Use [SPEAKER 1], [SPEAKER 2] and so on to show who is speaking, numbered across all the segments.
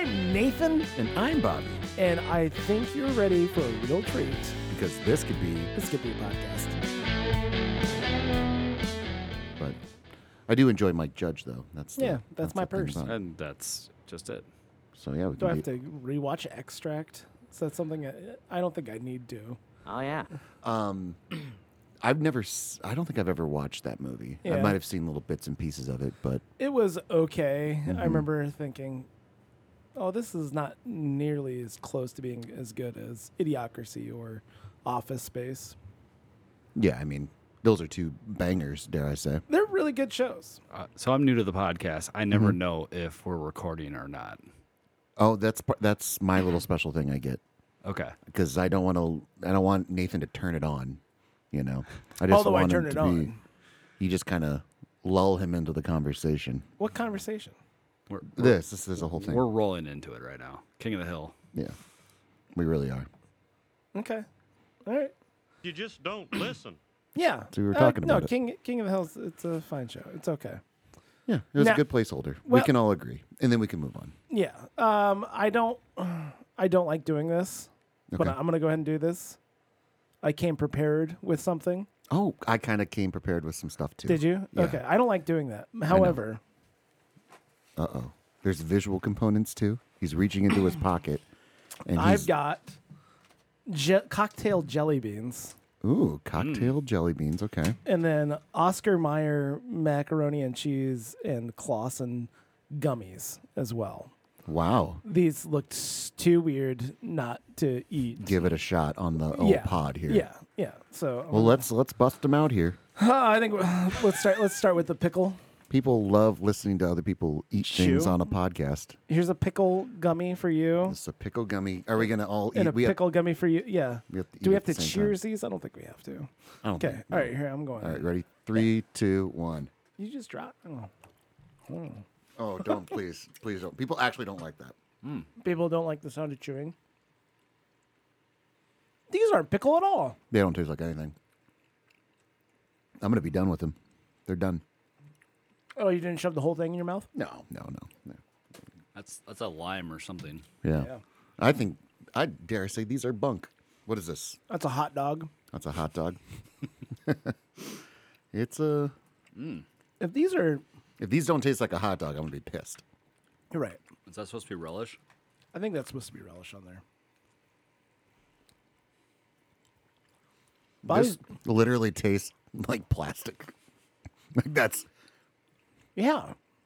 [SPEAKER 1] Nathan,
[SPEAKER 2] And I'm Bobby,
[SPEAKER 1] and I think you're ready for a real treat.
[SPEAKER 2] because this could be,
[SPEAKER 1] This could be a podcast.
[SPEAKER 2] but I do enjoy Mike Judge, though. That's the-
[SPEAKER 1] Yeah, that's my
[SPEAKER 2] the thing
[SPEAKER 1] purse.
[SPEAKER 2] about it.
[SPEAKER 3] And that's just it.
[SPEAKER 2] So, yeah, we
[SPEAKER 1] Do I
[SPEAKER 2] can
[SPEAKER 1] have
[SPEAKER 2] be,
[SPEAKER 1] to rewatch Extract? Is that something I, I don't think I need to?
[SPEAKER 3] Oh yeah.
[SPEAKER 2] um, I've never, s- I don't think I've ever watched that movie. I
[SPEAKER 1] Yeah.
[SPEAKER 2] might have seen little bits and pieces of it, but
[SPEAKER 1] It was okay.
[SPEAKER 2] Mhm.
[SPEAKER 1] I remember thinking, oh, this is not nearly as close to being as good as Idiocracy or Office Space.
[SPEAKER 2] yeah, I mean, those are two bangers, dare I say.
[SPEAKER 1] They're really good shows.
[SPEAKER 3] Uh, so I'm new to the podcast. I never
[SPEAKER 2] Mm-hmm.
[SPEAKER 3] know if we're recording or not.
[SPEAKER 2] Oh, that's par- that's my little special thing I get
[SPEAKER 3] Okay.
[SPEAKER 2] because I don't want to. I don't want Nathan to turn it on. You know, I just
[SPEAKER 1] Although I
[SPEAKER 2] want
[SPEAKER 1] turn
[SPEAKER 2] him
[SPEAKER 1] it
[SPEAKER 2] to be.
[SPEAKER 1] on.
[SPEAKER 2] You just kind of lull him into the conversation.
[SPEAKER 1] What conversation?
[SPEAKER 3] We're, we're,
[SPEAKER 2] This, this is the whole thing.
[SPEAKER 3] we're rolling into it right now. King of the Hill.
[SPEAKER 2] yeah, we really are.
[SPEAKER 1] Okay. All right.
[SPEAKER 4] You just don't listen.
[SPEAKER 1] Yeah. Uh,
[SPEAKER 2] So we were talking
[SPEAKER 1] no,
[SPEAKER 2] about it.
[SPEAKER 1] King King of the Hills. It's a fine show. It's okay.
[SPEAKER 2] Yeah, it was
[SPEAKER 1] Now-
[SPEAKER 2] a good placeholder.
[SPEAKER 1] well-
[SPEAKER 2] we can all agree, and then we can move on.
[SPEAKER 1] Yeah. Um. I don't. I don't like doing this, but
[SPEAKER 2] Okay.
[SPEAKER 1] I'm gonna go ahead and do this. I came prepared with something.
[SPEAKER 2] Oh, I kind of came prepared with some stuff too.
[SPEAKER 1] Did you?
[SPEAKER 2] Yeah.
[SPEAKER 1] Okay. I don't like doing that. However,
[SPEAKER 2] Uh oh. There's visual components too. He's reaching into his pocket, and he's
[SPEAKER 1] I've got je- cocktail jelly beans Hmm.
[SPEAKER 2] ooh cocktail jelly beans. Okay.
[SPEAKER 1] and then Oscar Mayer macaroni and cheese and Clausen gummies as well.
[SPEAKER 2] Wow.
[SPEAKER 1] These looked s- too weird not to eat.
[SPEAKER 2] Give it a shot on the old
[SPEAKER 1] yeah.
[SPEAKER 2] pod here.
[SPEAKER 1] Yeah. Yeah. So
[SPEAKER 2] Well, let's let's bust them out here.
[SPEAKER 1] I think we- let's start. Let's start with the pickle.
[SPEAKER 2] People love listening to other people eat things
[SPEAKER 1] Chew?
[SPEAKER 2] on a podcast.
[SPEAKER 1] Here's a pickle gummy for you,
[SPEAKER 2] It's a pickle gummy. Are we gonna all
[SPEAKER 1] and
[SPEAKER 2] eat?
[SPEAKER 1] a
[SPEAKER 2] we have-
[SPEAKER 1] pickle gummy for you. Yeah.
[SPEAKER 2] we have to
[SPEAKER 1] Do we
[SPEAKER 2] eat
[SPEAKER 1] have
[SPEAKER 2] at
[SPEAKER 1] to
[SPEAKER 2] the same time.
[SPEAKER 1] cheers these? I don't think we have to.
[SPEAKER 2] I don't
[SPEAKER 1] Okay.
[SPEAKER 2] think-
[SPEAKER 1] All right. Here I'm going.
[SPEAKER 2] All right. Ready? Three, two, one.
[SPEAKER 1] You just drop. Oh.
[SPEAKER 2] Oh, don't please, please don't. People actually don't like that.
[SPEAKER 1] People don't like the sound of chewing. These aren't pickle at all.
[SPEAKER 2] They don't taste like anything. I'm gonna be done with them. They're done.
[SPEAKER 1] Oh, you didn't shove the whole thing in your mouth?
[SPEAKER 2] No, no, no. no.
[SPEAKER 3] That's that's a lime or something.
[SPEAKER 2] Yeah.
[SPEAKER 1] Yeah.
[SPEAKER 2] I think I dare say these are bunk. What is this?
[SPEAKER 1] That's a hot dog.
[SPEAKER 2] That's a hot dog. it's a.
[SPEAKER 1] If these are,
[SPEAKER 2] If these don't taste like a hot dog, I'm gonna be pissed.
[SPEAKER 1] you're right.
[SPEAKER 3] Is that supposed to be relish?
[SPEAKER 1] I think that's supposed to be relish on there. Bobby's,
[SPEAKER 2] This literally tastes like plastic. Like that's
[SPEAKER 1] yeah.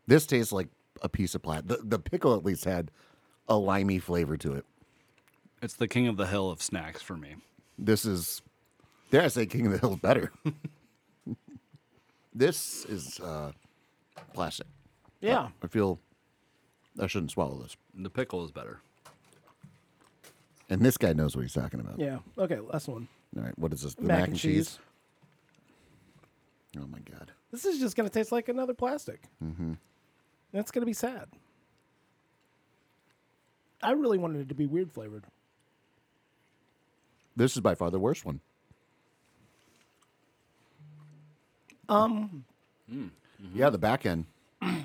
[SPEAKER 2] this tastes like a piece of plastic. The, the pickle at least had a limey flavor to it.
[SPEAKER 3] It's the King of the Hill of snacks for me.
[SPEAKER 2] This is dare I say King of the Hill better. this is uh, plastic.
[SPEAKER 1] Yeah.
[SPEAKER 2] I feel I shouldn't swallow this.
[SPEAKER 3] The pickle is better.
[SPEAKER 2] And this guy knows what he's talking about.
[SPEAKER 1] Yeah. Okay. Last one.
[SPEAKER 2] All right, what is this? The
[SPEAKER 1] Mac and cheese.
[SPEAKER 2] Oh my god.
[SPEAKER 1] This is just going to taste like another plastic. Mm-hmm. That's going to be sad. I really wanted it to be weird flavored.
[SPEAKER 2] This is by far the worst one. Um Yeah, the back end.
[SPEAKER 1] I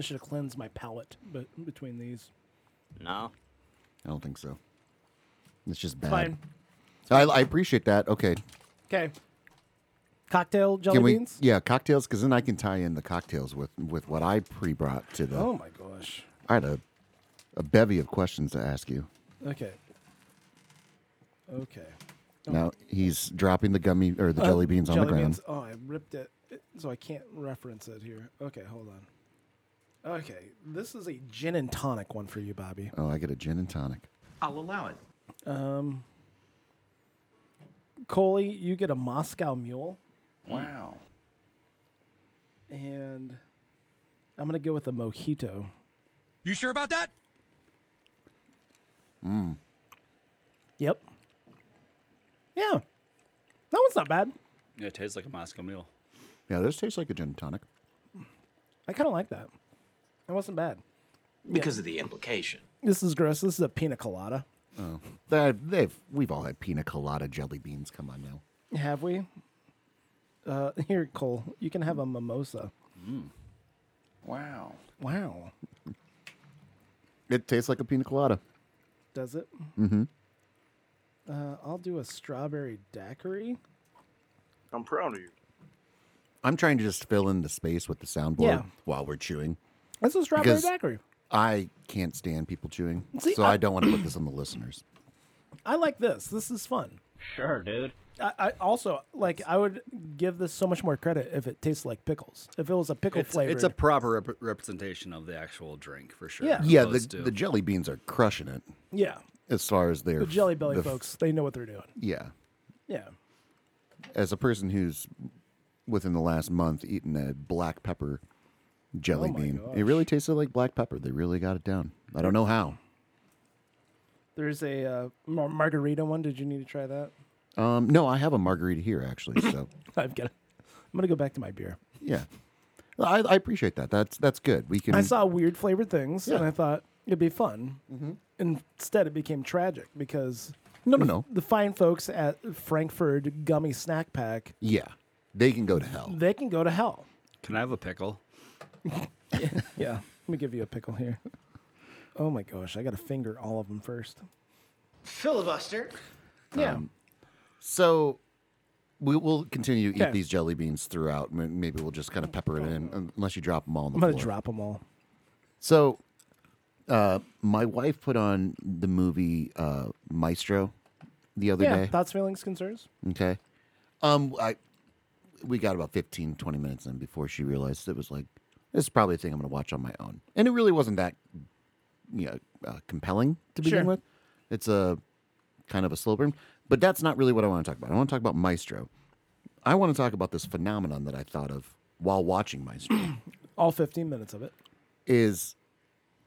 [SPEAKER 1] should have cleansed my palate but between these.
[SPEAKER 5] No.
[SPEAKER 2] I don't think so. It's just bad.
[SPEAKER 1] Fine.
[SPEAKER 2] I, I appreciate that. Okay.
[SPEAKER 1] Okay. Cocktail jelly
[SPEAKER 2] Can we
[SPEAKER 1] beans?
[SPEAKER 2] Yeah, cocktails cuz then I can tie in the cocktails with with what I pre-brought to the
[SPEAKER 1] Oh my gosh.
[SPEAKER 2] I had a a bevy of questions to ask you.
[SPEAKER 1] Okay. Okay.
[SPEAKER 2] Now he's dropping the gummy or the jelly beans on the
[SPEAKER 1] Oh. Uh, Jelly
[SPEAKER 2] ground.
[SPEAKER 1] beans. Oh, I ripped it, it- so I can't reference it here. Okay, hold on. Okay, this is a gin and tonic one for you, Bobby.
[SPEAKER 2] Oh, I get a gin and tonic.
[SPEAKER 6] I'll allow it.
[SPEAKER 1] Coley, you get a Moscow Mule,
[SPEAKER 6] Wow.
[SPEAKER 1] and I'm gonna go with a mojito.
[SPEAKER 6] You sure about that?
[SPEAKER 1] Yep. Yeah, that one's not bad.
[SPEAKER 3] Yeah, it tastes like a Moscow Mule.
[SPEAKER 2] Yeah, this tastes like a gin and tonic.
[SPEAKER 1] I kind of like that. It wasn't bad.
[SPEAKER 6] Because of the implication.
[SPEAKER 1] This is gross. This is a pina colada.
[SPEAKER 2] They- They've, we've all had pina colada jelly beans. Come on now.
[SPEAKER 1] Have we? Uh, here, Cole, you can have a mimosa.
[SPEAKER 6] Wow.
[SPEAKER 1] Wow.
[SPEAKER 2] It tastes like a pina colada.
[SPEAKER 1] Does it? Mm-hmm. Uh, I'll do a strawberry daiquiri.
[SPEAKER 5] I'm proud of you.
[SPEAKER 2] I'm trying to just fill in the space with the soundboard
[SPEAKER 1] Yeah.
[SPEAKER 2] while we're chewing.
[SPEAKER 1] That's a strawberry
[SPEAKER 2] Because-
[SPEAKER 1] daiquiri.
[SPEAKER 2] I can't stand people chewing,
[SPEAKER 1] See,
[SPEAKER 2] so I,
[SPEAKER 1] I-
[SPEAKER 2] don't want to put this on the listeners.
[SPEAKER 1] I like this. This is fun.
[SPEAKER 7] Sure, dude.
[SPEAKER 1] I, I also like. I would give this so much more credit if it tastes like pickles. If it was a pickle
[SPEAKER 3] It's,
[SPEAKER 1] flavor,
[SPEAKER 3] it's a proper rep- representation of the actual drink for sure.
[SPEAKER 1] Yeah.
[SPEAKER 3] as
[SPEAKER 2] Yeah, the,
[SPEAKER 3] opposed to-
[SPEAKER 2] the jelly beans are crushing it
[SPEAKER 1] yeah.
[SPEAKER 2] as far as their
[SPEAKER 1] The Jelly Belly
[SPEAKER 2] the f-
[SPEAKER 1] folks, they know what they're doing.
[SPEAKER 2] Yeah,
[SPEAKER 1] Yeah,
[SPEAKER 2] as a person who's within the last month eaten a black pepper jelly
[SPEAKER 1] Oh my
[SPEAKER 2] bean, it really tasted like black pepper. They really got it down. I don't know how.
[SPEAKER 1] there's a uh, mar- margarita one. Did you need to try that?
[SPEAKER 2] Um, no, I have a margarita here actually. So
[SPEAKER 1] I'm gonna, I'm gonna go back to my beer.
[SPEAKER 2] yeah, I, I appreciate that. That's that's good. We can.
[SPEAKER 1] I saw weird flavored things, and
[SPEAKER 2] Mm. Yeah. Mm-hmm.
[SPEAKER 1] I thought it'd be fun. Instead, it became tragic because
[SPEAKER 2] no, no, no.
[SPEAKER 1] the fine folks at Frankfurt Gummy Snack Pack
[SPEAKER 2] Yeah, they can go to hell.
[SPEAKER 1] they can go to hell.
[SPEAKER 3] Can I have a pickle?
[SPEAKER 1] Yeah, let me give you a pickle here. Oh my gosh, I got to finger all of them first.
[SPEAKER 8] Filibuster.
[SPEAKER 1] Yeah,
[SPEAKER 2] Um, So we will continue to eat
[SPEAKER 1] Okay.
[SPEAKER 2] these jelly beans throughout. M- Maybe we'll just kind of pepper it in, un- unless you drop them all on the
[SPEAKER 1] I'm gonna
[SPEAKER 2] floor.
[SPEAKER 1] drop them all.
[SPEAKER 2] So uh, my wife put on the movie uh, Maestro the other
[SPEAKER 1] Yeah,
[SPEAKER 2] day.
[SPEAKER 1] thoughts, feelings, concerns.
[SPEAKER 2] Okay. Um, I we got about 15, 20 minutes in before she realized it was like this is probably a thing I'm going to watch on my own, and it really wasn't that you know uh, compelling to begin
[SPEAKER 1] Sure.
[SPEAKER 2] with. It's a kind of a slow burn, but that's not really what I want to talk about. I want to talk about Maestro. I want to talk about this phenomenon that I thought of while watching Maestro.
[SPEAKER 1] All 15 minutes of it.
[SPEAKER 2] is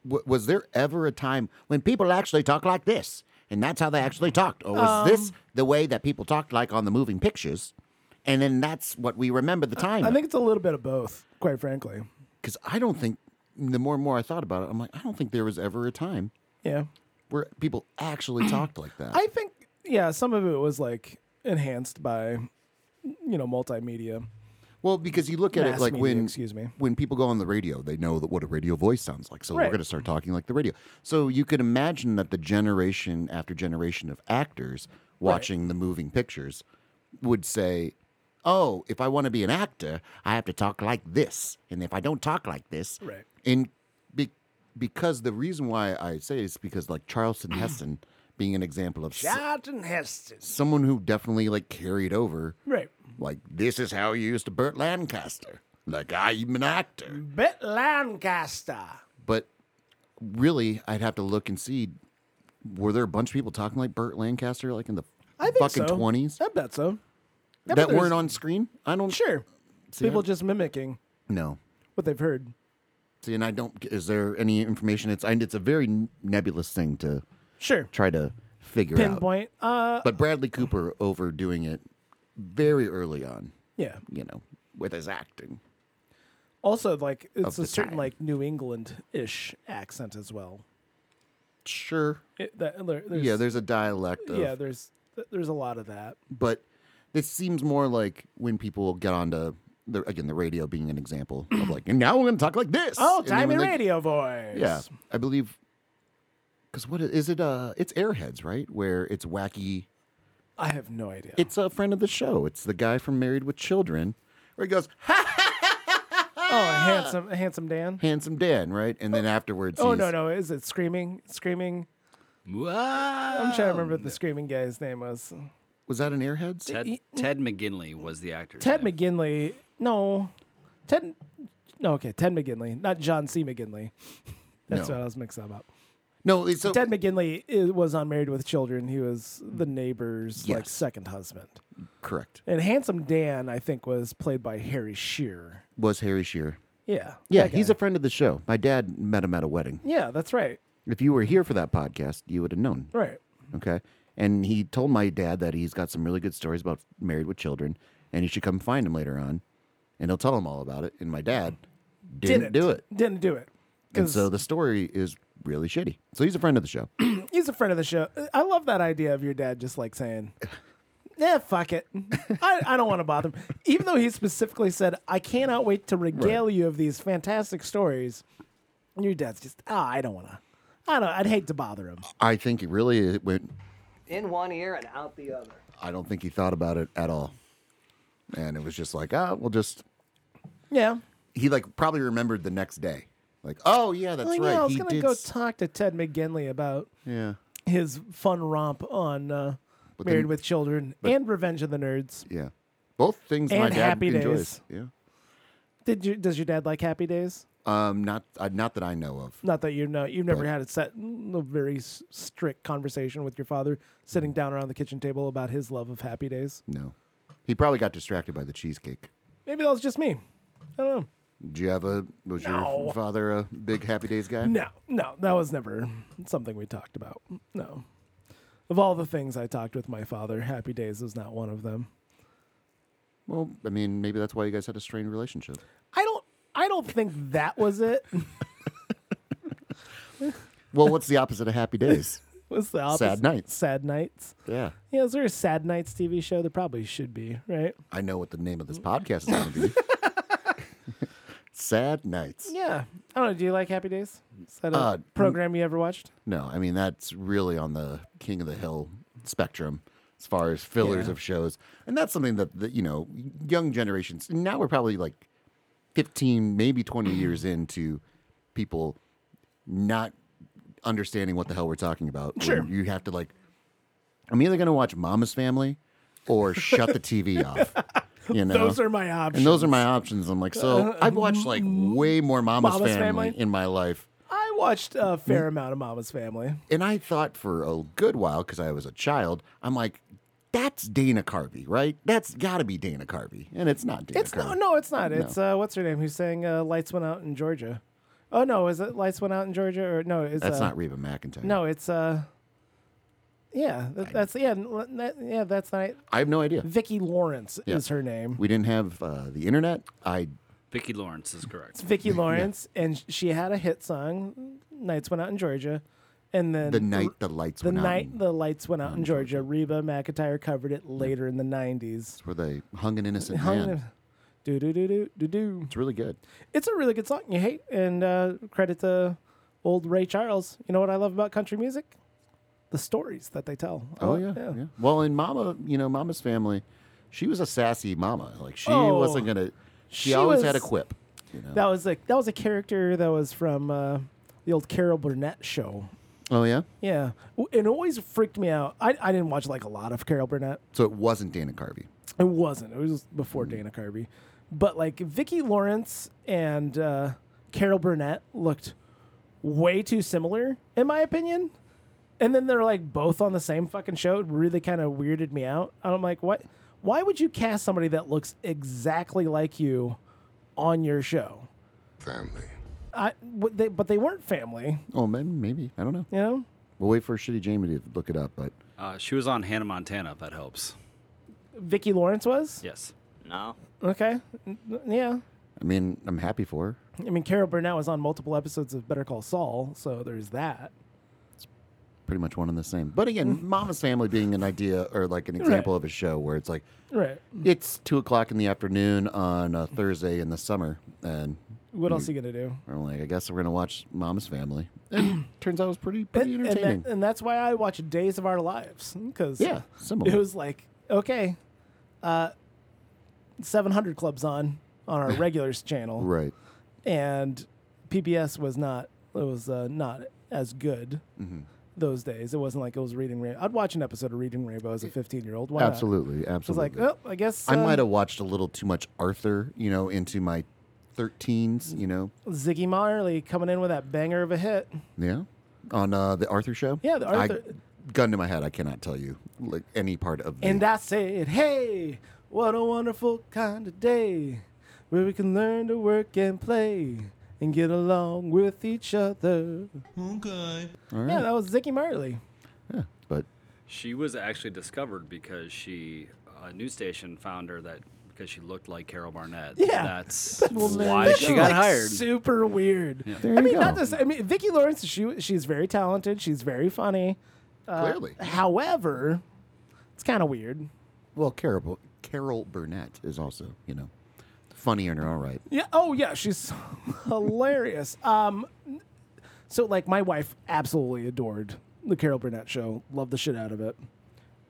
[SPEAKER 2] w- was there ever a time when people actually talk like this and that's how they actually talked or was
[SPEAKER 1] Um.
[SPEAKER 2] this the way that people talked like on the moving pictures and then that's what we remember the time
[SPEAKER 1] I think it's a little bit of both, quite frankly.
[SPEAKER 2] because I, don't think the more and more i thought about it i'm like i don't think there was ever a time
[SPEAKER 1] Yeah.
[SPEAKER 2] where people actually talked like that
[SPEAKER 1] I think yeah, some of it was like enhanced by you know multimedia.
[SPEAKER 2] well because you look at
[SPEAKER 1] Mass
[SPEAKER 2] it like
[SPEAKER 1] media,
[SPEAKER 2] when
[SPEAKER 1] excuse me.
[SPEAKER 2] when people go on the radio they know that what a radio voice sounds like so we're
[SPEAKER 1] Right.
[SPEAKER 2] going to start talking like the radio so you could imagine that the generation after generation of actors watching the moving pictures would say oh if i want to be an actor i have to talk like this and if i don't talk like this
[SPEAKER 1] Right.
[SPEAKER 2] and be- because the reason why i say it is because like charleston heston being an example of s-
[SPEAKER 1] Charlton Heston.
[SPEAKER 2] someone who definitely like carried over
[SPEAKER 1] Right.
[SPEAKER 2] like this is how you used to Burt Lancaster. Like I'm an actor,
[SPEAKER 1] Bet Lancaster.
[SPEAKER 2] but really, I'd have to look and see. Were there a bunch of people talking like Burt Lancaster, like in the
[SPEAKER 1] I think
[SPEAKER 2] fucking
[SPEAKER 1] so.
[SPEAKER 2] twenties,
[SPEAKER 1] I bet so. I bet
[SPEAKER 2] that
[SPEAKER 1] there's-
[SPEAKER 2] weren't on screen? I don't
[SPEAKER 1] Sure.
[SPEAKER 2] See,
[SPEAKER 1] People
[SPEAKER 2] I-
[SPEAKER 1] just mimicking
[SPEAKER 2] no.
[SPEAKER 1] what they've heard.
[SPEAKER 2] See, and I don't. Is there any information? It's and it's a very nebulous thing to
[SPEAKER 1] Sure.
[SPEAKER 2] try to figure out.
[SPEAKER 1] Pinpoint. Uh
[SPEAKER 2] But Bradley Cooper overdoing it very early on,
[SPEAKER 1] yeah.
[SPEAKER 2] you know, with his acting.
[SPEAKER 1] Also like
[SPEAKER 2] Of
[SPEAKER 1] it's
[SPEAKER 2] the
[SPEAKER 1] a certain
[SPEAKER 2] time.
[SPEAKER 1] like New England ish accent as well.
[SPEAKER 2] Sure.
[SPEAKER 1] It, that, there- there's,
[SPEAKER 2] yeah, there's a dialect. Of,
[SPEAKER 1] yeah, there's there's a lot of that.
[SPEAKER 2] but this seems more like when people get onto the again the radio being an example of like and now we're going to talk like this
[SPEAKER 1] Oh,
[SPEAKER 2] And then
[SPEAKER 1] time
[SPEAKER 2] when
[SPEAKER 1] and
[SPEAKER 2] they-
[SPEAKER 1] radio voice.
[SPEAKER 2] yeah i believe because what is, is it uh it's airheads right where it's wacky
[SPEAKER 1] I have no idea.
[SPEAKER 2] it's a friend of the show it's the guy from married with children where he goes
[SPEAKER 1] oh,
[SPEAKER 2] Ah!
[SPEAKER 1] handsome handsome Dan.
[SPEAKER 2] handsome dan right and then afterwards
[SPEAKER 1] Oh
[SPEAKER 2] he's-
[SPEAKER 1] no no! Is it screaming? Screaming? I'm
[SPEAKER 2] Oh,
[SPEAKER 1] trying to remember what the screaming guy's name was.
[SPEAKER 2] was that an airheads
[SPEAKER 3] Ted, Ted McGinley was the actor.
[SPEAKER 1] Ted McGinley. No, Ted. No, okay, Ted McGinley, not John C. McGinley. That's
[SPEAKER 2] No.
[SPEAKER 1] what I was mixing up.
[SPEAKER 2] no it's- so
[SPEAKER 1] Ted McGinley is, was on Married with Children. He was the neighbor's like
[SPEAKER 2] Yes.
[SPEAKER 1] second husband.
[SPEAKER 2] correct
[SPEAKER 1] And handsome Dan, I think, was played by Harry Shearer.
[SPEAKER 2] was harry shearer
[SPEAKER 1] Yeah.
[SPEAKER 2] yeah
[SPEAKER 1] that
[SPEAKER 2] he's
[SPEAKER 1] guy.
[SPEAKER 2] a friend of the show my dad met him at a wedding
[SPEAKER 1] Yeah, that's right.
[SPEAKER 2] if you were here for that podcast you would have known
[SPEAKER 1] Right.
[SPEAKER 2] Okay. And he told my dad that he's got some really good stories about married with children and he should come find him later on and he'll tell him all about it. And my dad didn't, do it.
[SPEAKER 1] Didn't do it.
[SPEAKER 2] And
[SPEAKER 1] Because
[SPEAKER 2] so the story is really shitty. So he's a friend of the show.
[SPEAKER 1] he's a friend of the show. Uh, I love that idea of your dad just like saying, "Yeah, fuck it. I, I don't want to bother him." Even though he specifically said, "I cannot wait to regale you of these fantastic stories," and your dad's just, "Ah, I don't want to. I don't. I'd hate to bother him.
[SPEAKER 2] I think he really went.
[SPEAKER 7] In one ear and out the other.
[SPEAKER 2] I don't think he thought about it at all, and it was just like, ah, we'll just.
[SPEAKER 1] Yeah.
[SPEAKER 2] He like probably remembered the next day, like, oh yeah, that's
[SPEAKER 1] Like,
[SPEAKER 2] right.
[SPEAKER 1] yeah, I was
[SPEAKER 2] he
[SPEAKER 1] gonna
[SPEAKER 2] did.
[SPEAKER 1] go
[SPEAKER 2] s-
[SPEAKER 1] talk to Ted McGinley about
[SPEAKER 2] yeah,
[SPEAKER 1] his fun romp on uh,
[SPEAKER 2] But
[SPEAKER 1] Married
[SPEAKER 2] then-
[SPEAKER 1] with Children
[SPEAKER 2] but-
[SPEAKER 1] and Revenge of the Nerds.
[SPEAKER 2] yeah. Both things my
[SPEAKER 1] And
[SPEAKER 2] dad
[SPEAKER 1] Happy
[SPEAKER 2] enjoys.
[SPEAKER 1] Did you? Does your dad like Happy Days?
[SPEAKER 2] Yeah. Um. Not. Uh, not that I know of.
[SPEAKER 1] Not that you know. You've never
[SPEAKER 2] Right.
[SPEAKER 1] had a set, a very s- strict conversation with your father
[SPEAKER 2] Mm.
[SPEAKER 1] sitting down around the kitchen table about his love of Happy Days.
[SPEAKER 2] No. He probably got distracted by the cheesecake.
[SPEAKER 1] Maybe that was just me. I don't know.
[SPEAKER 2] Did you have a? Was
[SPEAKER 1] No.
[SPEAKER 2] your father a big Happy Days guy?
[SPEAKER 1] No, no, that was never something we talked about. No. Of all the things I talked with my father, Happy Days was not one of them.
[SPEAKER 2] Well, I mean, maybe that's why you guys had a strained relationship.
[SPEAKER 1] I don't I don't think that was it.
[SPEAKER 2] Well, what's the opposite of Happy Days?
[SPEAKER 1] was the opposite.
[SPEAKER 2] Sad nights.
[SPEAKER 1] Sad nights.
[SPEAKER 2] yeah.
[SPEAKER 1] Yeah, is there a Sad Nights TV show? There probably should be, right?
[SPEAKER 2] I know what the name of this podcast is going to be. Sad nights.
[SPEAKER 1] Yeah. I don't know. Do you like Happy Days? Is that a
[SPEAKER 2] Uh,
[SPEAKER 1] program you ever watched?
[SPEAKER 2] No, I mean that's really on the King of the Hill spectrum as far as fillers
[SPEAKER 1] Yeah.
[SPEAKER 2] of shows, and that's something that, that you know young generations. Now we're probably like fifteen, maybe twenty years into people not understanding what the hell we're talking about. when
[SPEAKER 1] Sure.
[SPEAKER 2] you have to like. I'm either going to watch Mama's Family or shut the TV off. You know,
[SPEAKER 1] Those are my options. Uh, mm,
[SPEAKER 2] and those are my options. I'm like, so I've watched like way more Mama's,
[SPEAKER 1] Mama's
[SPEAKER 2] family,
[SPEAKER 1] Family?
[SPEAKER 2] in my life.
[SPEAKER 1] I watched a
[SPEAKER 2] Mm-hmm.
[SPEAKER 1] fair amount of Mama's Family.
[SPEAKER 2] And I thought for a good while, because I was a child, I'm like, that's Dana Carvey, right? That's got to be Dana Carvey. And it's not Dana
[SPEAKER 1] It's
[SPEAKER 2] Carvey.
[SPEAKER 1] no, no, it's not. It's uh, what's her name? Who's saying uh, "Lights Went Out in Georgia"? Oh no, is it "Lights Went Out in Georgia"? Or no, it's
[SPEAKER 2] That's
[SPEAKER 1] uh,
[SPEAKER 2] not Reba McIntyre.
[SPEAKER 1] No, it's uh, yeah, that, that's yeah, n- that, yeah, that's not.
[SPEAKER 2] I have no idea.
[SPEAKER 1] Vicky Lawrence
[SPEAKER 2] Yeah.
[SPEAKER 1] is her name.
[SPEAKER 2] We didn't have uh, the internet. I
[SPEAKER 3] Vicky Lawrence is correct.
[SPEAKER 1] It's Vicky Lawrence, and she had a hit song, "Nights Went Out in Georgia," and then
[SPEAKER 2] the night the lights
[SPEAKER 1] the
[SPEAKER 2] went
[SPEAKER 1] night
[SPEAKER 2] out. and-
[SPEAKER 1] the lights went out in Georgia. Reba McIntyre covered it later in the nineties.
[SPEAKER 2] where they hung an innocent man.
[SPEAKER 1] Do do do do do do.
[SPEAKER 2] It's really good.
[SPEAKER 1] it's a really good song. You hate and uh, credit to old Ray Charles. You know what I love about country music? The stories that they tell. I
[SPEAKER 2] Oh
[SPEAKER 1] love-
[SPEAKER 2] yeah, yeah. Well, in Mama, you know, Mama's family, she was a sassy mama. Like she
[SPEAKER 1] Oh.
[SPEAKER 2] wasn't gonna. She,
[SPEAKER 1] She
[SPEAKER 2] always
[SPEAKER 1] was-
[SPEAKER 2] had a quip. You know.
[SPEAKER 1] That was like that was a character that was from uh, the old Carol Burnett show.
[SPEAKER 2] oh yeah.
[SPEAKER 1] Yeah, W- and it always freaked me out. I, I didn't watch like a lot of Carol Burnett.
[SPEAKER 2] So it wasn't Dana Carvey.
[SPEAKER 1] It wasn't. It was before Dana Carvey, but like Vicki Lawrence and uh, Carol Burnett looked way too similar, in my opinion. And then they're like both on the same fucking show. It really kind of weirded me out. And I'm like, what? Why would you cast somebody that looks exactly like you on your show? Family. I. But they, but they weren't family.
[SPEAKER 2] Oh, maybe, maybe. I don't know.
[SPEAKER 1] You know.
[SPEAKER 2] We'll wait for Shitty Jamie to look it up, but
[SPEAKER 3] Uh, she was on Hannah Montana. If that helps.
[SPEAKER 1] Vicki Lawrence was.
[SPEAKER 3] Yes.
[SPEAKER 7] No.
[SPEAKER 1] Okay. N- n- yeah.
[SPEAKER 2] I mean, I'm happy for her.
[SPEAKER 1] I mean, Carol Burnett was on multiple episodes of Better Call Saul, so there's that.
[SPEAKER 2] Pretty much one and the same. But again,
[SPEAKER 1] Mm-hmm.
[SPEAKER 2] Mama's Family being an idea or like an example of a show where it's like,
[SPEAKER 1] Right.
[SPEAKER 2] it's two o'clock in the afternoon on a Thursday in the summer. And
[SPEAKER 1] What
[SPEAKER 2] Mm.
[SPEAKER 1] else are you gonna do?
[SPEAKER 2] I'm like, I guess we're going to watch Mama's Family. And turns out it was pretty, pretty
[SPEAKER 1] And,
[SPEAKER 2] entertaining.
[SPEAKER 1] that, and that's why I watch Days of Our Lives because
[SPEAKER 2] Yeah, similar.
[SPEAKER 1] it was like okay, uh, 700 Club's on on our regulars channel,
[SPEAKER 2] right.
[SPEAKER 1] and PBS was not it was uh, not as good
[SPEAKER 2] Mm-hmm.
[SPEAKER 1] those days. It wasn't like it was Reading Rainbow. I'd watch an episode of Reading Rainbow as a 15 year old.
[SPEAKER 2] Absolutely.
[SPEAKER 1] I was
[SPEAKER 2] Absolutely.
[SPEAKER 1] like, oh, I guess
[SPEAKER 2] I
[SPEAKER 1] uh,
[SPEAKER 2] might have watched a little too much Arthur, you know, into my 13s, you know.
[SPEAKER 1] Ziggy Marley coming in with that banger of a hit.
[SPEAKER 2] Yeah. On uh, the Arthur show?
[SPEAKER 1] Yeah, the
[SPEAKER 2] I-
[SPEAKER 1] Arthur-
[SPEAKER 2] gun to my head, I cannot tell you like any part of the
[SPEAKER 1] And I said, hey, what a wonderful kind of day where we can learn to work and play and get along with each other.
[SPEAKER 6] Okay.
[SPEAKER 1] Yeah, that was Zicky Marley.
[SPEAKER 2] Yeah, but
[SPEAKER 3] She was actually discovered because she a news station found her that because she looked like Carol Barnett.
[SPEAKER 1] Yeah.
[SPEAKER 3] That's
[SPEAKER 1] Woman.
[SPEAKER 3] why
[SPEAKER 1] That's,
[SPEAKER 3] she got
[SPEAKER 1] like,
[SPEAKER 3] hired.
[SPEAKER 1] Super weird.
[SPEAKER 2] there
[SPEAKER 1] I
[SPEAKER 2] you
[SPEAKER 1] mean,
[SPEAKER 2] go.
[SPEAKER 1] not this. I mean, Vicki Lawrence. She she's very talented. She's very funny. Uh,
[SPEAKER 2] Clearly,
[SPEAKER 1] However, it's kind of weird.
[SPEAKER 2] well, Carol Carol Burnett is also you know funny in her own right.
[SPEAKER 1] Yeah. Oh yeah, she's hilarious. Um, So like my wife absolutely adored the Carol Burnett show, loved the shit out of it.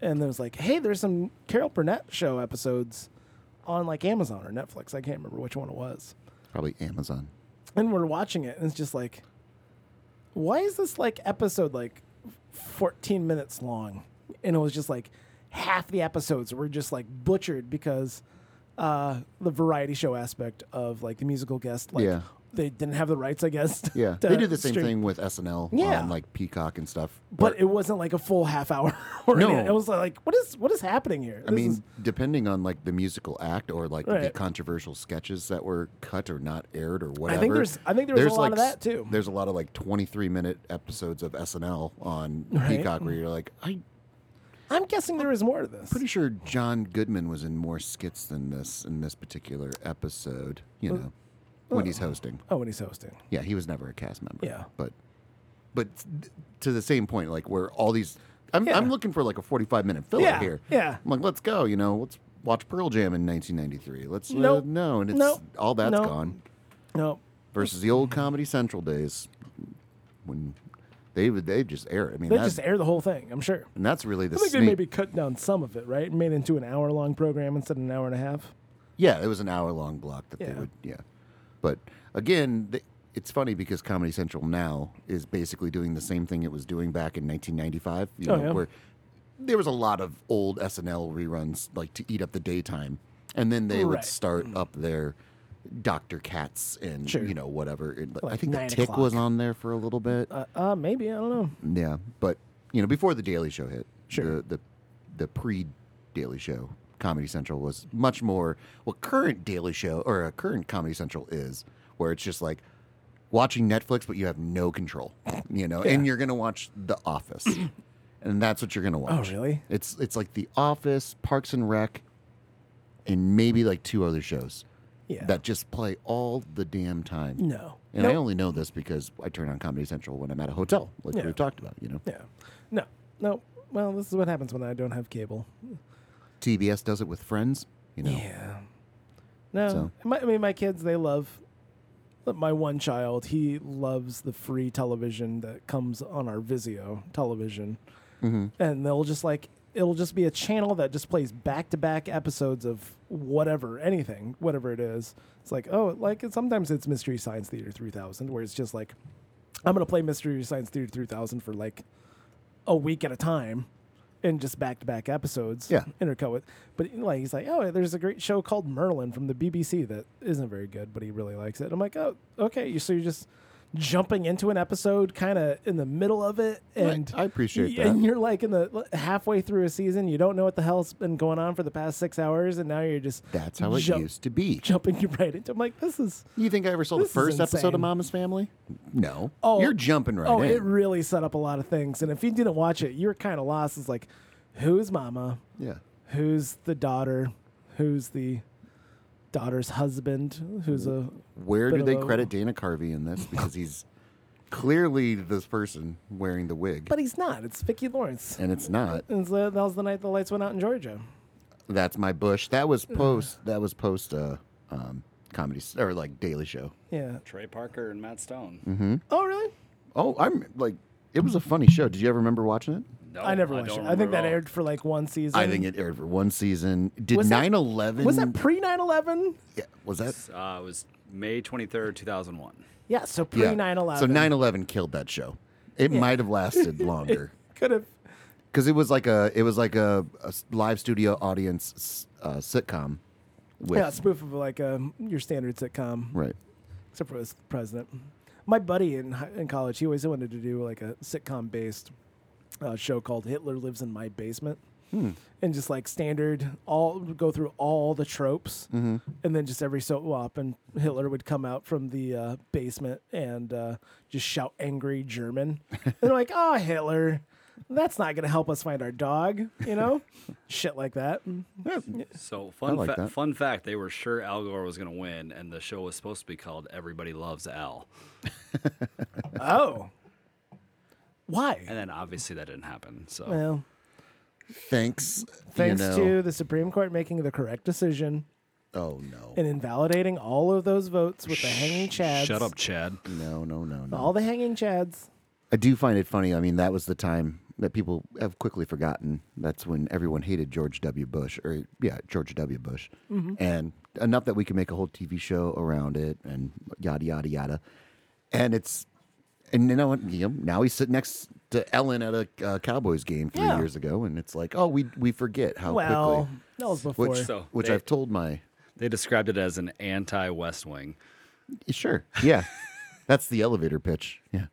[SPEAKER 1] And then was like, hey, there's some Carol Burnett show episodes on like Amazon or Netflix. I can't remember which one it was.
[SPEAKER 2] Probably Amazon.
[SPEAKER 1] And we're watching it and it's just like why is this like episode like 14 minutes long? And it was just like half the episodes were just like butchered because uh, the variety show aspect of like the musical guest, like
[SPEAKER 2] Yeah.
[SPEAKER 1] they didn't have the rights, I guess.
[SPEAKER 2] Yeah,
[SPEAKER 1] to
[SPEAKER 2] they did the same
[SPEAKER 1] stream.
[SPEAKER 2] thing with SNL
[SPEAKER 1] Yeah.
[SPEAKER 2] on like Peacock and stuff.
[SPEAKER 1] but it wasn't like a full half hour. Or
[SPEAKER 2] No.
[SPEAKER 1] anything. it was like, what is what is happening here? This
[SPEAKER 2] I mean,
[SPEAKER 1] is-
[SPEAKER 2] depending on like the musical act or like the
[SPEAKER 1] Right.
[SPEAKER 2] controversial sketches that were cut or not aired or whatever.
[SPEAKER 1] think there's- I think there was a lot
[SPEAKER 2] like,
[SPEAKER 1] of
[SPEAKER 2] s-
[SPEAKER 1] that, too.
[SPEAKER 2] There's a lot of like 23 minute episodes of SNL on
[SPEAKER 1] Right. Mm.
[SPEAKER 2] Peacock where you're like, I'm
[SPEAKER 1] I'm guessing there is more to this.
[SPEAKER 2] pretty sure John Goodman was in more skits than this in this particular episode. You know, when he's hosting.
[SPEAKER 1] oh, when he's hosting,
[SPEAKER 2] Yeah, he was never a cast member.
[SPEAKER 1] Yeah.
[SPEAKER 2] but but th- to the same point, like where all these, I'm
[SPEAKER 1] Yeah.
[SPEAKER 2] I'm looking for like a 45 minute filler
[SPEAKER 1] Yeah,
[SPEAKER 2] here.
[SPEAKER 1] yeah.
[SPEAKER 2] I'm like, let's go. You know, let's watch Pearl Jam in 1993. Let's
[SPEAKER 1] Nope.
[SPEAKER 2] uh, no, and it's
[SPEAKER 1] Nope.
[SPEAKER 2] all that's
[SPEAKER 1] Nope.
[SPEAKER 2] gone.
[SPEAKER 1] no,
[SPEAKER 2] Versus the old Comedy Central days when they would they just air. It. I mean,
[SPEAKER 1] they
[SPEAKER 2] that-
[SPEAKER 1] just air the whole thing. I'm sure.
[SPEAKER 2] and that's really the
[SPEAKER 1] I think they
[SPEAKER 2] sneak-
[SPEAKER 1] maybe cut down some of it, right? Made into an hour long program instead of an hour and a half.
[SPEAKER 2] Yeah, it was an hour long block that they
[SPEAKER 1] Yeah.
[SPEAKER 2] would. Yeah, but again, th- it's funny because Comedy Central now is basically doing the same thing it was doing back in 1995. You
[SPEAKER 1] Oh,
[SPEAKER 2] know,
[SPEAKER 1] yeah.
[SPEAKER 2] where there was a lot of old SNL reruns like to eat up the daytime, and then they
[SPEAKER 1] Right.
[SPEAKER 2] would start up their Doctor Katz and
[SPEAKER 1] Sure.
[SPEAKER 2] you know whatever. It, I
[SPEAKER 1] Like
[SPEAKER 2] think the
[SPEAKER 1] nine
[SPEAKER 2] Tick was
[SPEAKER 1] o'clock.
[SPEAKER 2] on there for a little bit.
[SPEAKER 1] Uh, uh, maybe I don't know.
[SPEAKER 2] yeah, but you know before the Daily Show hit,
[SPEAKER 1] Sure.
[SPEAKER 2] the the, the pre Daily Show Comedy Central was much more what current Daily Show or a current Comedy Central is, where it's just like watching Netflix, but you have no control, you know, and you're gonna watch The Office, and that's what you're gonna watch.
[SPEAKER 1] really?
[SPEAKER 2] It's it's like The Office, Parks and Rec, and maybe like two other shows
[SPEAKER 1] Yeah.
[SPEAKER 2] that just play all the damn time.
[SPEAKER 1] No.
[SPEAKER 2] And
[SPEAKER 1] no.
[SPEAKER 2] I only know this because I turn on Comedy Central when I'm at a hotel, like
[SPEAKER 1] Yeah.
[SPEAKER 2] we've talked about, you know.
[SPEAKER 1] Yeah. No. No. Well, this is what happens when I don't have cable.
[SPEAKER 2] TBS does it with friends, you know.
[SPEAKER 1] Yeah. No.
[SPEAKER 2] So-
[SPEAKER 1] My, I mean, my kids, they love my one child. He loves the free television that comes on our Vizio television.
[SPEAKER 2] Mm-hmm.
[SPEAKER 1] And they'll just like, it'll just be a channel that just plays back to back episodes of whatever, anything, whatever it is. It's like, oh, like it, sometimes it's Mystery Science Theater 3000, where it's just like, I'm going to play Mystery Science Theater 3000 for like a week at a time in just back to back episodes.
[SPEAKER 2] Yeah.
[SPEAKER 1] Intercut with. But like he's like, Oh, there's a great show called Merlin from the BBC that isn't very good, but he really likes it. I'm like, Oh, okay. You so you're just jumping into an episode kinda in the middle of it
[SPEAKER 2] Right,
[SPEAKER 1] and
[SPEAKER 2] I appreciate
[SPEAKER 1] y- And
[SPEAKER 2] that.
[SPEAKER 1] you're like in the halfway through a season, you don't know what the hell's been going on for the past six hours and now you're just
[SPEAKER 2] That's how it
[SPEAKER 1] jump-
[SPEAKER 2] used to be.
[SPEAKER 1] Jumping right into I'm like, this is
[SPEAKER 2] You think I ever saw the
[SPEAKER 1] This is
[SPEAKER 2] first episode
[SPEAKER 1] insane.
[SPEAKER 2] of Mama's Family? No.
[SPEAKER 1] Oh.
[SPEAKER 2] you're jumping right
[SPEAKER 1] oh,
[SPEAKER 2] in.
[SPEAKER 1] it really set up a lot of things. And if you didn't watch it, you're kind of lost. It's like, who's mama?
[SPEAKER 2] yeah.
[SPEAKER 1] Who's the daughter? Who's the daughter's husband? Who's a
[SPEAKER 2] Where
[SPEAKER 1] Bit
[SPEAKER 2] do
[SPEAKER 1] of
[SPEAKER 2] they
[SPEAKER 1] a-
[SPEAKER 2] credit Dana Carvey in this? Because he's clearly this person wearing the wig,
[SPEAKER 1] but he's not. It's Vicki Lawrence.
[SPEAKER 2] and it's not.
[SPEAKER 1] And so that was the night the lights went out in Georgia.
[SPEAKER 2] That's my bush. That was post. That was post. Uh, um, comedy s- or like Daily Show.
[SPEAKER 1] Yeah.
[SPEAKER 3] Trey Parker and Matt Stone.
[SPEAKER 2] Mm-hmm.
[SPEAKER 1] Oh, really?
[SPEAKER 2] Oh, I'm like, it was a funny show. Did you ever remember watching it?
[SPEAKER 3] No,
[SPEAKER 1] I never watched
[SPEAKER 3] Oh, don't
[SPEAKER 1] it. I think
[SPEAKER 3] remember
[SPEAKER 1] that
[SPEAKER 3] at all.
[SPEAKER 1] aired for like one season.
[SPEAKER 2] I think it aired for one season. Did
[SPEAKER 1] Was that-
[SPEAKER 2] 9/11
[SPEAKER 1] was that pre 9 11?
[SPEAKER 2] yeah, was that
[SPEAKER 3] Uh, it was May 23rd, 2001.
[SPEAKER 1] Yeah, so pre
[SPEAKER 2] yeah.
[SPEAKER 1] 9 11.
[SPEAKER 2] So 9/11 killed that show. It might have lasted longer
[SPEAKER 1] could have.
[SPEAKER 2] because it was like a it was like a, a s- live studio audience s- uh, sitcom. With,
[SPEAKER 1] Yeah, spoof of like um, your standard sitcom.
[SPEAKER 2] right.
[SPEAKER 1] except for his president. My buddy in hi- in college, he always wanted to do like a sitcom based uh, show called Hitler Lives in My Basement, and just like standard, all go through all the tropes, and then just every so often Hitler would come out from the uh, basement and uh, just shout angry German, and they're like, "Oh, Hitler." That's not going to help us find our dog, you know? Shit like that.
[SPEAKER 3] So fun,
[SPEAKER 2] like
[SPEAKER 3] fa-
[SPEAKER 2] that.
[SPEAKER 3] fun fact: they were sure Al Gore was going to win, and the show was supposed to be called "Everybody Loves Al."
[SPEAKER 1] Oh. Why?
[SPEAKER 3] And then obviously that didn't happen. So
[SPEAKER 1] Well,
[SPEAKER 2] Thanks.
[SPEAKER 1] thanks
[SPEAKER 2] you know,
[SPEAKER 1] to the Supreme Court making the correct decision
[SPEAKER 2] Oh no.
[SPEAKER 1] and invalidating all of those votes with the hanging chads.
[SPEAKER 3] Shut up, Chad.
[SPEAKER 2] No, no, no, no.
[SPEAKER 1] All the hanging chads.
[SPEAKER 2] I do find it funny. I mean, that was the time that people have quickly forgotten. That's when everyone hated George W. Bush, or yeah, George W. Bush,
[SPEAKER 1] Mm-hmm.
[SPEAKER 2] and enough that we can make a whole TV show around it, and yada yada yada. And it's, and you know, what, you know now he's sitting next to Ellen at a uh, Cowboys game three
[SPEAKER 1] Yeah.
[SPEAKER 2] years ago, and it's like, oh, we we forget how
[SPEAKER 1] well,
[SPEAKER 2] Oh, quickly.
[SPEAKER 1] that was before.
[SPEAKER 2] Which,
[SPEAKER 3] So
[SPEAKER 2] which
[SPEAKER 3] they-
[SPEAKER 2] I've told my
[SPEAKER 3] They described it as an anti-West Wing.
[SPEAKER 2] sure, yeah, that's the elevator pitch. Yeah,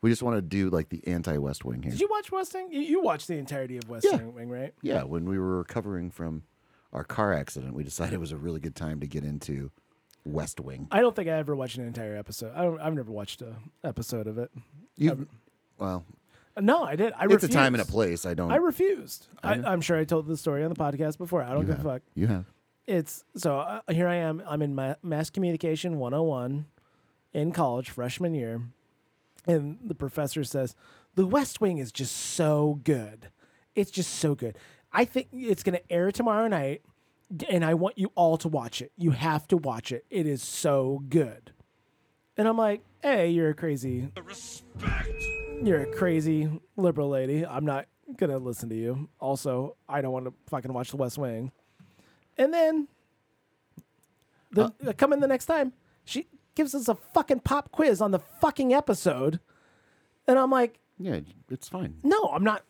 [SPEAKER 2] we just want to do like the anti-West Wing here.
[SPEAKER 1] Did you watch West Wing? You, you watched the entirety of West
[SPEAKER 2] Yeah.
[SPEAKER 1] Wing, right?
[SPEAKER 2] Yeah, when we were recovering from our car accident, we decided it was a really good time to get into West Wing.
[SPEAKER 1] I don't think I ever watched an entire episode. I don't, I've never watched a episode of it.
[SPEAKER 2] You, well,
[SPEAKER 1] No, I did. I
[SPEAKER 2] it's a time and a
[SPEAKER 1] refused.
[SPEAKER 2] place. I don't.
[SPEAKER 1] I refused. I
[SPEAKER 2] know.
[SPEAKER 1] I, am sure I told the story on the podcast before. I don't
[SPEAKER 2] you
[SPEAKER 1] give
[SPEAKER 2] have,
[SPEAKER 1] a fuck.
[SPEAKER 2] You have.
[SPEAKER 1] It's so uh, here I am. I'm in ma- mass communication 101 in college, freshman year. And the professor says, The West Wing is just so good. It's just so good. I think it's going to air tomorrow night, and I want you all to watch it. You have to watch it. It is so good. And I'm like, Hey, you're a crazy you're a crazy liberal lady. I'm not gonna listen to you. Also, I don't want to fucking watch The West Wing. And then, the, uh, come in the next time. She gives us a fucking pop quiz on the fucking episode, and I'm like,
[SPEAKER 2] Yeah, it's fine.
[SPEAKER 1] no, I'm not.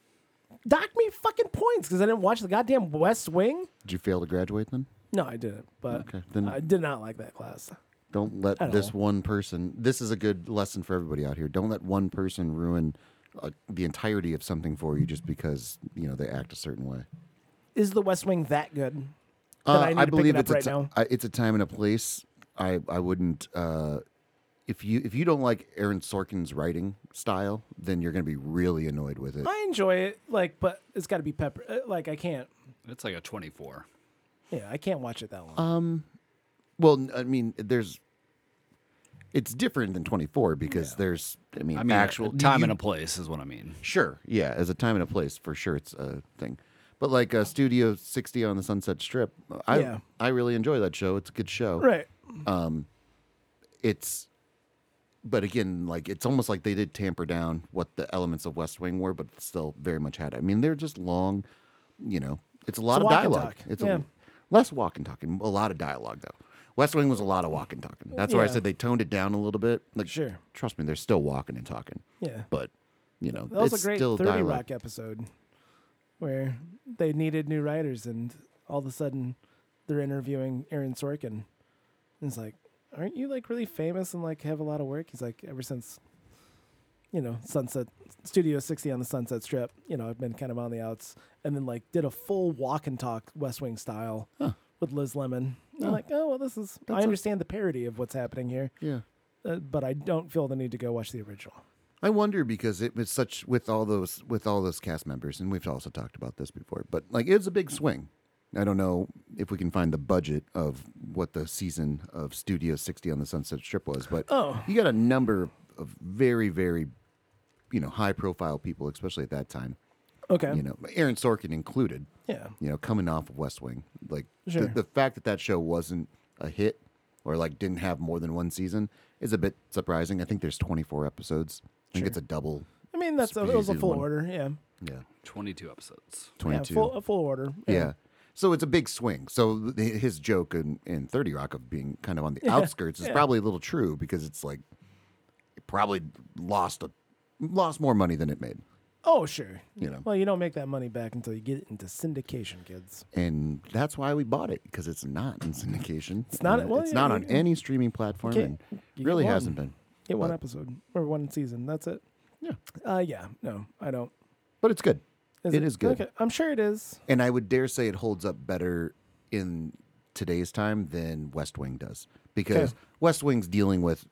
[SPEAKER 1] Dock me fucking points because I didn't watch the goddamn West Wing.
[SPEAKER 2] Did you fail to graduate then?
[SPEAKER 1] No, I didn't. But
[SPEAKER 2] Okay, then-
[SPEAKER 1] I did not like that class.
[SPEAKER 2] Don't let
[SPEAKER 1] At
[SPEAKER 2] this
[SPEAKER 1] all.
[SPEAKER 2] one person. This is a good lesson for everybody out here. Don't let one person ruin uh, the entirety of something for you just because you know they act a certain way.
[SPEAKER 1] Is the West Wing that good? That
[SPEAKER 2] Uh,
[SPEAKER 1] I need to pick it up
[SPEAKER 2] it's a
[SPEAKER 1] right
[SPEAKER 2] ti-
[SPEAKER 1] now.
[SPEAKER 2] I, it's a time and a place. I I wouldn't. Uh, if you if you don't like Aaron Sorkin's writing style, then you're going to be really annoyed with it.
[SPEAKER 1] I enjoy it, like, but it's got to be pepper. uh, Like, I can't.
[SPEAKER 3] It's like a 24.
[SPEAKER 1] Yeah, I can't watch it that
[SPEAKER 2] Uh,
[SPEAKER 1] long.
[SPEAKER 2] Well, n- I mean, there's. It's different than 24 because there's. I mean,
[SPEAKER 3] I mean,
[SPEAKER 2] actual
[SPEAKER 3] actual time
[SPEAKER 2] you-
[SPEAKER 3] and a place is what I mean.
[SPEAKER 2] Sure, yeah, as a time and a place for sure, it's a thing. But like uh, Studio 60 on the Sunset Strip, I
[SPEAKER 1] Yeah.
[SPEAKER 2] I really enjoy that show. It's a good show.
[SPEAKER 1] right.
[SPEAKER 2] it's but again like it's almost like they did tamper down what the elements of west wing were but still very much had it i mean they're just long you know it's a lot
[SPEAKER 1] a
[SPEAKER 2] of
[SPEAKER 1] walk and
[SPEAKER 2] dialogue
[SPEAKER 1] talk,
[SPEAKER 2] it's
[SPEAKER 1] yeah.
[SPEAKER 2] a, less walk and talking a lot of dialogue though west wing was a lot of walking and talking that's why i
[SPEAKER 1] Yeah.
[SPEAKER 2] said they toned it down a little bit like
[SPEAKER 1] Sure.
[SPEAKER 2] trust me they're still walking and talking
[SPEAKER 1] Yeah.
[SPEAKER 2] but you know
[SPEAKER 1] That was
[SPEAKER 2] it's
[SPEAKER 1] a great
[SPEAKER 2] still
[SPEAKER 1] 30
[SPEAKER 2] dialogue
[SPEAKER 1] Rock episode where they needed new writers and all of a sudden they're interviewing Aaron Sorkin. And it's like, aren't you like really famous and like have a lot of work? He's like, ever since, you know, Sunset Studio 60 on the Sunset Strip, you know, I've been kind of on the outs and then like did a full walk and talk West Wing style with Liz Lemon. I'm like, oh, well, this is, I understand the parody of what's happening here,
[SPEAKER 2] yeah
[SPEAKER 1] uh, but I don't feel the need to go watch the original.
[SPEAKER 2] I wonder because it was such with all those with all those cast members, and we've also talked about this before. But like, it's a big swing. I don't know if we can find the budget of what the season of Studio 60 on the Sunset Strip was, but
[SPEAKER 1] Oh.
[SPEAKER 2] you got a number of very, very, you know, high profile people, especially at that time.
[SPEAKER 1] Okay.
[SPEAKER 2] You know, Aaron Sorkin included.
[SPEAKER 1] Yeah.
[SPEAKER 2] You know, coming off of West Wing, like
[SPEAKER 1] Sure.
[SPEAKER 2] the, the fact that that show wasn't a hit or like didn't have more than one season is a bit surprising. I think there's 24 episodes. I think it's a double
[SPEAKER 1] I mean, that's a, it was a
[SPEAKER 2] Species
[SPEAKER 1] full
[SPEAKER 2] one.
[SPEAKER 1] order. Yeah.
[SPEAKER 3] 22 episodes.
[SPEAKER 1] Yeah,
[SPEAKER 2] 22. Yeah.
[SPEAKER 1] full, a full order.
[SPEAKER 2] So it's a big swing. So th- his joke in, in 30 Rock of being kind of on the outskirts is probably a little true because it's like it probably lost a lost more money than it made.
[SPEAKER 1] Oh, sure. You
[SPEAKER 2] know.
[SPEAKER 1] Well, you don't make that money back until you get it into syndication, kids.
[SPEAKER 2] And that's why we bought it because it's not in syndication. It's
[SPEAKER 1] not- well,
[SPEAKER 2] it's
[SPEAKER 1] yeah,
[SPEAKER 2] not
[SPEAKER 1] you
[SPEAKER 2] on
[SPEAKER 1] can-
[SPEAKER 2] any streaming platform
[SPEAKER 1] can't-
[SPEAKER 2] and
[SPEAKER 1] you can't
[SPEAKER 2] really
[SPEAKER 1] want
[SPEAKER 2] hasn't
[SPEAKER 1] them.
[SPEAKER 2] been.
[SPEAKER 1] Get one
[SPEAKER 2] But-
[SPEAKER 1] episode or one season. That's it.
[SPEAKER 2] Yeah.
[SPEAKER 1] Uh, yeah. No, I don't.
[SPEAKER 2] But it's good. it is good.
[SPEAKER 1] Okay. I'm sure it is.
[SPEAKER 2] And I would dare say it holds up better in today's time than West Wing does because
[SPEAKER 1] Okay.
[SPEAKER 2] West Wing's dealing with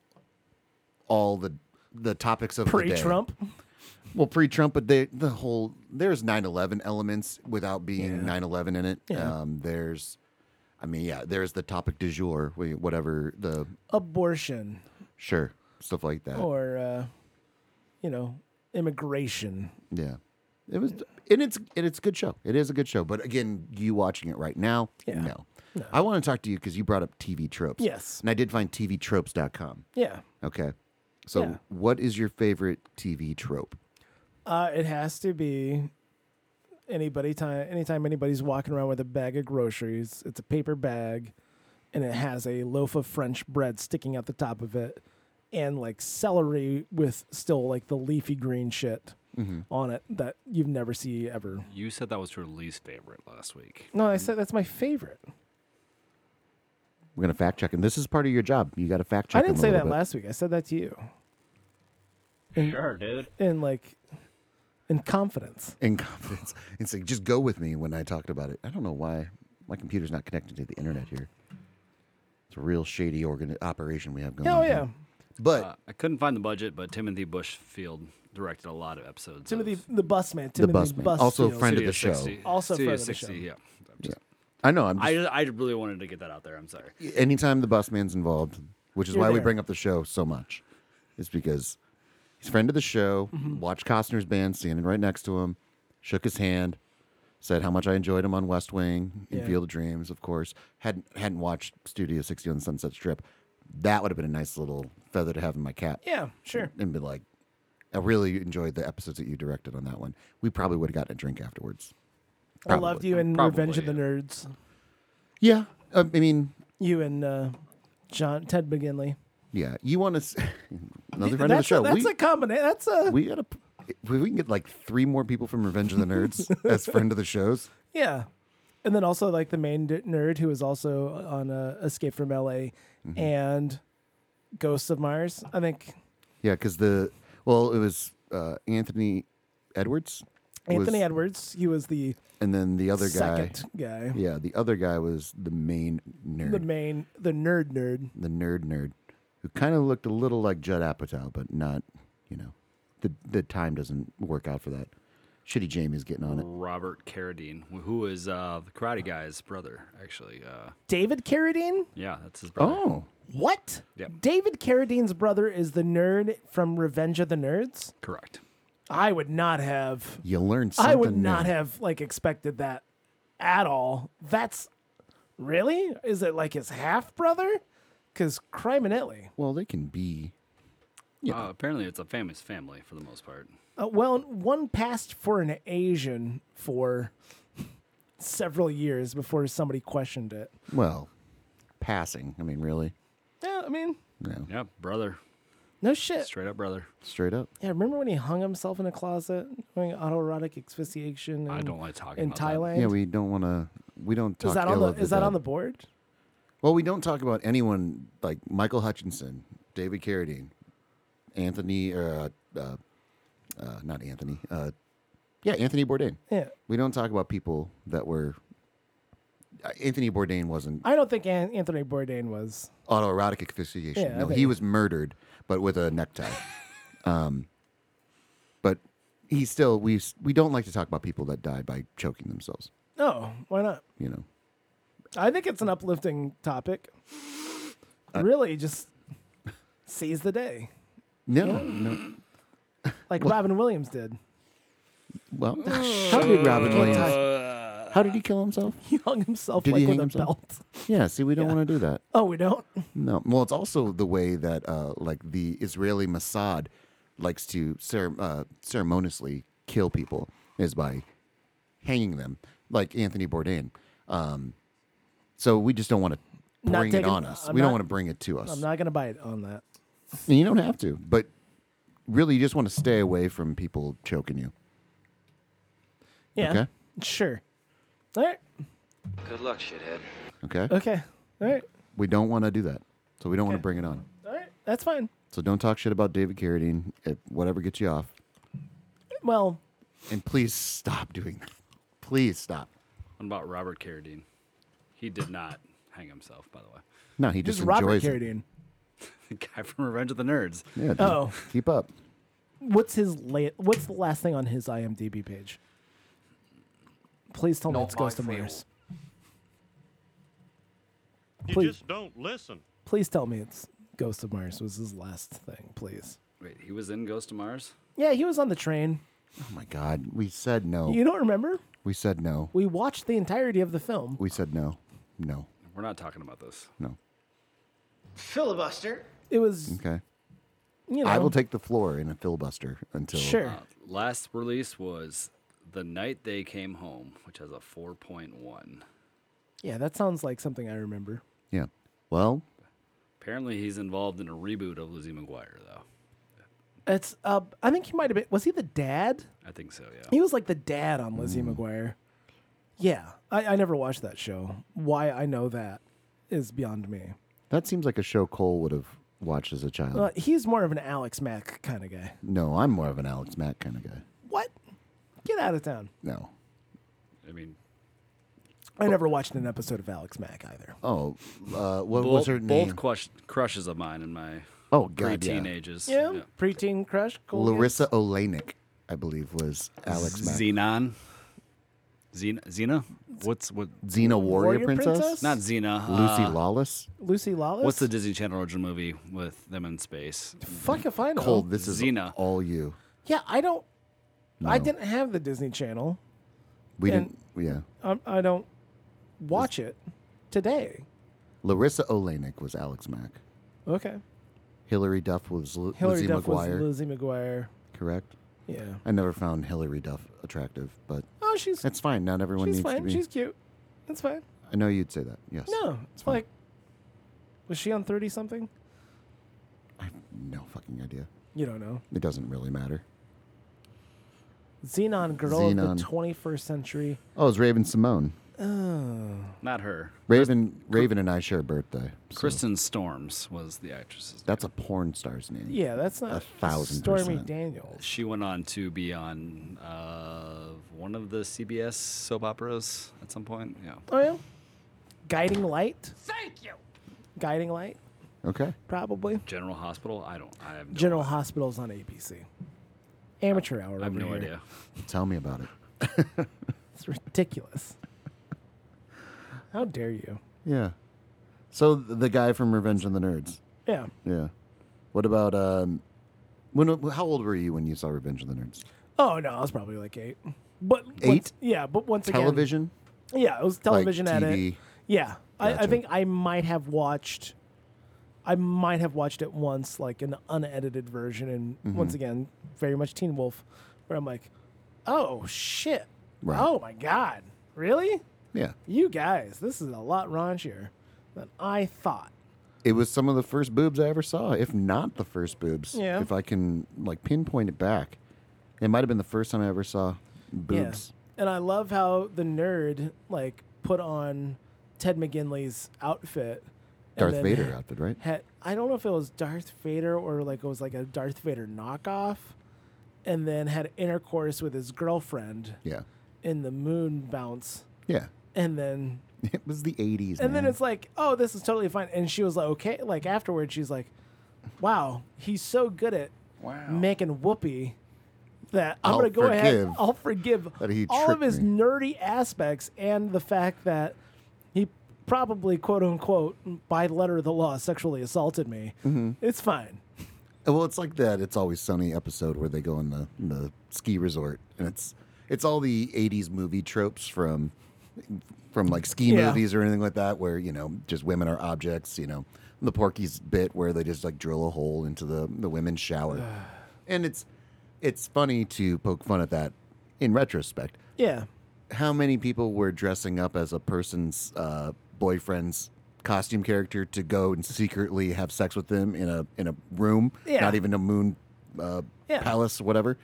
[SPEAKER 2] all the the topics of the day.
[SPEAKER 1] Pre Trump.
[SPEAKER 2] Well, pre-Trump, but they, the whole there's 9/11 elements without being 9/11 in it.
[SPEAKER 1] Yeah.
[SPEAKER 2] Um, there's, I mean, yeah, there's the topic du jour, wh- whatever the
[SPEAKER 1] Abortion
[SPEAKER 2] sure stuff like that.
[SPEAKER 1] or, uh, you know, immigration.
[SPEAKER 2] Yeah, it was, and it's and it's a good show. It is a good show, but again, you watching it right now,
[SPEAKER 1] Yeah.
[SPEAKER 2] no. I want to talk to you because you brought up TV tropes.
[SPEAKER 1] Yes.
[SPEAKER 2] And I did find TVtropes.com.
[SPEAKER 1] Yeah.
[SPEAKER 2] Okay. So,
[SPEAKER 1] Yeah.
[SPEAKER 2] what is your favorite TV trope?
[SPEAKER 1] Uh, it has to be anybody time anytime anybody's walking around with a bag of groceries. It's a paper bag, and it has a loaf of French bread sticking out the top of it, and like celery with still like the leafy green shit
[SPEAKER 2] Mm-hmm.
[SPEAKER 1] on it that you've never see ever.
[SPEAKER 3] You said that was your least favorite last week.
[SPEAKER 1] No, I said that's my favorite.
[SPEAKER 2] We're gonna fact check, and this is part of your job. You got to fact check.
[SPEAKER 1] I
[SPEAKER 2] them
[SPEAKER 1] didn't
[SPEAKER 2] a
[SPEAKER 1] say that
[SPEAKER 2] little bit.
[SPEAKER 1] last week. I said that to you
[SPEAKER 9] Sure, dude.
[SPEAKER 1] in like in confidence.
[SPEAKER 2] in confidence. It's like just go with me when I talked about it. I don't know why my computer's not connected to the internet here. It's a real shady organ operation we have going.
[SPEAKER 1] Oh
[SPEAKER 2] on here.
[SPEAKER 1] yeah,
[SPEAKER 2] but
[SPEAKER 3] Uh, I couldn't find the budget, but Timothy Bushfield directed a lot of episodes.
[SPEAKER 1] Timothy
[SPEAKER 3] of
[SPEAKER 1] the busman.
[SPEAKER 2] the
[SPEAKER 1] Timothy
[SPEAKER 2] bus man, also
[SPEAKER 1] Busfield.
[SPEAKER 2] friend of
[SPEAKER 3] Studio
[SPEAKER 2] the show.
[SPEAKER 3] 60.
[SPEAKER 1] Also
[SPEAKER 3] Studio
[SPEAKER 1] friend of the
[SPEAKER 3] 60,
[SPEAKER 1] show.
[SPEAKER 3] Yeah. I'm just-
[SPEAKER 2] I know. I'm
[SPEAKER 3] I
[SPEAKER 2] just,
[SPEAKER 3] just, I really wanted to get that out there. I'm sorry.
[SPEAKER 2] anytime the bus man's involved, which is
[SPEAKER 1] You're
[SPEAKER 2] why we
[SPEAKER 1] there.
[SPEAKER 2] bring up the show so much, is because he's friend of the show.
[SPEAKER 1] Mm-hmm.
[SPEAKER 2] Watched Costner's band standing right next to him, shook his hand, said how much I enjoyed him on West Wing in
[SPEAKER 1] Yeah.
[SPEAKER 2] Field of Dreams. Of course, hadn't hadn't watched Studio 60 on Sunset Strip. That would have been a nice little feather to have in my cap.
[SPEAKER 1] Yeah, sure.
[SPEAKER 2] And be like, I really enjoyed the episodes that you directed on that one. We probably would have gotten a drink afterwards.
[SPEAKER 1] I loved
[SPEAKER 2] Probably.
[SPEAKER 1] you in Revenge of the
[SPEAKER 3] Probably,
[SPEAKER 1] Nerds.
[SPEAKER 2] Yeah, um, I mean,
[SPEAKER 1] You and uh, John Ted McGinley.
[SPEAKER 2] yeah. You want to another friend of the
[SPEAKER 1] that's
[SPEAKER 2] show?
[SPEAKER 1] a, that's
[SPEAKER 2] we,
[SPEAKER 1] a combination. That's a
[SPEAKER 2] we gotta p- if we can get like three more people from Revenge of the Nerds as friend of the shows.
[SPEAKER 1] yeah. And then also like the main d- nerd who is also on uh, Escape from L.A.
[SPEAKER 2] Mm-hmm.
[SPEAKER 1] and Ghosts of Mars. I think
[SPEAKER 2] Yeah, because the well, it was uh, Anthony Edwards, was-
[SPEAKER 1] Anthony Edwards. He was the
[SPEAKER 2] and then the other guy.
[SPEAKER 1] second guy,
[SPEAKER 2] Yeah, the other guy was the main nerd,
[SPEAKER 1] the main, the nerd nerd.
[SPEAKER 2] the nerd nerd, who kind of looked a little like Judd Apatow, but not. You know, the the time doesn't work out for that. Shitty Jamie's getting on it.
[SPEAKER 3] Robert Carradine, wh- who is uh, the Karate Guy's brother, actually. Uh,
[SPEAKER 1] David Carradine.
[SPEAKER 3] yeah, that's his brother.
[SPEAKER 2] Oh,
[SPEAKER 1] What?
[SPEAKER 3] Yep.
[SPEAKER 1] David Carradine's brother is the nerd from Revenge of the Nerds.
[SPEAKER 3] Correct.
[SPEAKER 1] I would not have
[SPEAKER 2] you learned something.
[SPEAKER 1] I would not
[SPEAKER 2] new.
[SPEAKER 1] have like expected that at all. That's really is it like his half brother? Because criminelli.
[SPEAKER 2] Well, they can be.
[SPEAKER 3] Uh, apparently, it's a famous family for the most part.
[SPEAKER 1] Uh, well, one passed for an Asian for several years before somebody questioned it.
[SPEAKER 2] Well, passing. I mean, really.
[SPEAKER 1] Yeah, I mean,
[SPEAKER 2] No,
[SPEAKER 3] Yeah, brother.
[SPEAKER 1] no shit.
[SPEAKER 3] Straight up brother.
[SPEAKER 2] straight up.
[SPEAKER 1] Yeah, remember when he hung himself in a closet doing autoerotic asphyxiation? In,
[SPEAKER 3] I don't like talking
[SPEAKER 1] in
[SPEAKER 3] about that.
[SPEAKER 1] Thailand.
[SPEAKER 2] Yeah, we don't want to. We don't talk.
[SPEAKER 1] is that on
[SPEAKER 2] ill
[SPEAKER 1] the
[SPEAKER 2] of
[SPEAKER 1] is that
[SPEAKER 2] dead.
[SPEAKER 1] on the board?
[SPEAKER 2] Well, we don't talk about anyone like Michael Hutchinson, David Carradine, Anthony, uh, uh, uh, not Anthony. Uh, yeah, Anthony Bourdain.
[SPEAKER 1] Yeah,
[SPEAKER 2] We don't talk about people that were. Uh, Anthony Bourdain wasn't
[SPEAKER 1] I don't think An- Anthony Bourdain was.
[SPEAKER 2] autoerotic asphyxiation.
[SPEAKER 1] Yeah, I
[SPEAKER 2] no,
[SPEAKER 1] bet
[SPEAKER 2] he
[SPEAKER 1] you-
[SPEAKER 2] was murdered, but with a necktie. um, but he still we s- we don't like to talk about people that die by choking themselves.
[SPEAKER 1] Oh, why not?
[SPEAKER 2] You know.
[SPEAKER 1] I think it's an uplifting topic. really, just seize the day,
[SPEAKER 2] No, no.
[SPEAKER 1] like Robin Williams did.
[SPEAKER 2] Well, how did Robin Williams?
[SPEAKER 1] Uh,
[SPEAKER 2] How did he kill himself?
[SPEAKER 1] He hung himself
[SPEAKER 2] Did
[SPEAKER 1] like
[SPEAKER 2] he
[SPEAKER 1] with
[SPEAKER 2] hang
[SPEAKER 1] a
[SPEAKER 2] himself?
[SPEAKER 1] belt.
[SPEAKER 2] Yeah. See, we don't
[SPEAKER 1] Yeah.
[SPEAKER 2] want to do that.
[SPEAKER 1] Oh, we don't.
[SPEAKER 2] No. Well, it's also the way that uh, like the Israeli Mossad likes to cere- uh, ceremoniously kill people is by hanging them, like Anthony Bourdain. Um, so we just don't want to
[SPEAKER 1] Not
[SPEAKER 2] bring it
[SPEAKER 1] taking-
[SPEAKER 2] on us.
[SPEAKER 1] I'm
[SPEAKER 2] we
[SPEAKER 1] not-
[SPEAKER 2] don't want to bring it to us.
[SPEAKER 1] I'm not gonna bite on that.
[SPEAKER 2] And you don't have to, but really, you just want to stay away from people choking you.
[SPEAKER 1] Yeah.
[SPEAKER 2] Okay.
[SPEAKER 1] Sure. All right.
[SPEAKER 6] Good luck, shithead.
[SPEAKER 2] Okay.
[SPEAKER 1] Okay. All right.
[SPEAKER 2] We don't want to do that, so we don't want
[SPEAKER 1] Okay.
[SPEAKER 2] to bring it on.
[SPEAKER 1] All right. That's fine.
[SPEAKER 2] So don't talk shit about David Carradine. If whatever gets you off,
[SPEAKER 1] Well,
[SPEAKER 2] and please stop doing that. Please stop.
[SPEAKER 3] What about Robert Carradine? He did not hang himself, by the way.
[SPEAKER 2] No, he
[SPEAKER 1] just
[SPEAKER 2] just
[SPEAKER 1] Robert
[SPEAKER 2] enjoys it.
[SPEAKER 1] Carradine.
[SPEAKER 3] The guy from Revenge of the Nerds.
[SPEAKER 2] Yeah, dude.
[SPEAKER 1] Oh.
[SPEAKER 2] keep up.
[SPEAKER 1] What's his late? What's the last thing on his IMDb page? Please tell me
[SPEAKER 6] Not
[SPEAKER 1] it's Ghost of
[SPEAKER 6] my field.
[SPEAKER 1] Mars.
[SPEAKER 4] You
[SPEAKER 1] Please.
[SPEAKER 4] just don't listen.
[SPEAKER 1] Please tell me it's Ghost of Mars was his last thing. Please.
[SPEAKER 3] Wait, he was in Ghost of Mars?
[SPEAKER 1] Yeah, he was on the train.
[SPEAKER 2] Oh my God, we said no.
[SPEAKER 1] You don't remember?
[SPEAKER 2] we said no.
[SPEAKER 1] We watched the entirety of the film.
[SPEAKER 2] We said no. No.
[SPEAKER 3] we're not talking about this.
[SPEAKER 2] No.
[SPEAKER 8] Filibuster.
[SPEAKER 1] It was,
[SPEAKER 2] Okay.
[SPEAKER 1] you know,
[SPEAKER 2] I will take Uh. the floor in a filibuster until.
[SPEAKER 1] sure.
[SPEAKER 3] Uh, Last release was The Night They Came Home, which has a 4.1.
[SPEAKER 1] yeah, that sounds like something I remember.
[SPEAKER 2] Yeah. Well,
[SPEAKER 3] Apparently, he's involved in a reboot of Lizzie McGuire, though.
[SPEAKER 1] It's uh, I think he might have been. Was he the dad?
[SPEAKER 3] I think so, yeah.
[SPEAKER 1] He was like the dad on Lizzie
[SPEAKER 2] Mm.
[SPEAKER 1] McGuire. Yeah, I, I never watched that show. Why I know that is beyond me.
[SPEAKER 2] that seems like a show Cole would have watched as a child.
[SPEAKER 1] Uh, he's more of an Alex Mack kind of guy.
[SPEAKER 2] no, I'm more of an Alex Mack kind of guy.
[SPEAKER 1] What? Get out of town.
[SPEAKER 2] No.
[SPEAKER 3] I mean,
[SPEAKER 1] I never watched an episode of Alex Mack either.
[SPEAKER 2] Oh, uh, what was
[SPEAKER 3] both,
[SPEAKER 2] her name?
[SPEAKER 3] both crush, crushes of mine in my
[SPEAKER 2] oh, God.
[SPEAKER 3] pre-teen
[SPEAKER 2] Yeah.
[SPEAKER 3] ages.
[SPEAKER 1] Yeah, preteen crush. Cole
[SPEAKER 2] Larissa Olenek, I believe, was Alex Mack.
[SPEAKER 3] Xenon. Xena, Xena? What's what?
[SPEAKER 2] Xena Warrior,
[SPEAKER 1] Warrior
[SPEAKER 2] Princess?
[SPEAKER 1] Princess?
[SPEAKER 3] Not Xena.
[SPEAKER 2] Lucy
[SPEAKER 3] uh,
[SPEAKER 2] Lawless?
[SPEAKER 1] Gibbs. Lucy Lawless.
[SPEAKER 3] What's the Disney Channel original movie with them in space?
[SPEAKER 1] fuck if I know?
[SPEAKER 2] Cole, this is
[SPEAKER 3] Xena.
[SPEAKER 2] all you.
[SPEAKER 1] Yeah, I don't. I
[SPEAKER 2] No.
[SPEAKER 1] didn't have the Disney Channel.
[SPEAKER 2] We
[SPEAKER 1] And-
[SPEAKER 2] didn't. Yeah.
[SPEAKER 1] I, I don't watch it today.
[SPEAKER 2] Larissa Olenek was Alex Mack.
[SPEAKER 1] Okay.
[SPEAKER 2] Hillary Duff was Lu-
[SPEAKER 1] Hillary
[SPEAKER 2] Lizzie
[SPEAKER 1] Duff
[SPEAKER 2] McGuire.
[SPEAKER 1] was Lizzie McGuire.
[SPEAKER 2] correct?
[SPEAKER 1] Yeah.
[SPEAKER 2] I never found Hillary Duff attractive, but
[SPEAKER 1] Oh, she's
[SPEAKER 2] that's fine. Not everyone
[SPEAKER 1] she's
[SPEAKER 2] needs to
[SPEAKER 1] fine.
[SPEAKER 2] be.
[SPEAKER 1] She's cute. That's fine.
[SPEAKER 2] I know you'd say that. Yes.
[SPEAKER 1] No, it's
[SPEAKER 2] fine.
[SPEAKER 1] like, was she on thirty something?
[SPEAKER 2] I have no fucking idea.
[SPEAKER 1] You don't know.
[SPEAKER 2] It doesn't really matter.
[SPEAKER 1] Xenon girl of
[SPEAKER 2] Xenon.
[SPEAKER 1] the twenty first century.
[SPEAKER 2] Oh, it's Raven Simone.
[SPEAKER 3] Not her.
[SPEAKER 2] Raven, Raven, and I share a birthday. so
[SPEAKER 3] Kristen Storms was the actress's.
[SPEAKER 2] that's a porn star's name.
[SPEAKER 1] Yeah, that's not
[SPEAKER 2] A thousand
[SPEAKER 1] Stormy
[SPEAKER 2] percent.
[SPEAKER 1] Daniels.
[SPEAKER 3] She went on to be on uh, one of the CBS soap operas at some point. Yeah.
[SPEAKER 1] Oh yeah. Guiding light. Thank you. Guiding light,
[SPEAKER 2] Okay.
[SPEAKER 1] probably.
[SPEAKER 3] General Hospital. I don't. I have no,
[SPEAKER 1] General Hospital's on ABC. Amateur hour.
[SPEAKER 3] I have
[SPEAKER 1] over
[SPEAKER 3] no
[SPEAKER 1] here.
[SPEAKER 3] idea.
[SPEAKER 2] Tell me about it.
[SPEAKER 1] It's ridiculous. How dare you?
[SPEAKER 2] Yeah. So th- the guy from Revenge of the Nerds.
[SPEAKER 1] Yeah.
[SPEAKER 2] Yeah. What about um? When uh, how old were you when you saw Revenge of the Nerds?
[SPEAKER 1] Oh no, I was probably like eight. But once-
[SPEAKER 2] Eight?
[SPEAKER 1] yeah, but once again,
[SPEAKER 2] Television.
[SPEAKER 1] Yeah, it was television at it.
[SPEAKER 2] TV.
[SPEAKER 1] Yeah, I, I
[SPEAKER 2] Gotcha.
[SPEAKER 1] think I might have watched. I might have watched it once, like an unedited version, and
[SPEAKER 2] Mm-hmm.
[SPEAKER 1] once again, very much Teen Wolf, where I'm like, "Oh shit!
[SPEAKER 2] Right.
[SPEAKER 1] Oh my god! Really?
[SPEAKER 2] Yeah.
[SPEAKER 1] You guys, this is a lot raunchier than I thought."
[SPEAKER 2] It was some of the first boobs I ever saw, if not the first boobs.
[SPEAKER 1] Yeah.
[SPEAKER 2] If I can like pinpoint it back, it might have been the first time I ever saw boobs.
[SPEAKER 1] Yeah. And I love how the nerd like put on Ted McGinley's outfit. and
[SPEAKER 2] Darth
[SPEAKER 1] then
[SPEAKER 2] Vader outfit, right?
[SPEAKER 1] had I don't know if it was Darth Vader or like it was like a Darth Vader knockoff, and then had intercourse with his girlfriend
[SPEAKER 2] Yeah.
[SPEAKER 1] in the moon bounce,
[SPEAKER 2] Yeah.
[SPEAKER 1] and then
[SPEAKER 2] It was the '80s.
[SPEAKER 1] and then
[SPEAKER 2] man.
[SPEAKER 1] it's like, oh, this is totally fine. And she was like, okay, like afterwards, she's like, wow, he's so good at making whoopee that I'm
[SPEAKER 2] I'll
[SPEAKER 1] gonna go ahead,
[SPEAKER 2] forgive
[SPEAKER 1] I'll forgive
[SPEAKER 2] that he
[SPEAKER 1] all of
[SPEAKER 2] tricked
[SPEAKER 1] his
[SPEAKER 2] me."
[SPEAKER 1] nerdy aspects and the fact that he probably quote unquote by letter of the law sexually assaulted me.
[SPEAKER 2] Mm-hmm.
[SPEAKER 1] It's fine.
[SPEAKER 2] well, it's like that. It's always sunny episode where they go in the in the ski resort, and it's it's all the '80s movie tropes from from like ski
[SPEAKER 1] Yeah.
[SPEAKER 2] movies or anything like that, where you know just women are objects. You know, the Porky's bit where they just like drill a hole into the the women's shower, and it's it's funny to poke fun at that in retrospect.
[SPEAKER 1] Yeah.
[SPEAKER 2] How many people were dressing up as a person's uh, boyfriend's costume character to go and secretly have sex with them in a in a room,
[SPEAKER 1] Yeah.
[SPEAKER 2] not even a moon uh,
[SPEAKER 1] Yeah.
[SPEAKER 2] palace, whatever?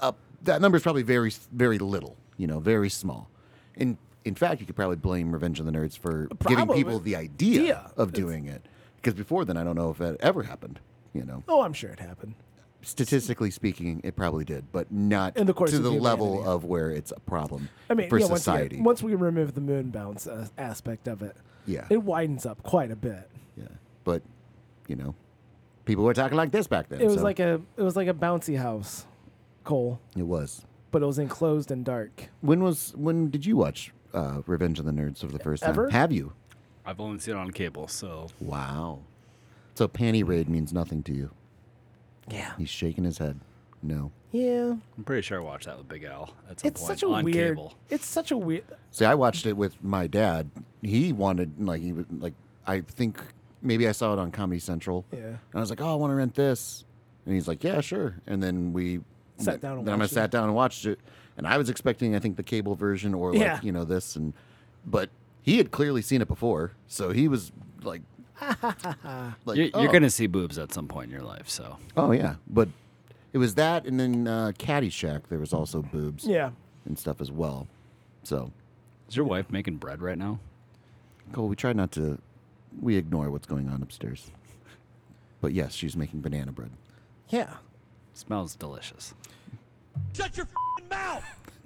[SPEAKER 2] Uh, that number is probably very very little, you know, very small. In in fact, you could probably blame Revenge of the Nerds for giving
[SPEAKER 1] Probably.
[SPEAKER 2] people the idea
[SPEAKER 1] Yeah.
[SPEAKER 2] of doing it, because before then, I don't know if that ever happened. You know,
[SPEAKER 1] Oh, I'm sure it happened.
[SPEAKER 2] statistically speaking, it probably did, but not
[SPEAKER 1] In the course
[SPEAKER 2] to
[SPEAKER 1] of
[SPEAKER 2] the level
[SPEAKER 1] humanity.
[SPEAKER 2] of where it's a problem
[SPEAKER 1] I mean,
[SPEAKER 2] for
[SPEAKER 1] yeah, once,
[SPEAKER 2] society.
[SPEAKER 1] again, once we remove the moon bounce uh, aspect of it,
[SPEAKER 2] Yeah.
[SPEAKER 1] it widens up quite a bit.
[SPEAKER 2] yeah, but you know, people were talking like this back then.
[SPEAKER 1] It was
[SPEAKER 2] so
[SPEAKER 1] like a it was like a bouncy house, Cole,
[SPEAKER 2] it was.
[SPEAKER 1] but it was enclosed and dark.
[SPEAKER 2] When was when did you watch uh, Revenge of the Nerds for the first time?
[SPEAKER 1] Ever?
[SPEAKER 2] Have you?
[SPEAKER 3] I've only seen it on cable, so
[SPEAKER 2] Wow. So panty raid means nothing to you.
[SPEAKER 1] Yeah.
[SPEAKER 2] He's shaking his head. No.
[SPEAKER 1] Yeah,
[SPEAKER 3] I'm pretty sure I watched that with Big Al at some
[SPEAKER 1] it's
[SPEAKER 3] point
[SPEAKER 1] such a
[SPEAKER 3] on
[SPEAKER 1] weird.
[SPEAKER 3] cable.
[SPEAKER 1] It's such a weird.
[SPEAKER 2] See, I watched it with my dad. He wanted like he was like I think maybe I saw it on Comedy Central.
[SPEAKER 1] Yeah.
[SPEAKER 2] And I was like, oh, I want to rent this, and he's like, yeah, sure. And then we
[SPEAKER 1] Sat down and
[SPEAKER 2] then I
[SPEAKER 1] watched it.
[SPEAKER 2] sat down and watched it, and I was expecting I think the cable version or like
[SPEAKER 1] Yeah.
[SPEAKER 2] you know this and, but he had clearly seen it before, so he was like, like
[SPEAKER 3] You're,
[SPEAKER 2] oh.
[SPEAKER 3] you're gonna see boobs at some point in your life, so
[SPEAKER 2] oh yeah, but it was that, and then uh, Caddyshack. There was also boobs
[SPEAKER 1] Yeah.
[SPEAKER 2] and stuff as well. So
[SPEAKER 3] is your wife making bread right now?
[SPEAKER 2] Cole, we try not to. We ignore what's going on upstairs. But yes, she's making banana bread.
[SPEAKER 1] Yeah.
[SPEAKER 3] Smells delicious.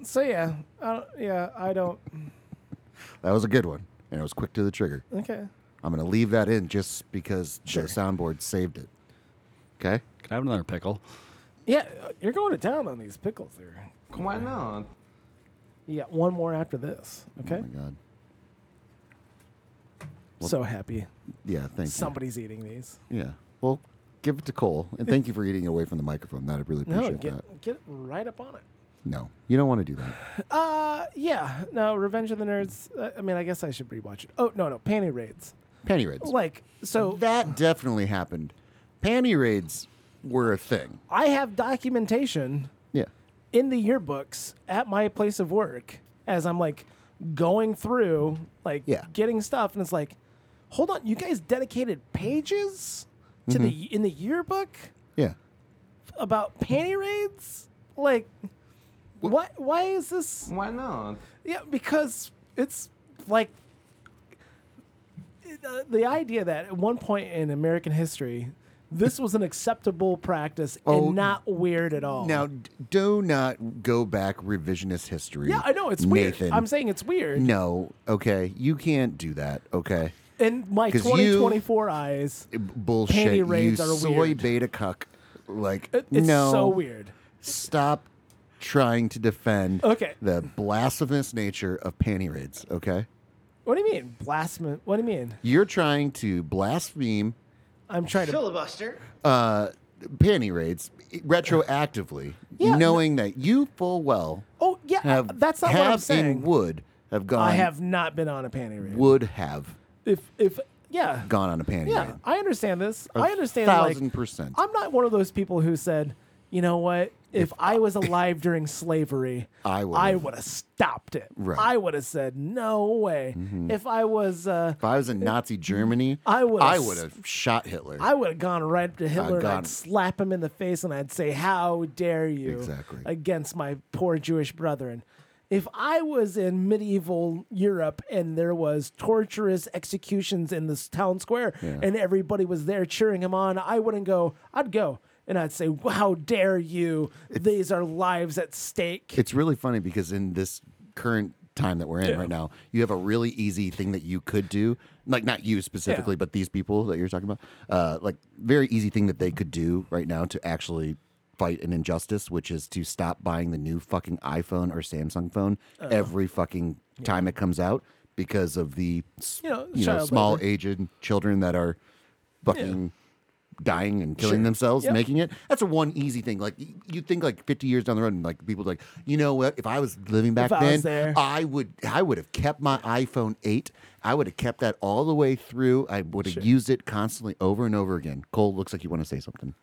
[SPEAKER 1] So yeah, I don't, yeah, I don't.
[SPEAKER 2] That was a good one, and it was quick to the trigger.
[SPEAKER 1] Okay.
[SPEAKER 2] I'm going to leave that in just because the soundboard saved it. Okay.
[SPEAKER 3] Can I have another pickle?
[SPEAKER 1] Yeah, you're going to town on these pickles there.
[SPEAKER 9] Why not?
[SPEAKER 1] You got one more after this. Okay.
[SPEAKER 2] Oh my God.
[SPEAKER 1] so happy
[SPEAKER 2] Yeah. Thank
[SPEAKER 1] somebody's eating these.
[SPEAKER 2] you. Yeah. Well, give it to Cole, and thank you for eating away from the microphone. That I really
[SPEAKER 1] No,
[SPEAKER 2] appreciate that.
[SPEAKER 1] get get right up on it.
[SPEAKER 2] No, you don't want to do that.
[SPEAKER 1] Uh, yeah. No, Revenge of the Nerds. Uh, I mean, I guess I should rewatch it. Oh no, no, panty raids.
[SPEAKER 2] Panty raids.
[SPEAKER 1] Like so,
[SPEAKER 2] that definitely happened. Panty raids were a thing.
[SPEAKER 1] I have documentation
[SPEAKER 2] Yeah.
[SPEAKER 1] in the yearbooks at my place of work as I'm like going through, like
[SPEAKER 2] Yeah.
[SPEAKER 1] getting stuff, and it's like, hold on, you guys dedicated pages to
[SPEAKER 2] Mm-hmm.
[SPEAKER 1] the in the yearbook
[SPEAKER 2] Yeah.
[SPEAKER 1] about panty raids, like. Why, why is this
[SPEAKER 9] Why not?
[SPEAKER 1] Yeah, because it's like the, the idea that at one point in American history, this was an acceptable practice
[SPEAKER 2] Oh,
[SPEAKER 1] and not weird at all.
[SPEAKER 2] Now, d- do not go back revisionist history.
[SPEAKER 1] yeah, I know it's
[SPEAKER 2] Nathan.
[SPEAKER 1] weird. I'm saying it's weird.
[SPEAKER 2] no. Okay, you can't do that. Okay,
[SPEAKER 1] In my
[SPEAKER 2] 'Cause you-
[SPEAKER 1] 2024 eyes,
[SPEAKER 2] B- bullshit.
[SPEAKER 1] Panty
[SPEAKER 2] you
[SPEAKER 1] raids are
[SPEAKER 2] soy
[SPEAKER 1] weird.
[SPEAKER 2] beta cuck. Like
[SPEAKER 1] it- it's
[SPEAKER 2] no,
[SPEAKER 1] so weird.
[SPEAKER 2] Stop trying to defend
[SPEAKER 1] Okay.
[SPEAKER 2] the blasphemous nature of panty raids. Okay,
[SPEAKER 1] What do you mean blasphemy? What do you mean?
[SPEAKER 2] you're trying to blaspheme
[SPEAKER 1] I'm trying to.
[SPEAKER 8] Filibuster.
[SPEAKER 2] uh, panty raids retroactively,
[SPEAKER 1] Yeah,
[SPEAKER 2] knowing that you full well
[SPEAKER 1] Oh yeah,
[SPEAKER 2] have
[SPEAKER 1] that's not
[SPEAKER 2] have
[SPEAKER 1] what I'm
[SPEAKER 2] and
[SPEAKER 1] saying.
[SPEAKER 2] would have gone.
[SPEAKER 1] I have not been on a panty raid.
[SPEAKER 2] would have
[SPEAKER 1] If if yeah,
[SPEAKER 2] gone on a panty
[SPEAKER 1] Yeah,
[SPEAKER 2] raid.
[SPEAKER 1] I understand this.
[SPEAKER 2] A
[SPEAKER 1] I understand. like,
[SPEAKER 2] thousand percent.
[SPEAKER 1] I'm not one of those people who said, you know what? If, I was alive during slavery,
[SPEAKER 2] I would've.
[SPEAKER 1] I would have stopped it.
[SPEAKER 2] Right. Mm-hmm.
[SPEAKER 1] I would have said, no way. If I was, uh,
[SPEAKER 2] If I was in Nazi Germany,
[SPEAKER 1] I would've
[SPEAKER 2] I
[SPEAKER 1] s-
[SPEAKER 2] would have shot Hitler.
[SPEAKER 1] I would have gone right up to Hitler and
[SPEAKER 2] gone-
[SPEAKER 1] I'd slap him in the face and I'd say, how dare you
[SPEAKER 2] Exactly.
[SPEAKER 1] against my poor Jewish brethren. If I was in medieval Europe and there was torturous executions in this town square and everybody was there cheering him on, I wouldn't go. I'd go and I'd say, "How dare you? These are lives at stake."
[SPEAKER 2] it's really funny because in this current time that we're in right now, you have a really easy thing that you could do. Like not you specifically, but these people that you're talking about. Uh, like very easy thing that they could do right now to actually fight an injustice, which is to stop buying the new fucking iPhone or Samsung phone
[SPEAKER 1] Uh-huh.
[SPEAKER 2] every fucking time it comes out because of the s-
[SPEAKER 1] You know,
[SPEAKER 2] you know
[SPEAKER 1] child
[SPEAKER 2] small
[SPEAKER 1] labor.
[SPEAKER 2] aged children that are fucking dying and killing
[SPEAKER 1] Sure.
[SPEAKER 2] themselves
[SPEAKER 1] Yep.
[SPEAKER 2] making it that's a one easy thing like y- you think like 50 years down the road and like people like you know what if i was living back
[SPEAKER 1] I
[SPEAKER 2] then
[SPEAKER 1] was there.
[SPEAKER 2] i would i would have kept my iphone 8 i would have kept that all the way through i would have used it constantly over and over again cole looks like you want to say something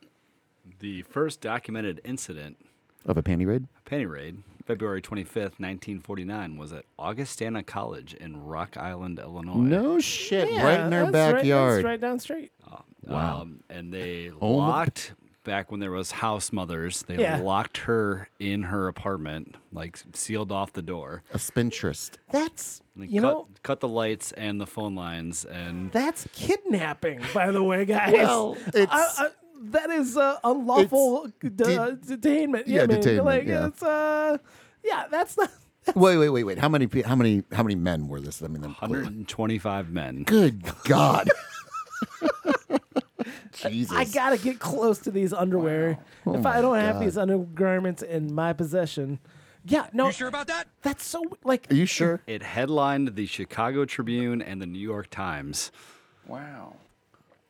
[SPEAKER 3] The first documented incident,
[SPEAKER 2] of a panty raid
[SPEAKER 3] penny raid, February 25th, 1949, was at Augustana College in Rock Island, Illinois.
[SPEAKER 2] no shit
[SPEAKER 1] Yeah,
[SPEAKER 2] right in our
[SPEAKER 1] that's right- that's
[SPEAKER 2] backyard
[SPEAKER 1] right down the street.
[SPEAKER 2] Wow.
[SPEAKER 3] Um, and they
[SPEAKER 2] Home of the-
[SPEAKER 3] locked back when there was house mothers. They
[SPEAKER 1] Yeah.
[SPEAKER 3] locked her in her apartment, like sealed off the door.
[SPEAKER 2] a spintress
[SPEAKER 1] That's
[SPEAKER 3] And they
[SPEAKER 1] you
[SPEAKER 3] cut,
[SPEAKER 1] know
[SPEAKER 3] cut the lights and the phone lines, and
[SPEAKER 1] That's kidnapping, by the way, guys.
[SPEAKER 2] Well, it's-
[SPEAKER 1] I, I, that is uh, unlawful d- uh,
[SPEAKER 2] de-
[SPEAKER 1] detainment.
[SPEAKER 2] yeah,
[SPEAKER 1] I mean,
[SPEAKER 2] detainment,
[SPEAKER 1] Like,
[SPEAKER 2] yeah.
[SPEAKER 1] It's, uh, yeah, that's not.
[SPEAKER 2] wait wait wait wait how many pe- how many how many men were this i mean them-
[SPEAKER 3] 125 men.
[SPEAKER 2] good god jesus
[SPEAKER 1] I gotta get close to these underwear. if
[SPEAKER 2] Oh
[SPEAKER 1] I don't have these undergarments in my possession, yeah, no. You sure about that? That's so like.
[SPEAKER 2] are you sure
[SPEAKER 3] It headlined the Chicago Tribune and the New York Times.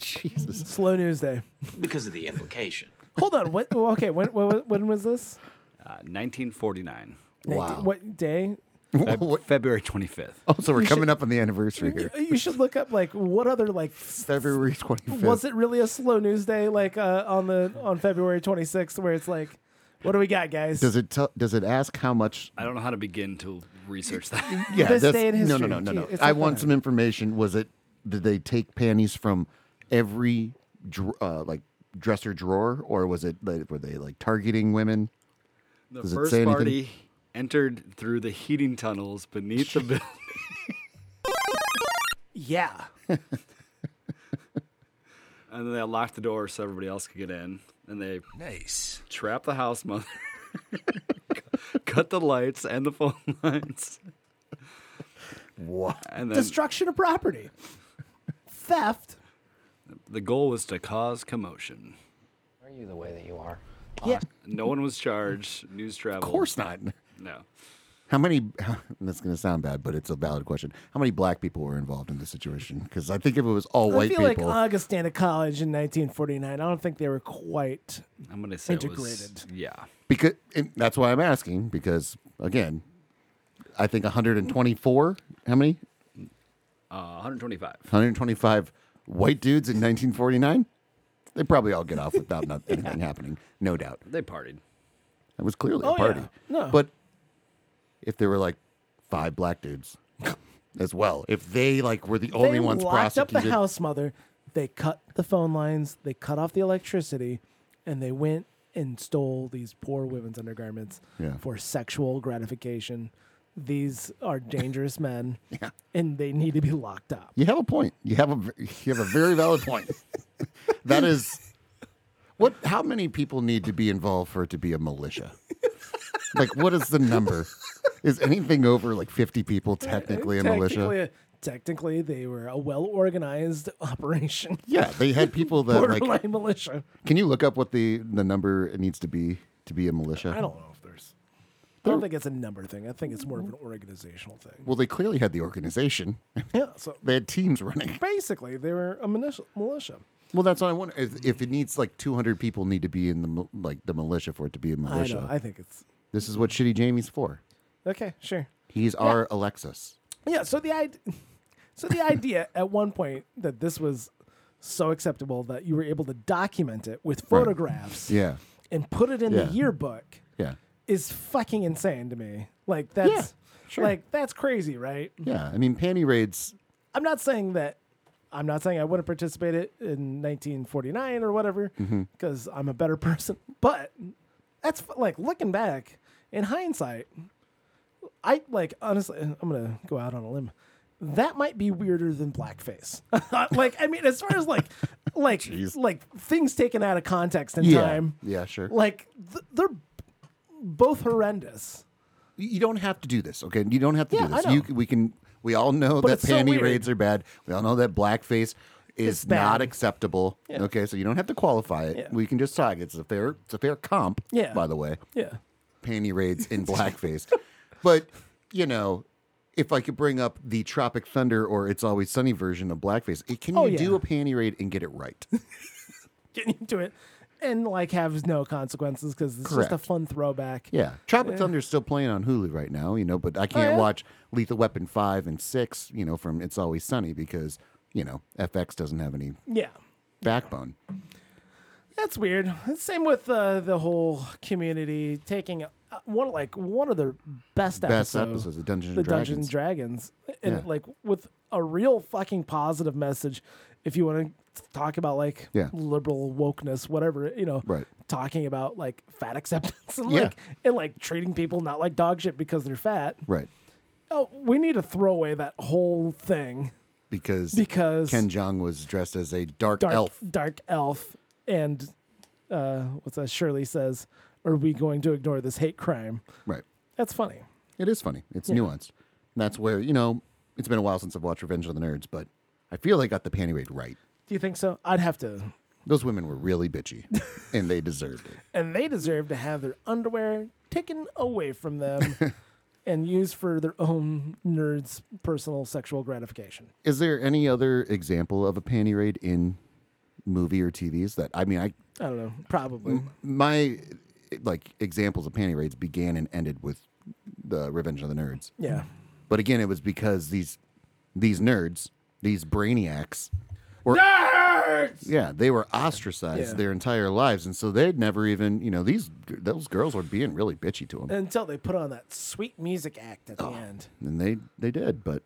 [SPEAKER 2] jesus
[SPEAKER 1] Slow news day.
[SPEAKER 10] Because of the implication.
[SPEAKER 1] Hold on. What? well, Okay. When, when, when was this?
[SPEAKER 3] Uh, 1949,
[SPEAKER 2] Wow.
[SPEAKER 1] What day?
[SPEAKER 3] Feb-
[SPEAKER 2] What-
[SPEAKER 3] February 25th.
[SPEAKER 2] Also, we're coming up on the anniversary here.
[SPEAKER 1] You should look up like what other like.
[SPEAKER 2] February 25th.
[SPEAKER 1] Was it really a slow news day like uh, on the on February 26th where it's like, what do we got, guys?
[SPEAKER 2] Does it tell? Does it ask how much?
[SPEAKER 3] I don't know how to begin to research that.
[SPEAKER 2] Yeah,
[SPEAKER 1] This
[SPEAKER 2] that's-
[SPEAKER 1] day in
[SPEAKER 2] no, no,
[SPEAKER 1] history.
[SPEAKER 2] no, no, no.
[SPEAKER 1] Gee, it's
[SPEAKER 2] I
[SPEAKER 1] like
[SPEAKER 2] want
[SPEAKER 1] that.
[SPEAKER 2] some information. Was it? Did they take panties from every dr- uh, like dresser drawer, or was it? Like, were they like targeting women?
[SPEAKER 3] The
[SPEAKER 2] Does it
[SPEAKER 3] first
[SPEAKER 2] say anything?
[SPEAKER 3] party entered through the heating tunnels beneath the building.
[SPEAKER 1] yeah.
[SPEAKER 3] And then they locked the door so everybody else could get in. And they nice trapped the house mother, cut the lights and the phone lines,
[SPEAKER 2] What?
[SPEAKER 3] and then
[SPEAKER 1] Destruction of property, theft.
[SPEAKER 3] the goal was to cause commotion. Uh,
[SPEAKER 6] Are you the way that you are?
[SPEAKER 1] Yeah.
[SPEAKER 3] No one was charged. News traveled.
[SPEAKER 2] Of course not.
[SPEAKER 3] No.
[SPEAKER 2] How many? That's going to sound bad, but it's a valid question. How many black people were involved in this situation? Because I think if it was all white
[SPEAKER 1] I feel
[SPEAKER 2] people,
[SPEAKER 1] like Augustana College in 1949. I don't think they were quite.
[SPEAKER 3] I'm gonna say it was
[SPEAKER 1] Integrated.
[SPEAKER 3] yeah.
[SPEAKER 2] because and that's why I'm asking. Because again, I think 124. How many?
[SPEAKER 3] Uh, 125.
[SPEAKER 2] 125 white dudes in 1949. They probably all get off without not anything happening, no doubt.
[SPEAKER 3] They partied.
[SPEAKER 2] It was clearly
[SPEAKER 1] Oh,
[SPEAKER 2] a party.
[SPEAKER 1] yeah. No.
[SPEAKER 2] But if there were like five black dudes as well, if they like were the only
[SPEAKER 1] they
[SPEAKER 2] ones
[SPEAKER 1] locked up
[SPEAKER 2] prosecuted,
[SPEAKER 1] the house mother. They cut the phone lines. They cut off the electricity, and they went and stole these poor women's undergarments
[SPEAKER 2] Yeah.
[SPEAKER 1] for sexual gratification. These are dangerous men, and they need to be locked up.
[SPEAKER 2] you have a point. You have a v- you have a very valid point. that is what. How many people need to be involved for it to be a militia? like, what is the number? Is anything over like 50 people technically a militia?
[SPEAKER 1] Uh, Technically, technically, they were a well organized operation.
[SPEAKER 2] Yeah, they had people that
[SPEAKER 1] Borderline
[SPEAKER 2] like.
[SPEAKER 1] militia.
[SPEAKER 2] Can you look up what the the number it needs to be to be a militia?
[SPEAKER 1] I don't know if there's. I don't think it's a number thing. I think it's more of an organizational thing.
[SPEAKER 2] Well, they clearly had the organization.
[SPEAKER 1] Yeah. So
[SPEAKER 2] they had teams running.
[SPEAKER 1] basically, they were a militia. militia.
[SPEAKER 2] Well, that's what I wonder. If, if it needs like 200 people need to be in the mil- like the militia for it to be a
[SPEAKER 1] I
[SPEAKER 2] militia.
[SPEAKER 1] know. I think it's
[SPEAKER 2] this is what Shitty Jamie's for.
[SPEAKER 1] okay. Sure.
[SPEAKER 2] He's our Alexis.
[SPEAKER 1] Yeah. So the idea, so the idea at one point that this was so acceptable that you were able to document it with photographs
[SPEAKER 2] Yeah.
[SPEAKER 1] and put it in
[SPEAKER 2] Yeah.
[SPEAKER 1] the yearbook
[SPEAKER 2] Yeah.
[SPEAKER 1] is fucking insane to me. Like that's
[SPEAKER 2] sure.
[SPEAKER 1] like that's crazy, right?
[SPEAKER 2] Yeah. I mean, panty raids.
[SPEAKER 1] I'm not saying that. I'm not saying I wouldn't participate it in 1949 or whatever
[SPEAKER 2] Mm-hmm.
[SPEAKER 1] because I'm a better person. But that's f- like looking back in hindsight. I like honestly. I'm gonna go out on a limb. That might be weirder than blackface. like I mean, as far as like like like things taken out of context and
[SPEAKER 2] Yeah.
[SPEAKER 1] time.
[SPEAKER 2] Yeah, sure.
[SPEAKER 1] Like th- they're b- both horrendous.
[SPEAKER 2] You you don't have to do this, okay? You don't have to
[SPEAKER 1] Yeah,
[SPEAKER 2] do
[SPEAKER 1] I
[SPEAKER 2] this.
[SPEAKER 1] know.
[SPEAKER 2] You c- we can we all know that
[SPEAKER 1] it's so
[SPEAKER 2] panty
[SPEAKER 1] weird.
[SPEAKER 2] raids are bad. We all know that blackface
[SPEAKER 1] It's
[SPEAKER 2] is
[SPEAKER 1] bad.
[SPEAKER 2] not acceptable. Okay, so you don't have to qualify it.
[SPEAKER 1] Yeah.
[SPEAKER 2] We can just talk. It's a fair it's a fair comp,
[SPEAKER 1] Yeah.
[SPEAKER 2] by the way.
[SPEAKER 1] Yeah.
[SPEAKER 2] panty raids in blackface. but, you know, if I could bring up the Tropic Thunder or It's Always Sunny version of blackface, eh, can you
[SPEAKER 1] Oh,
[SPEAKER 2] do
[SPEAKER 1] yeah.
[SPEAKER 2] a panty raid and get it right?
[SPEAKER 1] Getting into it and like have no consequences because it's just a
[SPEAKER 2] Correct.
[SPEAKER 1] fun throwback.
[SPEAKER 2] Yeah. Tropic Thunder's still playing on Hulu right now, you know, but I can't
[SPEAKER 1] yeah?
[SPEAKER 2] watch Lethal Weapon 5 and 6, you know, from It's Always Sunny because, you know, FX doesn't have any
[SPEAKER 1] Yeah.
[SPEAKER 2] backbone.
[SPEAKER 1] That's weird. Same with uh, the whole community taking uh, one like one of the best,
[SPEAKER 2] Best
[SPEAKER 1] episode-
[SPEAKER 2] episodes of Dungeons
[SPEAKER 1] the
[SPEAKER 2] and Dragons.
[SPEAKER 1] Dungeons and Dragons, and
[SPEAKER 2] Yeah.
[SPEAKER 1] like with a real fucking positive message. If you want to talk about like
[SPEAKER 2] Yeah.
[SPEAKER 1] liberal wokeness, whatever you know,
[SPEAKER 2] Right.
[SPEAKER 1] Talking about like fat acceptance and
[SPEAKER 2] Yeah.
[SPEAKER 1] like and like treating people not like dog shit because they're fat.
[SPEAKER 2] right.
[SPEAKER 1] Oh, we need to throw away that whole thing.
[SPEAKER 2] Because,
[SPEAKER 1] Because-
[SPEAKER 2] Ken Jong was dressed as a dark,
[SPEAKER 1] dark
[SPEAKER 2] elf.
[SPEAKER 1] dark elf and uh what's that shirley says are we going to ignore this hate crime
[SPEAKER 2] Right.
[SPEAKER 1] that's funny
[SPEAKER 2] It is funny. It's nuanced. And that's where, you know, it's been a while since I've watched Revenge of the Nerds, but I feel they got the panty raid right.
[SPEAKER 1] do you think so i'd have to
[SPEAKER 2] Those women were really bitchy and they deserved it.
[SPEAKER 1] and they deserve to have their underwear taken away from them and used for their own nerds personal sexual gratification
[SPEAKER 2] Is there any other example of a panty raid in movie or TVs that I mean I
[SPEAKER 1] I don't know. Probably.
[SPEAKER 2] my like examples of panty raids began and ended with the Revenge of the Nerds.
[SPEAKER 1] Yeah.
[SPEAKER 2] But again, it was because these these nerds, these brainiacs, were nerds. Yeah, they were ostracized
[SPEAKER 1] Yeah.
[SPEAKER 2] their entire lives, and so they'd never even, you know, these those girls were being really bitchy to them,
[SPEAKER 1] Until they put on that sweet music act at the end.
[SPEAKER 2] and they they did. But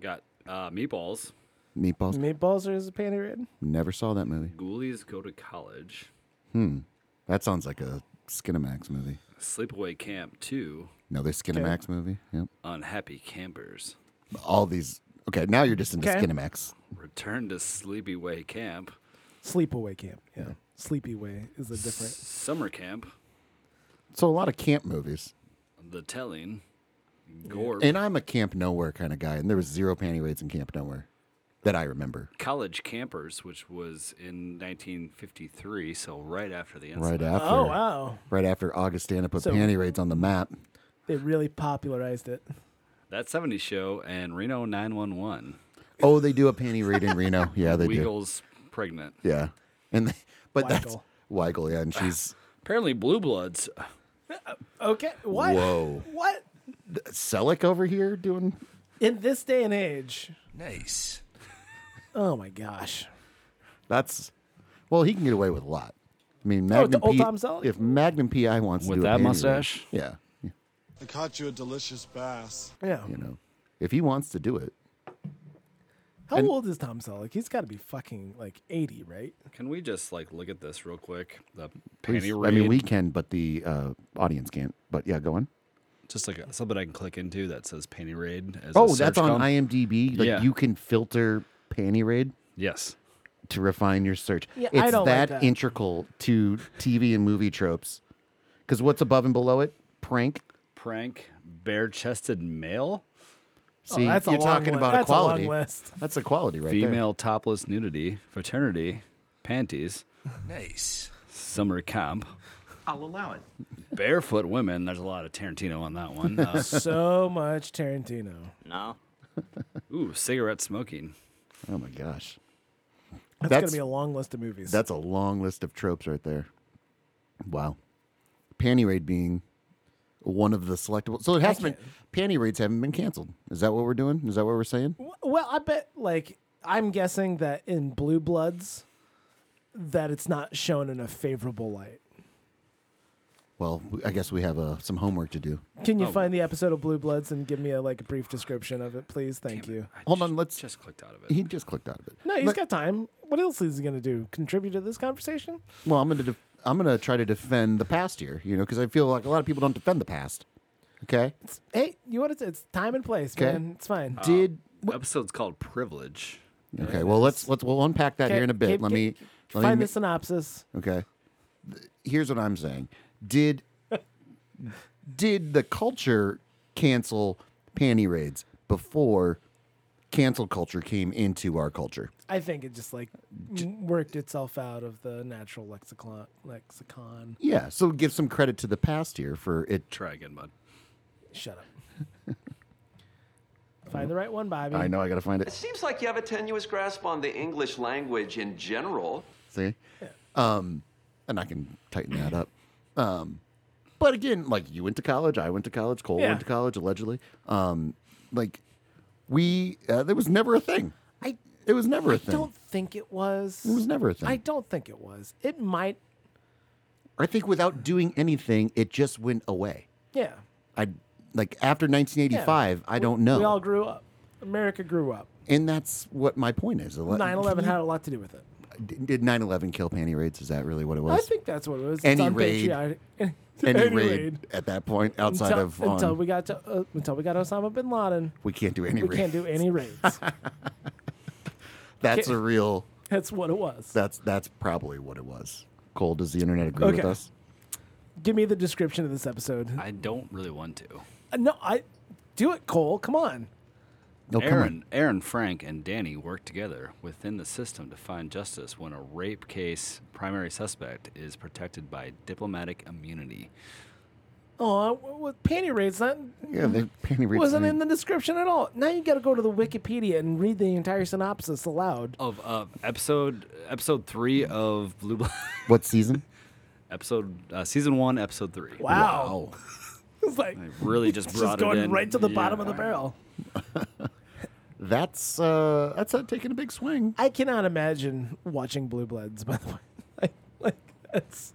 [SPEAKER 3] Got uh, meatballs.
[SPEAKER 2] meatballs
[SPEAKER 1] Meatballs are a panty raid.
[SPEAKER 2] never saw that movie.
[SPEAKER 3] Ghoulies go to college.
[SPEAKER 2] That sounds like a Skinamax movie.
[SPEAKER 3] Sleepaway camp two.
[SPEAKER 2] Another Skinamax movie. Yep.
[SPEAKER 3] Unhappy campers.
[SPEAKER 2] All these. Okay, now you're just into
[SPEAKER 1] Okay.
[SPEAKER 2] Skinamax.
[SPEAKER 3] Return to Sleepyway camp.
[SPEAKER 1] Sleepaway camp. Yeah. Sleepyway is a different.
[SPEAKER 3] Summer camp.
[SPEAKER 2] So a lot of camp movies.
[SPEAKER 3] The telling. Gore.
[SPEAKER 2] And I'm a camp nowhere kind of guy, and there was zero panty raids in camp nowhere that I remember.
[SPEAKER 3] college campers, which was in 1953, so right after the
[SPEAKER 2] Right
[SPEAKER 3] incident.
[SPEAKER 2] after,
[SPEAKER 1] Oh wow.
[SPEAKER 2] right after Augustana put
[SPEAKER 1] So-
[SPEAKER 2] panty raids on the map.
[SPEAKER 1] They really popularized it.
[SPEAKER 3] That 70s show and Reno 911.
[SPEAKER 2] Oh, they do a panty raid in Reno. Yeah, they do.
[SPEAKER 3] Weagle's pregnant.
[SPEAKER 2] Yeah, and they, but that's
[SPEAKER 1] Weigel.
[SPEAKER 2] Weigel. Yeah, and she's
[SPEAKER 3] Apparently, Blue Bloods.
[SPEAKER 1] Okay. What?
[SPEAKER 2] Whoa.
[SPEAKER 1] What?
[SPEAKER 2] Selick over here doing.
[SPEAKER 1] In this day and age.
[SPEAKER 10] Nice.
[SPEAKER 1] Oh my gosh.
[SPEAKER 2] That's well, he can get away with a lot. I mean,
[SPEAKER 1] Oh, the
[SPEAKER 2] Magnum
[SPEAKER 1] old
[SPEAKER 2] P-
[SPEAKER 1] Tom Selleck?
[SPEAKER 2] If Magnum PI wants
[SPEAKER 3] With
[SPEAKER 2] to do a
[SPEAKER 3] that
[SPEAKER 2] panty raid-
[SPEAKER 3] mustache?
[SPEAKER 2] yeah,
[SPEAKER 11] I caught you a delicious bass.
[SPEAKER 1] Yeah.
[SPEAKER 2] you know, if he wants to do it,
[SPEAKER 1] How
[SPEAKER 2] And-
[SPEAKER 1] old is Tom Selleck? He's got to be fucking like 80, right?
[SPEAKER 3] Can we just like look at this real quick? The
[SPEAKER 2] please.
[SPEAKER 3] panty
[SPEAKER 2] I mean,
[SPEAKER 3] raid.
[SPEAKER 2] we can, but the uh, audience can't. But yeah, go on.
[SPEAKER 3] just like a, something I can click into that says panty raid. As a
[SPEAKER 2] Oh, that's
[SPEAKER 3] search
[SPEAKER 2] on
[SPEAKER 3] column.
[SPEAKER 2] IMDb. Like
[SPEAKER 3] Yeah.
[SPEAKER 2] you can filter panty raid
[SPEAKER 3] Yes.
[SPEAKER 2] to refine your search.
[SPEAKER 1] Yeah, I
[SPEAKER 2] it's
[SPEAKER 1] don't like
[SPEAKER 2] that,
[SPEAKER 1] that.
[SPEAKER 2] integral to TV and movie tropes. Because what's above and below it? Prank.
[SPEAKER 3] Prank bare chested male,
[SPEAKER 2] See,
[SPEAKER 1] oh, that's a
[SPEAKER 2] you're
[SPEAKER 1] long
[SPEAKER 2] talking
[SPEAKER 1] list.
[SPEAKER 2] about
[SPEAKER 1] that's
[SPEAKER 2] equality.
[SPEAKER 1] A long list.
[SPEAKER 2] That's equality right there.
[SPEAKER 3] female topless nudity, fraternity, panties,
[SPEAKER 10] Nice.
[SPEAKER 3] summer camp,
[SPEAKER 9] I'll allow it.
[SPEAKER 3] barefoot women. There's a lot of Tarantino on that one. Uh,
[SPEAKER 1] so much Tarantino.
[SPEAKER 5] No.
[SPEAKER 3] ooh, cigarette smoking.
[SPEAKER 2] Oh my gosh,
[SPEAKER 1] That's,
[SPEAKER 2] That's-
[SPEAKER 1] gonna be a long list of movies.
[SPEAKER 2] that's a long list of tropes right there. Wow, panty raid being one of the selectable. So it has been panty raids haven't been canceled. Is that what we're doing? Is that what we're saying?
[SPEAKER 1] W- well, I bet like I'm guessing that in Blue Bloods, that it's not shown in a favorable light.
[SPEAKER 2] Well, I guess we have uh, some homework to do.
[SPEAKER 1] Can you find the episode of Blue Bloods and give me a like a brief description of it, please? Thank you.
[SPEAKER 3] I
[SPEAKER 2] Hold on,
[SPEAKER 3] ju-
[SPEAKER 2] let's-
[SPEAKER 3] just clicked out of it.
[SPEAKER 2] He just clicked out of it.
[SPEAKER 1] No, he's
[SPEAKER 2] Let-
[SPEAKER 1] got time. What else is he gonna do? Contribute to this conversation?
[SPEAKER 2] Well, I'm gonna def- I'm gonna try to defend the past here, you know, because I feel like a lot of people don't defend the past. Okay,
[SPEAKER 1] It's, hey, you want to? It's time and place,
[SPEAKER 2] Okay.
[SPEAKER 1] man. It's fine.
[SPEAKER 2] did
[SPEAKER 3] Episode's called Privilege.
[SPEAKER 2] okay. Well, let's let's we'll unpack that here in a bit.
[SPEAKER 1] Keep-
[SPEAKER 2] let me
[SPEAKER 1] keep-
[SPEAKER 2] let
[SPEAKER 1] find
[SPEAKER 2] me
[SPEAKER 1] the synopsis.
[SPEAKER 2] okay. Th- Here's what I'm saying. Did did the culture cancel panty raids before cancel culture came into our culture?
[SPEAKER 1] I think it just like m- worked itself out of the natural lexicon. Lexicon.
[SPEAKER 2] Yeah. So give some credit to the past here for it.
[SPEAKER 3] Try again, bud.
[SPEAKER 1] Shut up. Find the right one, Bobby.
[SPEAKER 2] I know I gotta find it.
[SPEAKER 12] Seems like you have a tenuous grasp on the English language in general.
[SPEAKER 2] See? Um, and I can tighten that up. Um, but again, like you went to college, I went to college, Cole
[SPEAKER 1] Yeah.
[SPEAKER 2] went to college, allegedly. Um, like we, uh, there was never a thing.
[SPEAKER 1] I
[SPEAKER 2] It was never a
[SPEAKER 1] I
[SPEAKER 2] thing.
[SPEAKER 1] don't think it was.
[SPEAKER 2] it was never a thing.
[SPEAKER 1] I
[SPEAKER 2] I,
[SPEAKER 1] don't think it was. It might.
[SPEAKER 2] think without doing anything, it just went away.
[SPEAKER 1] Yeah.
[SPEAKER 2] I like after 1985, I don't know.
[SPEAKER 1] We all grew up. America grew up.
[SPEAKER 2] and that's what my point is.
[SPEAKER 1] 9/11 had a lot to do with it.
[SPEAKER 2] did 9/11 kill panty raids? Is that really what
[SPEAKER 1] I
[SPEAKER 2] it was?
[SPEAKER 1] think that's what it was.
[SPEAKER 2] Any
[SPEAKER 1] it's
[SPEAKER 2] raid.
[SPEAKER 1] unpatriotic.
[SPEAKER 2] Any, raid, at that point outside
[SPEAKER 1] until,
[SPEAKER 2] of on,
[SPEAKER 3] um,
[SPEAKER 1] until we got to uh, until we got Osama bin Laden.
[SPEAKER 2] we can't do any
[SPEAKER 1] We
[SPEAKER 2] raid.
[SPEAKER 1] can't do any raids. can't-
[SPEAKER 2] That's a real
[SPEAKER 1] that's what it was.
[SPEAKER 2] That's that's probably what it was. Cole, does the internet agree with
[SPEAKER 1] Okay.
[SPEAKER 2] us?
[SPEAKER 1] Give me the description of this episode.
[SPEAKER 3] I don't really want to.
[SPEAKER 1] Uh, no, I do it, Cole. Come on.
[SPEAKER 2] No, come
[SPEAKER 3] Aaron,
[SPEAKER 2] on.
[SPEAKER 3] Aaron, Frank, and Danny work together within the system to find justice when a rape case primary suspect is protected by diplomatic immunity.
[SPEAKER 1] Oh, what panty raid's not
[SPEAKER 2] Yeah, the panty raid's
[SPEAKER 1] wasn't
[SPEAKER 2] not
[SPEAKER 1] in the description at all. Now you got to go to the Wikipedia and read the entire synopsis aloud.
[SPEAKER 3] Of uh, episode episode three of Blue Blood.
[SPEAKER 2] What season?
[SPEAKER 3] episode uh, season one, episode three.
[SPEAKER 1] Wow. it's like
[SPEAKER 3] They really just
[SPEAKER 1] it's
[SPEAKER 3] brought
[SPEAKER 1] just going
[SPEAKER 3] it in.
[SPEAKER 1] right to the
[SPEAKER 3] Yeah.
[SPEAKER 1] bottom of the barrel.
[SPEAKER 2] That's uh, that's uh, taking a big swing.
[SPEAKER 1] I cannot imagine watching Blue Bloods. By the way, like, like that's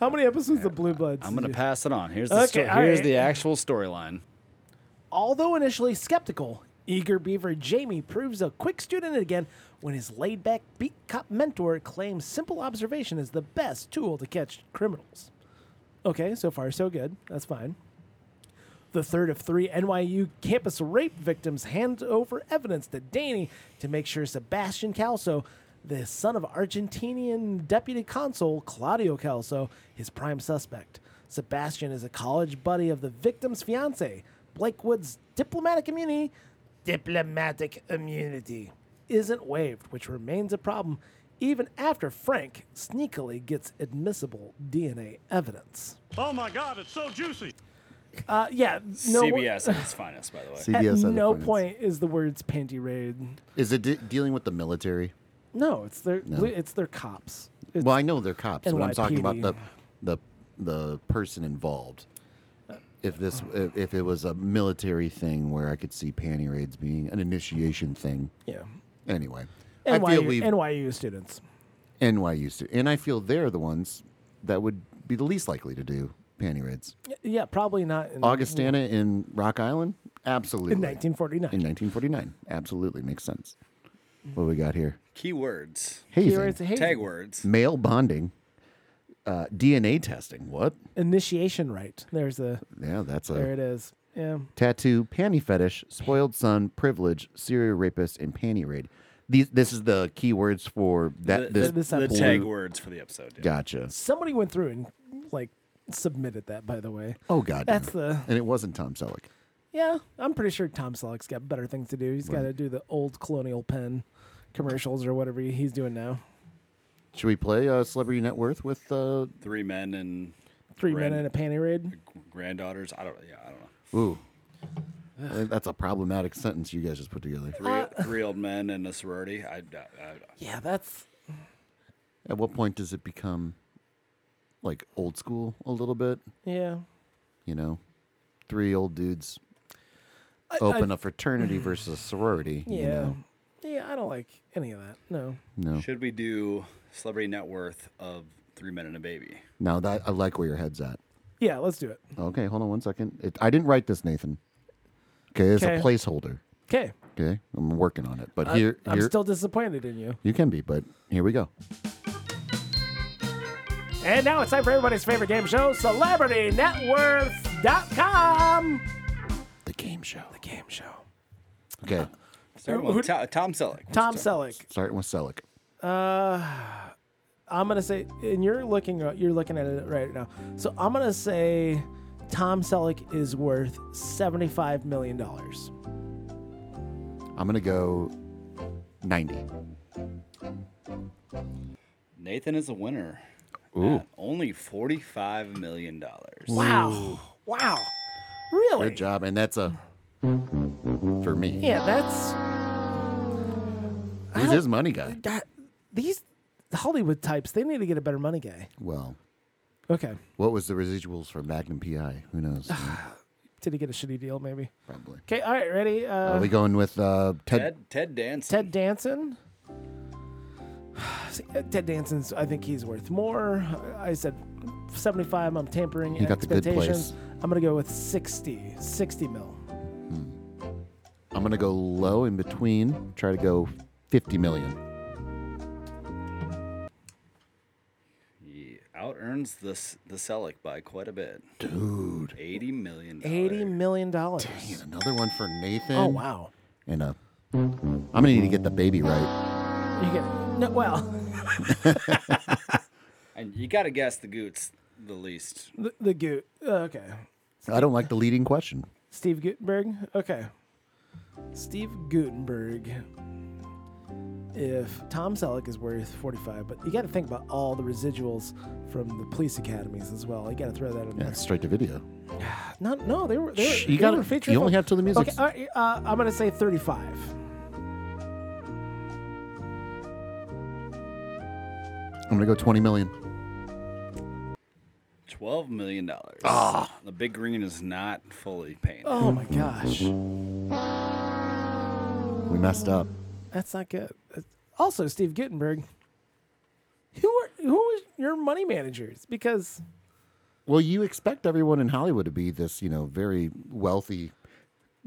[SPEAKER 1] how many episodes of Blue Bloods?
[SPEAKER 3] I'm gonna
[SPEAKER 1] did you-
[SPEAKER 3] pass it on. Here's the
[SPEAKER 1] Okay,
[SPEAKER 3] sto-
[SPEAKER 1] all
[SPEAKER 3] here's
[SPEAKER 1] right.
[SPEAKER 3] the actual storyline.
[SPEAKER 1] Although initially skeptical, eager beaver Jamie proves a quick student again when his laid back beat cop mentor claims simple observation is the best tool to catch criminals. Okay, so far so good. That's fine. The third of three NYU campus rape victims hand over evidence to Danny to make sure Sebastian Calso, the son of Argentinian deputy consul Claudio Calso, is prime suspect. Sebastian is a college buddy of the victim's fiance. Blakewood's diplomatic immunity, diplomatic immunity, isn't waived, which remains a problem even after Frank sneakily gets admissible DNA evidence.
[SPEAKER 4] Oh my God, it's so juicy.
[SPEAKER 1] Uh, yeah, no.
[SPEAKER 3] CBS at its finest, by the way.
[SPEAKER 1] At
[SPEAKER 2] CBS had a
[SPEAKER 1] no
[SPEAKER 2] finance-
[SPEAKER 1] point is the words panty raid.
[SPEAKER 2] Is it de- dealing with the military?
[SPEAKER 1] No, it's their
[SPEAKER 2] No.
[SPEAKER 1] it's their cops. It's,
[SPEAKER 2] well, I know they're cops, but I'm talking about the
[SPEAKER 1] NYPD.
[SPEAKER 2] the the person involved. If this if if it was a military thing where I could see panty raids being an initiation thing.
[SPEAKER 1] yeah,
[SPEAKER 2] Anyway,
[SPEAKER 1] NYU,
[SPEAKER 2] I feel we
[SPEAKER 1] NYU students.
[SPEAKER 2] NYU stu- and I feel they're the ones that would be the least likely to do panty raids.
[SPEAKER 1] Y- Yeah, probably not in,
[SPEAKER 2] Augustana in Rock Island, absolutely.
[SPEAKER 1] Mm-hmm. in 1949.
[SPEAKER 2] In 1949, absolutely makes sense. What do we got here?
[SPEAKER 3] Keywords,
[SPEAKER 1] Mm-hmm.
[SPEAKER 2] Hazing,
[SPEAKER 1] Here it's a hazing.
[SPEAKER 3] tag words.
[SPEAKER 2] male bonding, uh, DNA testing. What?
[SPEAKER 1] initiation right. There's a
[SPEAKER 2] Yeah, that's a
[SPEAKER 1] there it is. Yeah,
[SPEAKER 2] tattoo, panty fetish, spoiled son, privilege, serial rapist, and panty raid. These this is the key words for
[SPEAKER 3] The,
[SPEAKER 2] that.
[SPEAKER 3] the,
[SPEAKER 2] this
[SPEAKER 1] this
[SPEAKER 3] the
[SPEAKER 1] episode.
[SPEAKER 3] tag words for the episode. Yeah.
[SPEAKER 2] gotcha.
[SPEAKER 1] somebody went through and like submitted that. By the way,
[SPEAKER 2] Oh god,
[SPEAKER 1] That's the-
[SPEAKER 2] and it wasn't Tom Selleck.
[SPEAKER 1] yeah, I'm pretty sure Tom Selleck's got better things to do. He's got to do the old Colonial Pen commercials or whatever he's doing now.
[SPEAKER 2] Should we play uh, Celebrity Net Worth with? Uh,
[SPEAKER 3] Three men and
[SPEAKER 1] Three
[SPEAKER 3] Grand-
[SPEAKER 1] men in a panty raid.
[SPEAKER 3] granddaughters. I don't. Yeah, I don't know.
[SPEAKER 2] ooh, I think that's a problematic sentence you guys just put together.
[SPEAKER 3] Three, three old men and a sorority. I, I, I,
[SPEAKER 1] Yeah, that's
[SPEAKER 2] At what point does it become like old school a little bit?
[SPEAKER 1] yeah.
[SPEAKER 2] You know, three old dudes open a fraternity versus a sorority.
[SPEAKER 1] Yeah.
[SPEAKER 2] You know?
[SPEAKER 1] Yeah, I don't like any of that. No.
[SPEAKER 2] No.
[SPEAKER 3] Should we do celebrity net worth of three men and a baby?
[SPEAKER 2] Now that I like where your head's at.
[SPEAKER 1] Yeah, let's do it.
[SPEAKER 2] Okay, hold on one second. It, I didn't write this, Nathan. Okay, it's
[SPEAKER 1] Okay.
[SPEAKER 2] a placeholder.
[SPEAKER 1] Okay.
[SPEAKER 2] Okay, I'm working on it, but here,
[SPEAKER 1] I'm
[SPEAKER 2] here
[SPEAKER 1] still disappointed in you.
[SPEAKER 2] you can be. But here we go.
[SPEAKER 1] And now it's time for everybody's favorite game show, CelebrityNetWorth.com.
[SPEAKER 2] The game show.
[SPEAKER 1] The game show. Uh.
[SPEAKER 2] Okay,
[SPEAKER 3] Start with To- Tom Selleck.
[SPEAKER 1] Tom
[SPEAKER 3] Start-
[SPEAKER 1] Selleck.
[SPEAKER 2] starting with Selleck.
[SPEAKER 1] I'm gonna say, and you're looking, you're looking at it right now. So I'm gonna say, Tom Selleck is worth seventy-five million dollars.
[SPEAKER 2] I'm gonna go ninety.
[SPEAKER 3] Nathan is a winner. Ooh. Only forty-five million dollars.
[SPEAKER 1] Wow! Wow! Really?
[SPEAKER 2] Good job, and that's a for me.
[SPEAKER 1] Yeah, that's
[SPEAKER 2] He's his money guy.
[SPEAKER 1] that. These Hollywood types, they need to get a better money guy.
[SPEAKER 2] Well,
[SPEAKER 1] Okay.
[SPEAKER 2] what was the residuals from Magnum PI? Who knows?
[SPEAKER 1] Did he get a shitty deal? Maybe.
[SPEAKER 2] Probably.
[SPEAKER 1] Okay. All right. Ready? Uh,
[SPEAKER 2] Are we going with uh, Ted?
[SPEAKER 3] Ted Ted Danson.
[SPEAKER 1] Ted Danson. See, uh, Ted Danson's. I think he's worth more. I said 75. I'm tampering
[SPEAKER 2] He got the good
[SPEAKER 1] expectations.
[SPEAKER 2] place.
[SPEAKER 1] I'm gonna go with 60. 60 mil.
[SPEAKER 2] I'm gonna go low in between. Try to go fifty million.
[SPEAKER 3] He out earns the S- the Selleck by quite a bit. Dude. Eighty million.
[SPEAKER 1] 80 million dollars.
[SPEAKER 2] And another one for Nathan.
[SPEAKER 1] Oh wow.
[SPEAKER 2] And a. I'm gonna need to get the baby right.
[SPEAKER 1] You get no. Well,
[SPEAKER 3] And you got to guess the Goots the least.
[SPEAKER 1] the, the Goot. Uh, okay.
[SPEAKER 2] I don't like the leading question.
[SPEAKER 1] Steve Gutenberg. Okay. Steve Gutenberg. if Tom Selleck is worth 45, but you got to think about all the residuals from the police academies as well. You got to throw that in
[SPEAKER 2] Yeah,
[SPEAKER 1] there.
[SPEAKER 2] straight to video.
[SPEAKER 1] Not, no, they were. They were
[SPEAKER 2] Shh,
[SPEAKER 1] they
[SPEAKER 2] you gotta-
[SPEAKER 1] were feature
[SPEAKER 2] you only
[SPEAKER 1] film-
[SPEAKER 2] have till the music's-
[SPEAKER 1] Okay, uh, uh, I'm gonna say 35.
[SPEAKER 2] I'm gonna go 20 million.
[SPEAKER 3] Twelve million dollars. The big green is not fully painted.
[SPEAKER 1] Oh my gosh,
[SPEAKER 2] We messed up.
[SPEAKER 1] that's not good. Also, Steve Guttenberg. Who are who was your money managers? Because
[SPEAKER 2] Well, you expect everyone in Hollywood to be this, you know, very wealthy,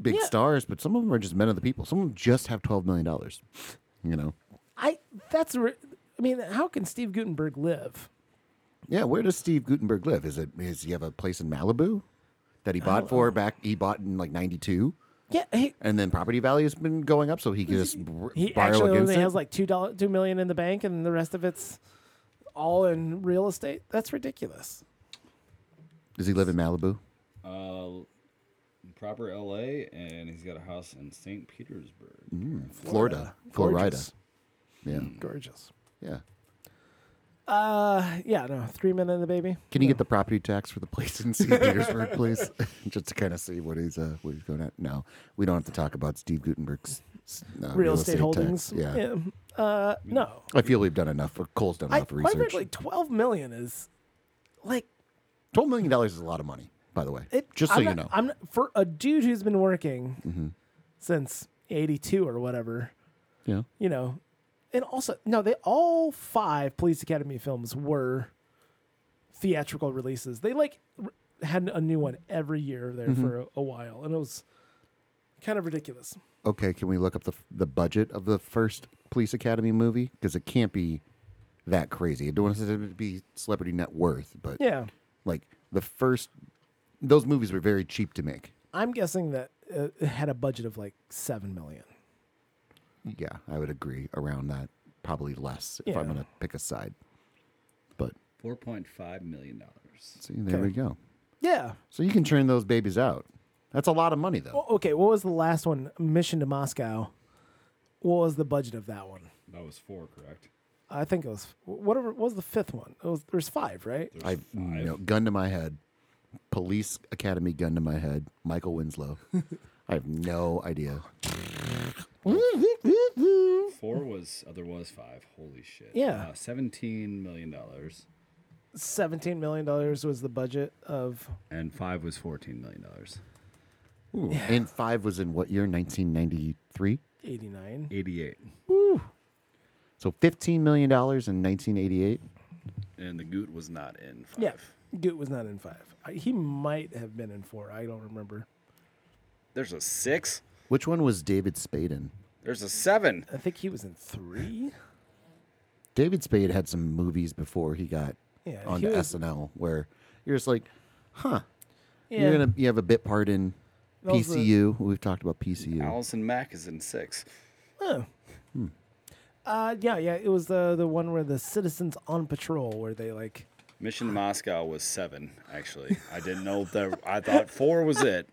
[SPEAKER 2] big
[SPEAKER 1] Yeah.
[SPEAKER 2] stars, but some of them are just men of the people. Some of them just have 12 million dollars. You know,
[SPEAKER 1] I that's re- I mean, how can Steve Guttenberg live?
[SPEAKER 2] yeah. Where does Steve Gutenberg live? Is it is he have a place in Malibu that he bought
[SPEAKER 1] Oh.
[SPEAKER 2] for back? He bought in like '92,
[SPEAKER 1] Yeah, he
[SPEAKER 2] and then property value has been going up, so he can just r-
[SPEAKER 1] he
[SPEAKER 2] borrow
[SPEAKER 1] actually
[SPEAKER 2] against
[SPEAKER 1] only
[SPEAKER 2] it.
[SPEAKER 1] has like two dollar two million in the bank, and the rest of it's all in real estate. That's ridiculous.
[SPEAKER 2] does he live in Malibu?
[SPEAKER 3] Uh, proper L.A. and he's got a house in St. Petersburg.
[SPEAKER 2] Florida, Florida.
[SPEAKER 1] Gorgeous. Hmm.
[SPEAKER 2] Yeah,
[SPEAKER 1] Gorgeous.
[SPEAKER 2] yeah.
[SPEAKER 1] Uh, yeah, no, three men and the baby.
[SPEAKER 2] Can you get the property tax for the place in St. Petersburg, please? Just to kind of see what he's uh, what he's going at. No, we don't have to talk about Steve Gutenberg's s- uh,
[SPEAKER 1] real, estate, holdings?
[SPEAKER 2] Tax. Yeah.
[SPEAKER 1] Uh, no,
[SPEAKER 2] I feel we've done enough. Or Cole's done
[SPEAKER 1] I
[SPEAKER 2] enough
[SPEAKER 1] quite
[SPEAKER 2] research.
[SPEAKER 1] frankly, twelve million is like
[SPEAKER 2] Twelve million dollars is a lot of money, by the way.
[SPEAKER 1] it.
[SPEAKER 2] Just so
[SPEAKER 1] I'm
[SPEAKER 2] you
[SPEAKER 1] not-
[SPEAKER 2] know, Mm-hmm.
[SPEAKER 1] I'm not, for a dude who's been working since '82 or whatever.
[SPEAKER 2] yeah.
[SPEAKER 1] you know, and also no, they all five Police Academy films were theatrical releases. They like r- had a new one every year there
[SPEAKER 2] Mm-hmm.
[SPEAKER 1] for a, a while, and it was kind of ridiculous.
[SPEAKER 2] Okay, can we look up the f- the budget of the first Police Academy movie? Because it can't be that crazy. I don't want it to be celebrity net worth, but
[SPEAKER 1] Mm. Yeah,
[SPEAKER 2] like the first, those movies were very cheap to make.
[SPEAKER 1] I'm guessing that uh, it had a budget of like seven million.
[SPEAKER 2] Yeah, I would agree around that. Probably less if I'm
[SPEAKER 1] Mm. Yeah.
[SPEAKER 2] going to pick a side. But
[SPEAKER 3] Four point five million dollars.
[SPEAKER 2] see, there we go.
[SPEAKER 1] Yeah.
[SPEAKER 2] So you can churn those babies out. That's a lot of money, though.
[SPEAKER 1] O- Okay. What was the last one? Mission to Moscow. What was the budget of that one?
[SPEAKER 3] That was four, correct?
[SPEAKER 1] I think it was whatever. What was the fifth one? It was there's five, right?
[SPEAKER 2] I you know, gun to my head, police academy gun to my head. Michael Winslow. I have no idea.
[SPEAKER 3] Four was. Oh, there was five. Holy shit.
[SPEAKER 1] Yeah.
[SPEAKER 3] Uh, Seventeen million dollars.
[SPEAKER 1] Seventeen million dollars was the budget of
[SPEAKER 3] And five was fourteen million dollars.
[SPEAKER 2] And five was in what year? 1993.
[SPEAKER 1] 89.
[SPEAKER 3] Eighty-eight.
[SPEAKER 2] So 15 million dollars in 1988.
[SPEAKER 3] And the Goot was not in five.
[SPEAKER 1] Yeah. Goot was not in five. I- He might have been in four. I don't remember.
[SPEAKER 3] There's a six.
[SPEAKER 2] Which one was David Spade in?
[SPEAKER 3] There's a seven.
[SPEAKER 1] I think he was in three.
[SPEAKER 2] David Spade had some movies before he got
[SPEAKER 1] Yeah, he
[SPEAKER 2] onto
[SPEAKER 1] was-
[SPEAKER 2] SNL where you're just like, huh?
[SPEAKER 1] Yeah.
[SPEAKER 2] You're gonna you have a bit part in
[SPEAKER 1] That was the-
[SPEAKER 2] PCU. We've talked about PCU.
[SPEAKER 3] Allison Mack is in six.
[SPEAKER 1] Uh, yeah, yeah. It was the the one where the citizens on patrol, where they like.
[SPEAKER 3] Mission to Moscow was seven. Actually, I didn't know that. I thought four was it.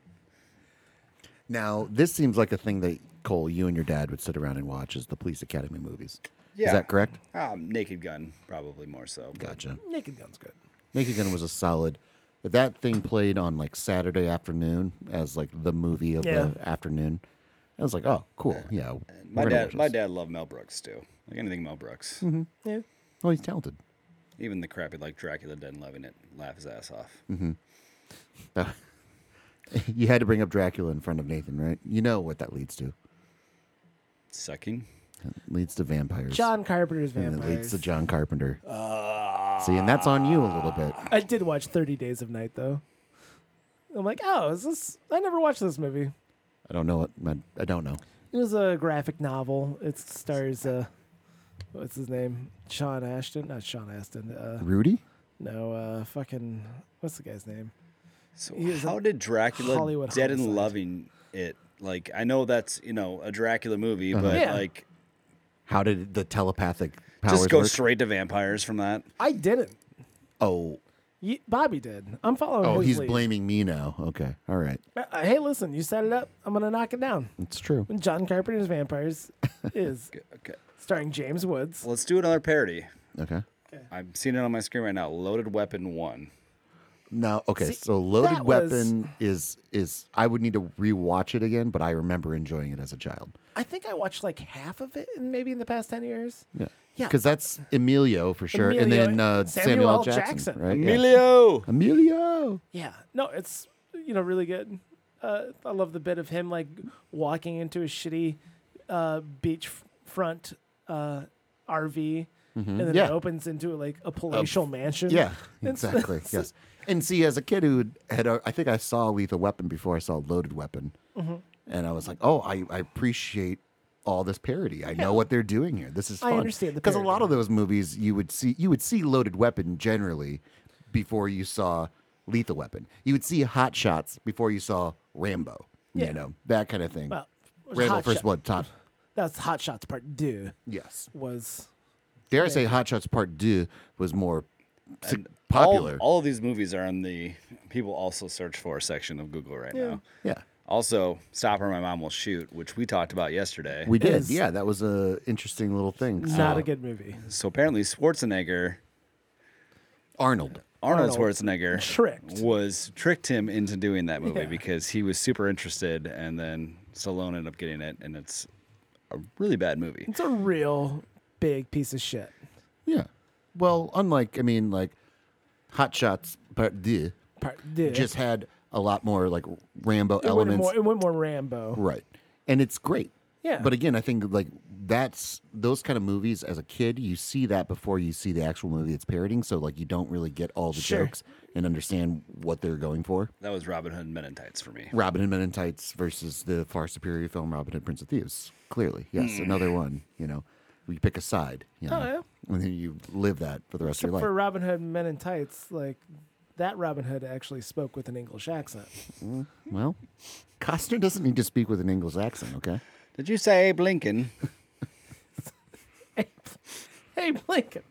[SPEAKER 2] Now this seems like a thing that Cole, you and your dad would sit around and watch is the Police Academy movies. Is
[SPEAKER 3] Yeah.
[SPEAKER 2] that correct?
[SPEAKER 3] Um, Naked Gun, probably more so. but-
[SPEAKER 2] Gotcha.
[SPEAKER 1] Naked Gun's good.
[SPEAKER 2] Naked Gun was a solid. If that thing played on like Saturday afternoon as like the movie of
[SPEAKER 1] Yeah.
[SPEAKER 2] the afternoon, I was like, oh, cool, yeah. we're
[SPEAKER 3] Uh, My
[SPEAKER 2] gonna
[SPEAKER 3] dad,
[SPEAKER 2] watch
[SPEAKER 3] my
[SPEAKER 2] this.
[SPEAKER 3] dad loved Mel Brooks too. Like anything Mel Brooks,
[SPEAKER 1] Yeah.
[SPEAKER 2] Oh, he's talented.
[SPEAKER 3] even the crappy like Dracula Dead and Loving It, laugh his ass off.
[SPEAKER 2] That- you had to bring up Dracula in front of Nathan, right? You know what that leads to.
[SPEAKER 3] Sucking.
[SPEAKER 2] leads to vampires.
[SPEAKER 1] John Carpenter's
[SPEAKER 2] And it leads
[SPEAKER 1] vampires.
[SPEAKER 2] to John Carpenter.
[SPEAKER 3] Uh,
[SPEAKER 2] See, and that's on you a little bit.
[SPEAKER 1] I did watch Thirty Days of Night though. I'm like, oh, is this? I never watched this movie.
[SPEAKER 2] I don't know what my, I don't know.
[SPEAKER 1] It was a graphic novel. It stars uh, what's his name? Sean Ashton, not Sean Ashton. Uh,
[SPEAKER 2] Rudy?
[SPEAKER 1] no, uh, fucking what's the guy's name?
[SPEAKER 3] So
[SPEAKER 1] He was a
[SPEAKER 3] how did Dracula
[SPEAKER 1] Hollywood
[SPEAKER 3] Dead
[SPEAKER 1] homicide.
[SPEAKER 3] and Loving It? Like I know that's you know a Dracula movie, but
[SPEAKER 1] Yeah.
[SPEAKER 3] like
[SPEAKER 2] How did the telepathic powers
[SPEAKER 3] just go
[SPEAKER 2] work?
[SPEAKER 3] straight to vampires from that.
[SPEAKER 1] I didn't.
[SPEAKER 2] Oh,
[SPEAKER 1] Ye- Bobby did. I'm following.
[SPEAKER 2] oh,
[SPEAKER 1] his
[SPEAKER 2] he's
[SPEAKER 1] lead.
[SPEAKER 2] blaming me now. Okay, all right,
[SPEAKER 1] Uh, uh, hey, listen, you set it up. I'm gonna knock it down.
[SPEAKER 2] it's true.
[SPEAKER 1] John Carpenter's Vampires is
[SPEAKER 3] Okay.
[SPEAKER 1] starring James Woods.
[SPEAKER 3] Let's do another parody.
[SPEAKER 2] Okay.
[SPEAKER 3] I'm seeing it on my screen right now. Loaded Weapon One.
[SPEAKER 2] Now, okay,
[SPEAKER 1] See,
[SPEAKER 2] so Loaded
[SPEAKER 1] that was-
[SPEAKER 2] Weapon is is I would need to rewatch it again, but I remember enjoying it as a child.
[SPEAKER 1] I think I watched like half of it, in maybe in the past ten years.
[SPEAKER 2] Yeah.
[SPEAKER 1] Yeah.
[SPEAKER 2] Because that's Emilio for sure, and
[SPEAKER 1] Emilio
[SPEAKER 2] then uh,
[SPEAKER 1] and
[SPEAKER 2] Samuel,
[SPEAKER 1] Samuel
[SPEAKER 2] L.
[SPEAKER 1] L.
[SPEAKER 2] Jackson,
[SPEAKER 1] Jackson.
[SPEAKER 2] right? Yeah.
[SPEAKER 3] Emilio.
[SPEAKER 2] Emilio.
[SPEAKER 1] Yeah, no, it's you know really good. Uh, I love the bit of him like walking into a shitty uh, beachfront uh, RV, and then
[SPEAKER 2] Mm-hmm. Yeah.
[SPEAKER 1] it opens into like a palatial mansion.
[SPEAKER 2] Yeah,
[SPEAKER 1] It's-
[SPEAKER 2] exactly.
[SPEAKER 1] it's-
[SPEAKER 2] yes. And see, as a kid who had, a, I think I saw Lethal Weapon before I saw Loaded Weapon,
[SPEAKER 1] Mm-hmm.
[SPEAKER 2] and I was like, oh, I, I appreciate all this parody. I know what they're doing here. This is
[SPEAKER 1] I
[SPEAKER 2] fun.
[SPEAKER 1] understand the
[SPEAKER 2] because a
[SPEAKER 1] parody.
[SPEAKER 2] lot of those movies you would see you would see Loaded Weapon generally before you saw Lethal Weapon. You would see Hot Shots before you saw Rambo.
[SPEAKER 1] Yeah.
[SPEAKER 2] You know that kind of thing.
[SPEAKER 1] Well, it was
[SPEAKER 2] Rambo
[SPEAKER 1] Hot
[SPEAKER 2] First
[SPEAKER 1] Shot-
[SPEAKER 2] Blood top.
[SPEAKER 1] That's Hot Shots Part Two.
[SPEAKER 2] Yes.
[SPEAKER 1] Was
[SPEAKER 2] Dare I say Hot Shots Part Two was more si- popular.
[SPEAKER 3] All, all of these movies are in the people also search for section of Google right now.
[SPEAKER 2] yeah.
[SPEAKER 3] Also, Stop or My Mom Will Shoot, which we talked about yesterday.
[SPEAKER 2] We did,
[SPEAKER 1] is-
[SPEAKER 2] yeah. That was a interesting little thing. Uh,
[SPEAKER 1] not
[SPEAKER 2] So-
[SPEAKER 1] a good movie.
[SPEAKER 3] so apparently Schwarzenegger,
[SPEAKER 2] Arnold.
[SPEAKER 3] Arnold,
[SPEAKER 1] Arnold
[SPEAKER 3] Schwarzenegger,
[SPEAKER 1] tricked.
[SPEAKER 3] was tricked him into doing that movie
[SPEAKER 1] Yeah.
[SPEAKER 3] because he was super interested, and then Stallone ended up getting it, and it's a really bad movie.
[SPEAKER 1] It's a real big piece of shit.
[SPEAKER 2] Yeah. Well, unlike I mean, like Hot Shots Part Deux
[SPEAKER 1] Part Two.
[SPEAKER 2] just had a lot more like Rambo
[SPEAKER 1] it went
[SPEAKER 2] elements,
[SPEAKER 1] more. It went more Rambo.
[SPEAKER 2] right? And it's great.
[SPEAKER 1] Yeah.
[SPEAKER 2] But again, I think like that's those kind of movies as a kid, you see that before you see the actual movie it's parodying, so like you don't really get all the
[SPEAKER 1] Sure.
[SPEAKER 2] jokes and understand what they're going for.
[SPEAKER 3] That was Robin Hood Men in Tights for me.
[SPEAKER 2] Robin Hood Men in Tights versus the far superior film Robin Hood Prince of Thieves. Clearly, yes,
[SPEAKER 1] Hmm.
[SPEAKER 2] another one. You know, you pick a side. You know, and then you live that for the rest
[SPEAKER 1] Oh, Except
[SPEAKER 2] of
[SPEAKER 1] for
[SPEAKER 2] your life.
[SPEAKER 1] Robin Hood Men in Tights, like that Robin Hood actually spoke with an English accent.
[SPEAKER 2] Well, Costner doesn't need to speak with an English accent. Okay,
[SPEAKER 3] Did you say Abe Lincoln?
[SPEAKER 1] hey, Lincoln.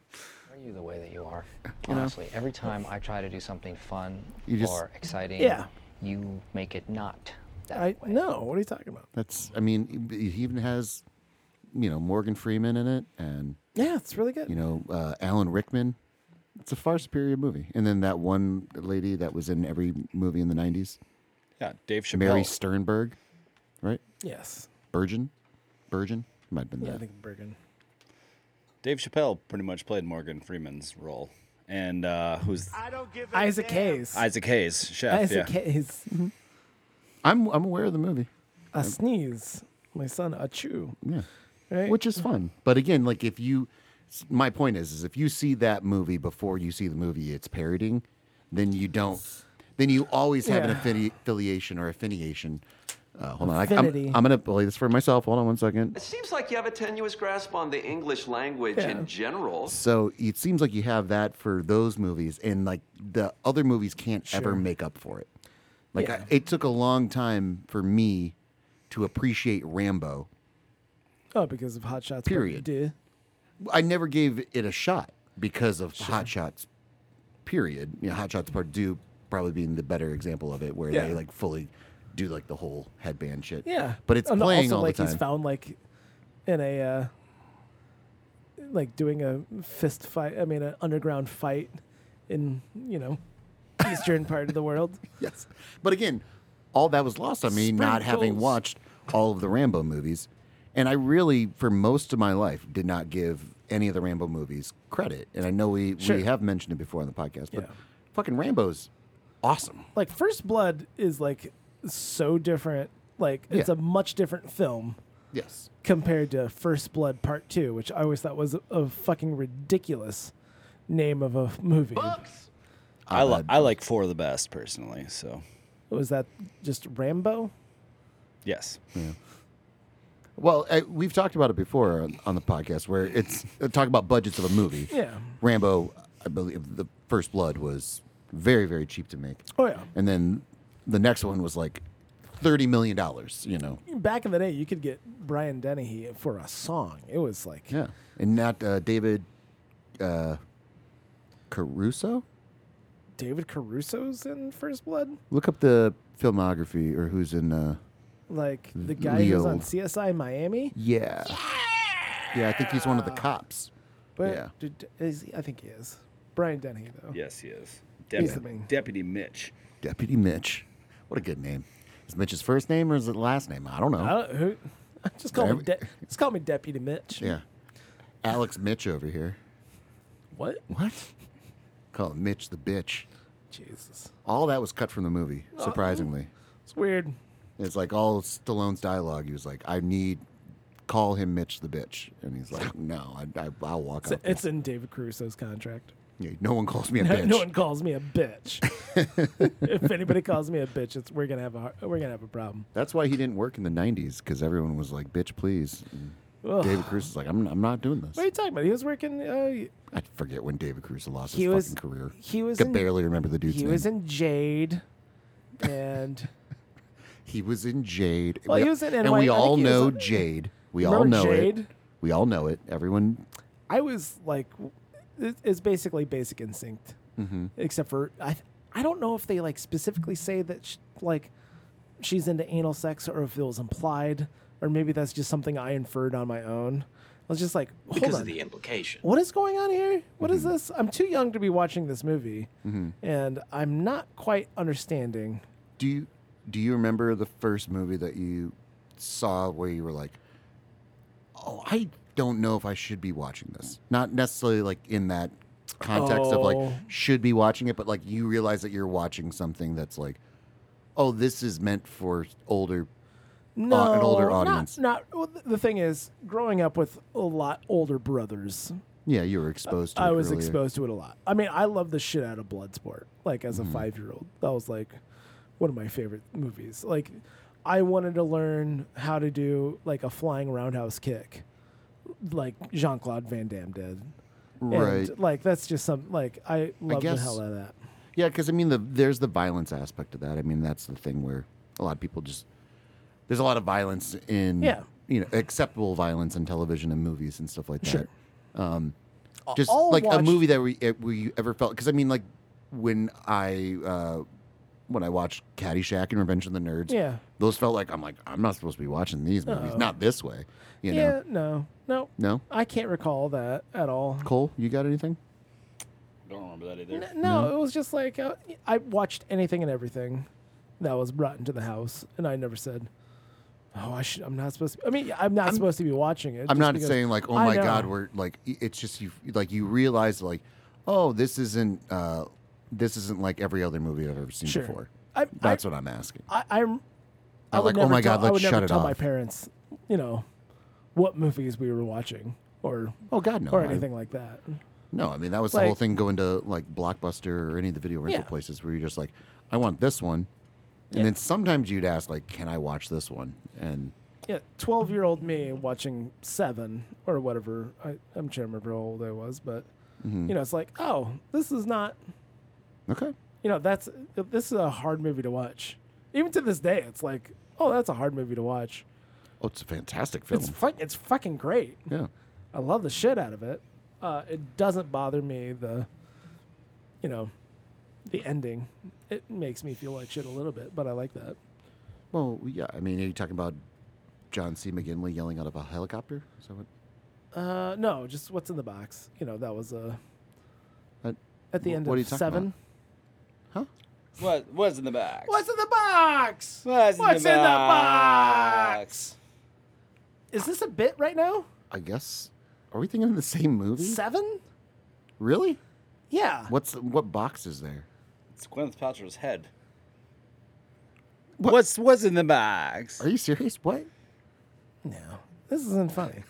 [SPEAKER 6] Are you the way that you are? Honestly, every time I try to do something fun
[SPEAKER 2] You just-
[SPEAKER 6] or exciting,
[SPEAKER 1] Yeah.
[SPEAKER 6] you make it not that
[SPEAKER 1] I
[SPEAKER 6] way.
[SPEAKER 1] no. What are you talking about?
[SPEAKER 2] that's. I mean, he even has, you know, Morgan Freeman in it, and
[SPEAKER 1] Yeah, it's really good.
[SPEAKER 2] you know, uh, Alan Rickman. It's a far superior movie. And then that one lady that was in every movie in the '90s,
[SPEAKER 3] Yeah, Dave Chappelle.
[SPEAKER 1] Oh.
[SPEAKER 2] Mary Sternberg, right?
[SPEAKER 1] yes.
[SPEAKER 2] Burgeon, Burgeon might have been
[SPEAKER 1] Yeah,
[SPEAKER 2] that.
[SPEAKER 1] I think Bergen.
[SPEAKER 3] Dave Chappelle pretty much played Morgan Freeman's role, and uh, who's
[SPEAKER 1] Isaac Hayes.
[SPEAKER 3] Isaac Hayes, chef.
[SPEAKER 1] Isaac
[SPEAKER 3] yeah.
[SPEAKER 1] Hayes.
[SPEAKER 2] I'm I'm aware of the movie.
[SPEAKER 1] A sneeze. My son, a chew.
[SPEAKER 2] Yeah.
[SPEAKER 1] Right?
[SPEAKER 2] Which is fun. But again, like if you s- my point is is if you see that movie before you see the movie it's parodying, then you don't then you always have an
[SPEAKER 1] Yeah.
[SPEAKER 2] affili- affiliation or affiliation. Uh, hold on. I, I'm,
[SPEAKER 1] Affinity.
[SPEAKER 2] I'm going to play this for myself. Hold on one second.
[SPEAKER 12] It seems like you have a tenuous grasp on the English language
[SPEAKER 1] Yeah.
[SPEAKER 12] in general.
[SPEAKER 2] So it seems like you have that for those movies, and like the other movies can't ever
[SPEAKER 1] Sure.
[SPEAKER 2] make up for it. Like
[SPEAKER 1] Yeah.
[SPEAKER 2] I, it took a long time for me to appreciate Rambo.
[SPEAKER 1] Oh, because of Hot Shots.
[SPEAKER 2] Period.
[SPEAKER 1] Duh.
[SPEAKER 2] I never gave it a shot because of Hot Shots. Period. You know, Hot Shots Part Two probably being the better example of it, where
[SPEAKER 1] Yeah.
[SPEAKER 2] they like fully do like the whole headband shit.
[SPEAKER 1] Yeah.
[SPEAKER 2] but it's
[SPEAKER 1] and
[SPEAKER 2] playing
[SPEAKER 1] also,
[SPEAKER 2] all
[SPEAKER 1] like,
[SPEAKER 2] the time.
[SPEAKER 1] He's found like in a uh, like doing a fist fight. I mean, an underground fight in you know eastern part of the world.
[SPEAKER 2] yes, but again, all that was lost on me not having
[SPEAKER 1] Sprinkles.
[SPEAKER 2] watched all of the Rambo movies, and I really, for most of my life, did not give any of the Rambo movies credit. And I know we
[SPEAKER 1] Sure.
[SPEAKER 2] we have mentioned it before on the podcast, but
[SPEAKER 1] Yeah.
[SPEAKER 2] fucking Rambo's awesome.
[SPEAKER 1] like First Blood is like so different. Like it's
[SPEAKER 2] Yeah.
[SPEAKER 1] a much different film
[SPEAKER 2] Yes.
[SPEAKER 1] compared to First Blood Part Two, which I always thought was a, a fucking ridiculous name of a movie.
[SPEAKER 3] I,
[SPEAKER 1] uh,
[SPEAKER 3] li- I like four the best personally. So
[SPEAKER 1] Was that just Rambo?
[SPEAKER 3] yes,
[SPEAKER 2] Hmm. Well, I, we've talked about it before on, on the podcast, where it's uh, talk about budgets of a movie.
[SPEAKER 1] Yeah.
[SPEAKER 2] Rambo, I believe the First Blood was very very cheap to make,
[SPEAKER 1] Oh yeah.
[SPEAKER 2] and then the next one was like thirty million dollars. You know,
[SPEAKER 1] Back in the day, you could get Brian Dennehy for a song. It was like
[SPEAKER 2] yeah, and not uh, David uh, Caruso.
[SPEAKER 1] David Caruso's in First Blood.
[SPEAKER 2] Look up the filmography or who's in. Uh,
[SPEAKER 1] Like the guy who's
[SPEAKER 2] Leo.
[SPEAKER 1] on CSI Miami.
[SPEAKER 2] yeah, Yeah, I think he's one of the cops.
[SPEAKER 1] But
[SPEAKER 2] yeah.
[SPEAKER 1] did, is, I think he is. Brian Denny, though.
[SPEAKER 3] Yes, he is.
[SPEAKER 1] He's
[SPEAKER 3] Deputy,
[SPEAKER 1] the main.
[SPEAKER 3] Deputy Mitch.
[SPEAKER 2] Deputy Mitch. What a good name. Is Mitch his first name or is it last name? I don't know.
[SPEAKER 1] I don't, who, just call me
[SPEAKER 2] Every-
[SPEAKER 1] de- just call me Deputy Mitch.
[SPEAKER 2] yeah. Alex Mitch over here.
[SPEAKER 1] What?
[SPEAKER 2] What? Call him Mitch the bitch.
[SPEAKER 1] Jesus,
[SPEAKER 2] All that was cut from the movie, surprisingly.
[SPEAKER 1] it's weird.
[SPEAKER 2] It's like all Stallone's dialogue. He was like, I need, call him Mitch the bitch. And he's like, no, I, I, I'll walk
[SPEAKER 1] It's,
[SPEAKER 2] out.
[SPEAKER 1] it's in David Caruso's contract.
[SPEAKER 2] Yeah, no one calls me a
[SPEAKER 1] No-
[SPEAKER 2] bitch.
[SPEAKER 1] No one calls me a bitch. if anybody calls me a bitch, it's, we're gonna have a har- we're gonna have a problem.
[SPEAKER 2] That's why he didn't work in the 90s because everyone was like, bitch, please. And
[SPEAKER 1] Ugh.
[SPEAKER 2] David Cruz is like, I'm, I'm not doing this.
[SPEAKER 1] What are you talking about? He was working. Uh,
[SPEAKER 2] I forget when David Cruz lost
[SPEAKER 1] He
[SPEAKER 2] his
[SPEAKER 1] was-
[SPEAKER 2] fucking career.
[SPEAKER 1] he was
[SPEAKER 2] Could
[SPEAKER 1] in-
[SPEAKER 2] barely remember the dude's
[SPEAKER 1] he
[SPEAKER 2] name.
[SPEAKER 1] was in Jade, and
[SPEAKER 2] he was in Jade.
[SPEAKER 1] Well,
[SPEAKER 2] We-
[SPEAKER 1] he was in
[SPEAKER 2] and
[SPEAKER 1] NY
[SPEAKER 2] we
[SPEAKER 1] I
[SPEAKER 2] all
[SPEAKER 1] think he was
[SPEAKER 2] know
[SPEAKER 1] in-
[SPEAKER 2] Jade. We all
[SPEAKER 1] Remember
[SPEAKER 2] know it.
[SPEAKER 1] Jade?
[SPEAKER 2] We all know it. Everyone,
[SPEAKER 1] I was like, it- it's basically Basic Instinct,
[SPEAKER 2] Mm-hmm.
[SPEAKER 1] except for I I don't know if they like specifically say that sh like she's into anal sex or if it was implied or maybe that's just something I inferred on my own. I was just like, hold
[SPEAKER 10] because
[SPEAKER 1] on.
[SPEAKER 10] of the implication.
[SPEAKER 1] what is going on here? What
[SPEAKER 2] Mm-hmm.
[SPEAKER 1] is this? I'm too young to be watching this movie, and I'm not quite understanding.
[SPEAKER 2] do you do you remember the first movie that you saw where you were like, oh, I don't know if I should be watching this? Not necessarily like in that context of
[SPEAKER 1] Oh.
[SPEAKER 2] like should be watching it, but like you realize that you're watching something that's like, oh, this is meant for older.
[SPEAKER 1] No,
[SPEAKER 2] Uh, an older
[SPEAKER 1] not-
[SPEAKER 2] audience.
[SPEAKER 1] Not, well, th- the thing is, growing up with a lot older brothers,
[SPEAKER 2] Yeah, you were exposed to.
[SPEAKER 1] I
[SPEAKER 2] it
[SPEAKER 1] was
[SPEAKER 2] earlier.
[SPEAKER 1] exposed to it a lot. I mean, I love the shit out of Bloodsport. Like as a
[SPEAKER 2] Mm-hmm.
[SPEAKER 1] five year old, that was like one of my favorite movies. Like I wanted to learn how to do like a flying roundhouse kick, like Jean Claude Van Damme did. And,
[SPEAKER 2] Right.
[SPEAKER 1] like that's just some like I love the
[SPEAKER 2] guess-
[SPEAKER 1] hell out of that.
[SPEAKER 2] Yeah, because I mean, the, there's the violence aspect of that. I mean, that's the thing where a lot of people just there's a lot of violence in
[SPEAKER 1] Yeah.
[SPEAKER 2] you know acceptable violence in television and movies and stuff like that.
[SPEAKER 1] Sure.
[SPEAKER 2] Um, just
[SPEAKER 1] I'll
[SPEAKER 2] like a
[SPEAKER 1] watch-
[SPEAKER 2] movie that we it, we ever felt because I mean, like when I uh, when I watched Caddyshack and Revenge of the Nerds,
[SPEAKER 1] Yeah.
[SPEAKER 2] those felt like I'm like I'm not supposed to be watching these movies,
[SPEAKER 1] Uh-oh.
[SPEAKER 2] not this way, you
[SPEAKER 1] yeah.
[SPEAKER 2] know.
[SPEAKER 1] No. No.
[SPEAKER 2] No,
[SPEAKER 1] I can't recall that at all.
[SPEAKER 2] Cole, you got anything?
[SPEAKER 3] Don't remember that either.
[SPEAKER 1] N- no, it was just like uh, I watched anything and everything that was brought into the house, and I never said, "Oh, I should." I'm not supposed. to. I mean, I'm not supposed to be watching it.
[SPEAKER 2] I'm
[SPEAKER 1] just
[SPEAKER 2] not
[SPEAKER 1] because
[SPEAKER 2] saying like, oh
[SPEAKER 1] I
[SPEAKER 2] my
[SPEAKER 1] know."
[SPEAKER 2] god, we're like, i- it's just you like you realize like, oh, this isn't uh, this isn't like every other movie I've ever seen
[SPEAKER 1] Sure.
[SPEAKER 2] before.
[SPEAKER 1] I,
[SPEAKER 2] That's what I'm asking.
[SPEAKER 1] I, I, I'm. I
[SPEAKER 2] Not
[SPEAKER 1] would
[SPEAKER 2] like, oh
[SPEAKER 1] never
[SPEAKER 2] my
[SPEAKER 1] tell-
[SPEAKER 2] god,
[SPEAKER 1] I
[SPEAKER 2] let's
[SPEAKER 1] would
[SPEAKER 2] shut
[SPEAKER 1] never
[SPEAKER 2] it
[SPEAKER 1] tell my
[SPEAKER 2] off.
[SPEAKER 1] parents, you know, what movies we were watching or
[SPEAKER 2] oh god, no,
[SPEAKER 1] or
[SPEAKER 2] I-
[SPEAKER 1] anything like that.
[SPEAKER 2] no, I mean that was the whole
[SPEAKER 1] Like-
[SPEAKER 2] thing going to like Blockbuster or any of the video rental
[SPEAKER 1] Yeah.
[SPEAKER 2] places where you're just like, I want this one, and then sometimes you'd ask like, can I watch this one? And
[SPEAKER 1] Yeah, twelve-year-old me watching Seven or whatever. I, I'm trying to remember how old I was, but
[SPEAKER 2] Mm-hmm.
[SPEAKER 1] you know, it's like, oh, this is not
[SPEAKER 2] okay,
[SPEAKER 1] you know that's this is a hard movie to watch even to this day it's like oh that's a hard movie to watch
[SPEAKER 2] oh, it's a fantastic film.
[SPEAKER 1] it's fuck it's fucking great
[SPEAKER 2] yeah,
[SPEAKER 1] i love the shit out of it uh, it doesn't bother me the you know the ending it makes me feel like shit a little bit but i like that
[SPEAKER 2] well, yeah. I mean, are you talking about John C. McGinley yelling out of a helicopter? Is that what?
[SPEAKER 1] uh, no just what's in the box you know that was uh,
[SPEAKER 2] That-
[SPEAKER 1] at the
[SPEAKER 2] wh-
[SPEAKER 1] end
[SPEAKER 2] what are you
[SPEAKER 1] of
[SPEAKER 2] talking
[SPEAKER 1] seven
[SPEAKER 2] about?
[SPEAKER 9] What was in the box?
[SPEAKER 1] what's in the box
[SPEAKER 9] What's in the box?
[SPEAKER 1] is this a bit right now
[SPEAKER 2] I guess. Are we thinking of the same
[SPEAKER 9] Mm-hmm.
[SPEAKER 2] movie?
[SPEAKER 1] seven
[SPEAKER 2] Really?
[SPEAKER 1] yeah
[SPEAKER 2] What's what box is there?
[SPEAKER 9] It's Gwyneth Paltrow's head. What's what's in the box?
[SPEAKER 2] Are you serious? What?
[SPEAKER 1] no this isn't funny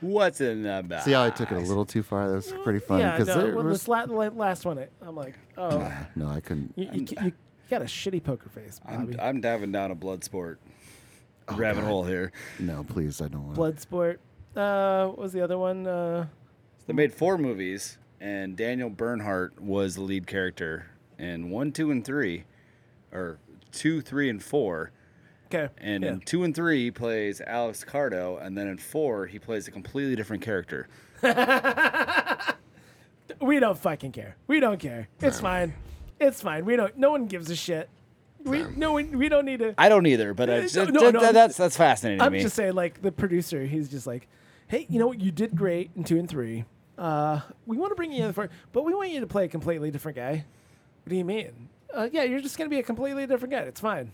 [SPEAKER 9] What's in the box?
[SPEAKER 2] See how I took it a little too far? That was pretty funny
[SPEAKER 1] Yeah,
[SPEAKER 2] because
[SPEAKER 1] no,
[SPEAKER 2] there
[SPEAKER 1] well,
[SPEAKER 2] was.
[SPEAKER 1] this la- la- last one, I- I'm like, oh,
[SPEAKER 2] no, I couldn't.
[SPEAKER 1] you, you, you got a shitty poker face,
[SPEAKER 9] I'm,
[SPEAKER 1] Bobby.
[SPEAKER 9] I'm diving down a blood sport
[SPEAKER 1] Oh,
[SPEAKER 9] rabbit hole here.
[SPEAKER 2] No, please, I don't want.
[SPEAKER 1] Bloodsport. Uh, what was the other one? Uh,
[SPEAKER 9] They made four movies, and Daniel Bernhardt was the lead character in one, two, and three, or two, three, and four.
[SPEAKER 1] okay.
[SPEAKER 9] And
[SPEAKER 1] yeah.
[SPEAKER 9] in two and three, he plays Alex Cardo, and then in four, he plays a completely different character.
[SPEAKER 1] we don't fucking care. We don't care. It's fine. It's fine. We don't. No one gives a shit. We no one. We don't need to.
[SPEAKER 9] I don't either, but it's,
[SPEAKER 1] No,
[SPEAKER 9] it-
[SPEAKER 1] no,
[SPEAKER 9] that-
[SPEAKER 1] no,
[SPEAKER 9] that-
[SPEAKER 1] I'm-
[SPEAKER 9] that's that's fascinating to
[SPEAKER 1] I'm
[SPEAKER 9] me.
[SPEAKER 1] just saying, like the producer, he's just like, hey, you know what? You did great in two and three. Uh, we want to bring you in for, but we want you to play a completely different guy. What do you mean? Uh, yeah, you're just gonna be a completely different guy. It's fine.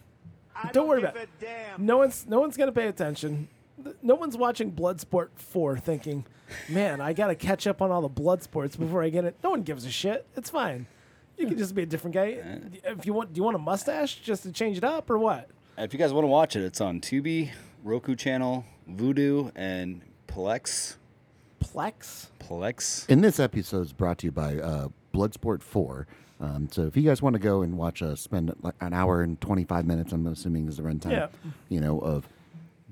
[SPEAKER 1] Don't, worry about it. No one's no one's gonna pay attention. Th- No one's watching Bloodsport four, thinking, "Man, I gotta catch up on all the Bloodsports before I get it." No one gives a shit. It's fine. You can just be a different guy. If you want, do you want a mustache just to change it up or what?
[SPEAKER 9] If you guys want to watch it, it's on Tubi, Roku channel, Voodoo, and Plex.
[SPEAKER 1] Plex?
[SPEAKER 9] Plex.
[SPEAKER 2] And this episode is brought to you by uh, Bloodsport 4. Um, so if you guys want to go and watch us spend like an hour and 25 minutes, I'm assuming is the runtime,
[SPEAKER 1] Yeah.
[SPEAKER 2] you know, of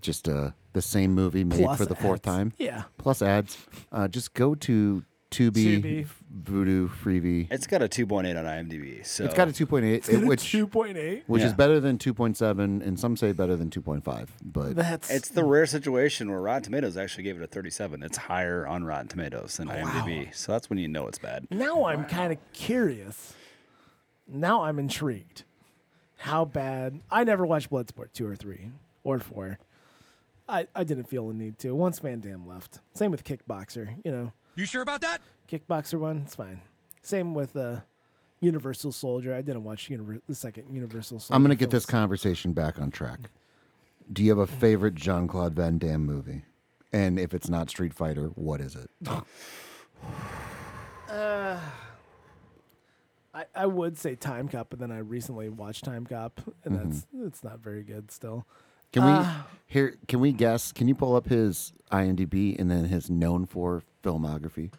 [SPEAKER 2] just uh, the same movie made
[SPEAKER 1] Plus
[SPEAKER 2] for the fourth
[SPEAKER 1] ads.
[SPEAKER 2] time.
[SPEAKER 1] Yeah.
[SPEAKER 2] Plus ads. Uh, just go to Tubi,
[SPEAKER 1] Tubi.
[SPEAKER 2] Voodoo, Freebie.
[SPEAKER 9] It's got a 2.8 on IMDb. So
[SPEAKER 2] it's got a 2.8,
[SPEAKER 1] It's got a
[SPEAKER 2] which,
[SPEAKER 1] 2.8?
[SPEAKER 2] which is
[SPEAKER 9] Yeah.
[SPEAKER 2] better than 2.7, and some say better than 2.5. But
[SPEAKER 1] That's
[SPEAKER 9] It's the rare situation where Rotten Tomatoes actually gave it a 37. It's higher on Rotten Tomatoes
[SPEAKER 1] Oh,
[SPEAKER 9] than IMDb. So that's when you know it's bad.
[SPEAKER 1] Now I'm kind of curious. Now I'm intrigued. How bad? I never watched Bloodsport two or three or four. I, I didn't feel the need to. Once Van Damme left. Same with Kickboxer. You know,
[SPEAKER 10] You sure about that?
[SPEAKER 1] Kickboxer one, it's fine. Same with uh, Universal Soldier. I didn't watch Univer- the second Universal Soldier.
[SPEAKER 2] I'm going to get this
[SPEAKER 1] films.
[SPEAKER 2] conversation back on track. Do you have a favorite Jean Claude Van Damme movie? And if it's not Street Fighter, what is it?
[SPEAKER 1] I, I would say Time Cop, but then I recently watched Time Cop, and
[SPEAKER 2] Mm-hmm.
[SPEAKER 1] that's it's not very good still.
[SPEAKER 2] Can we
[SPEAKER 1] Uh.
[SPEAKER 2] here? Can we guess? Can you pull up his IMDb and then his known for filmography?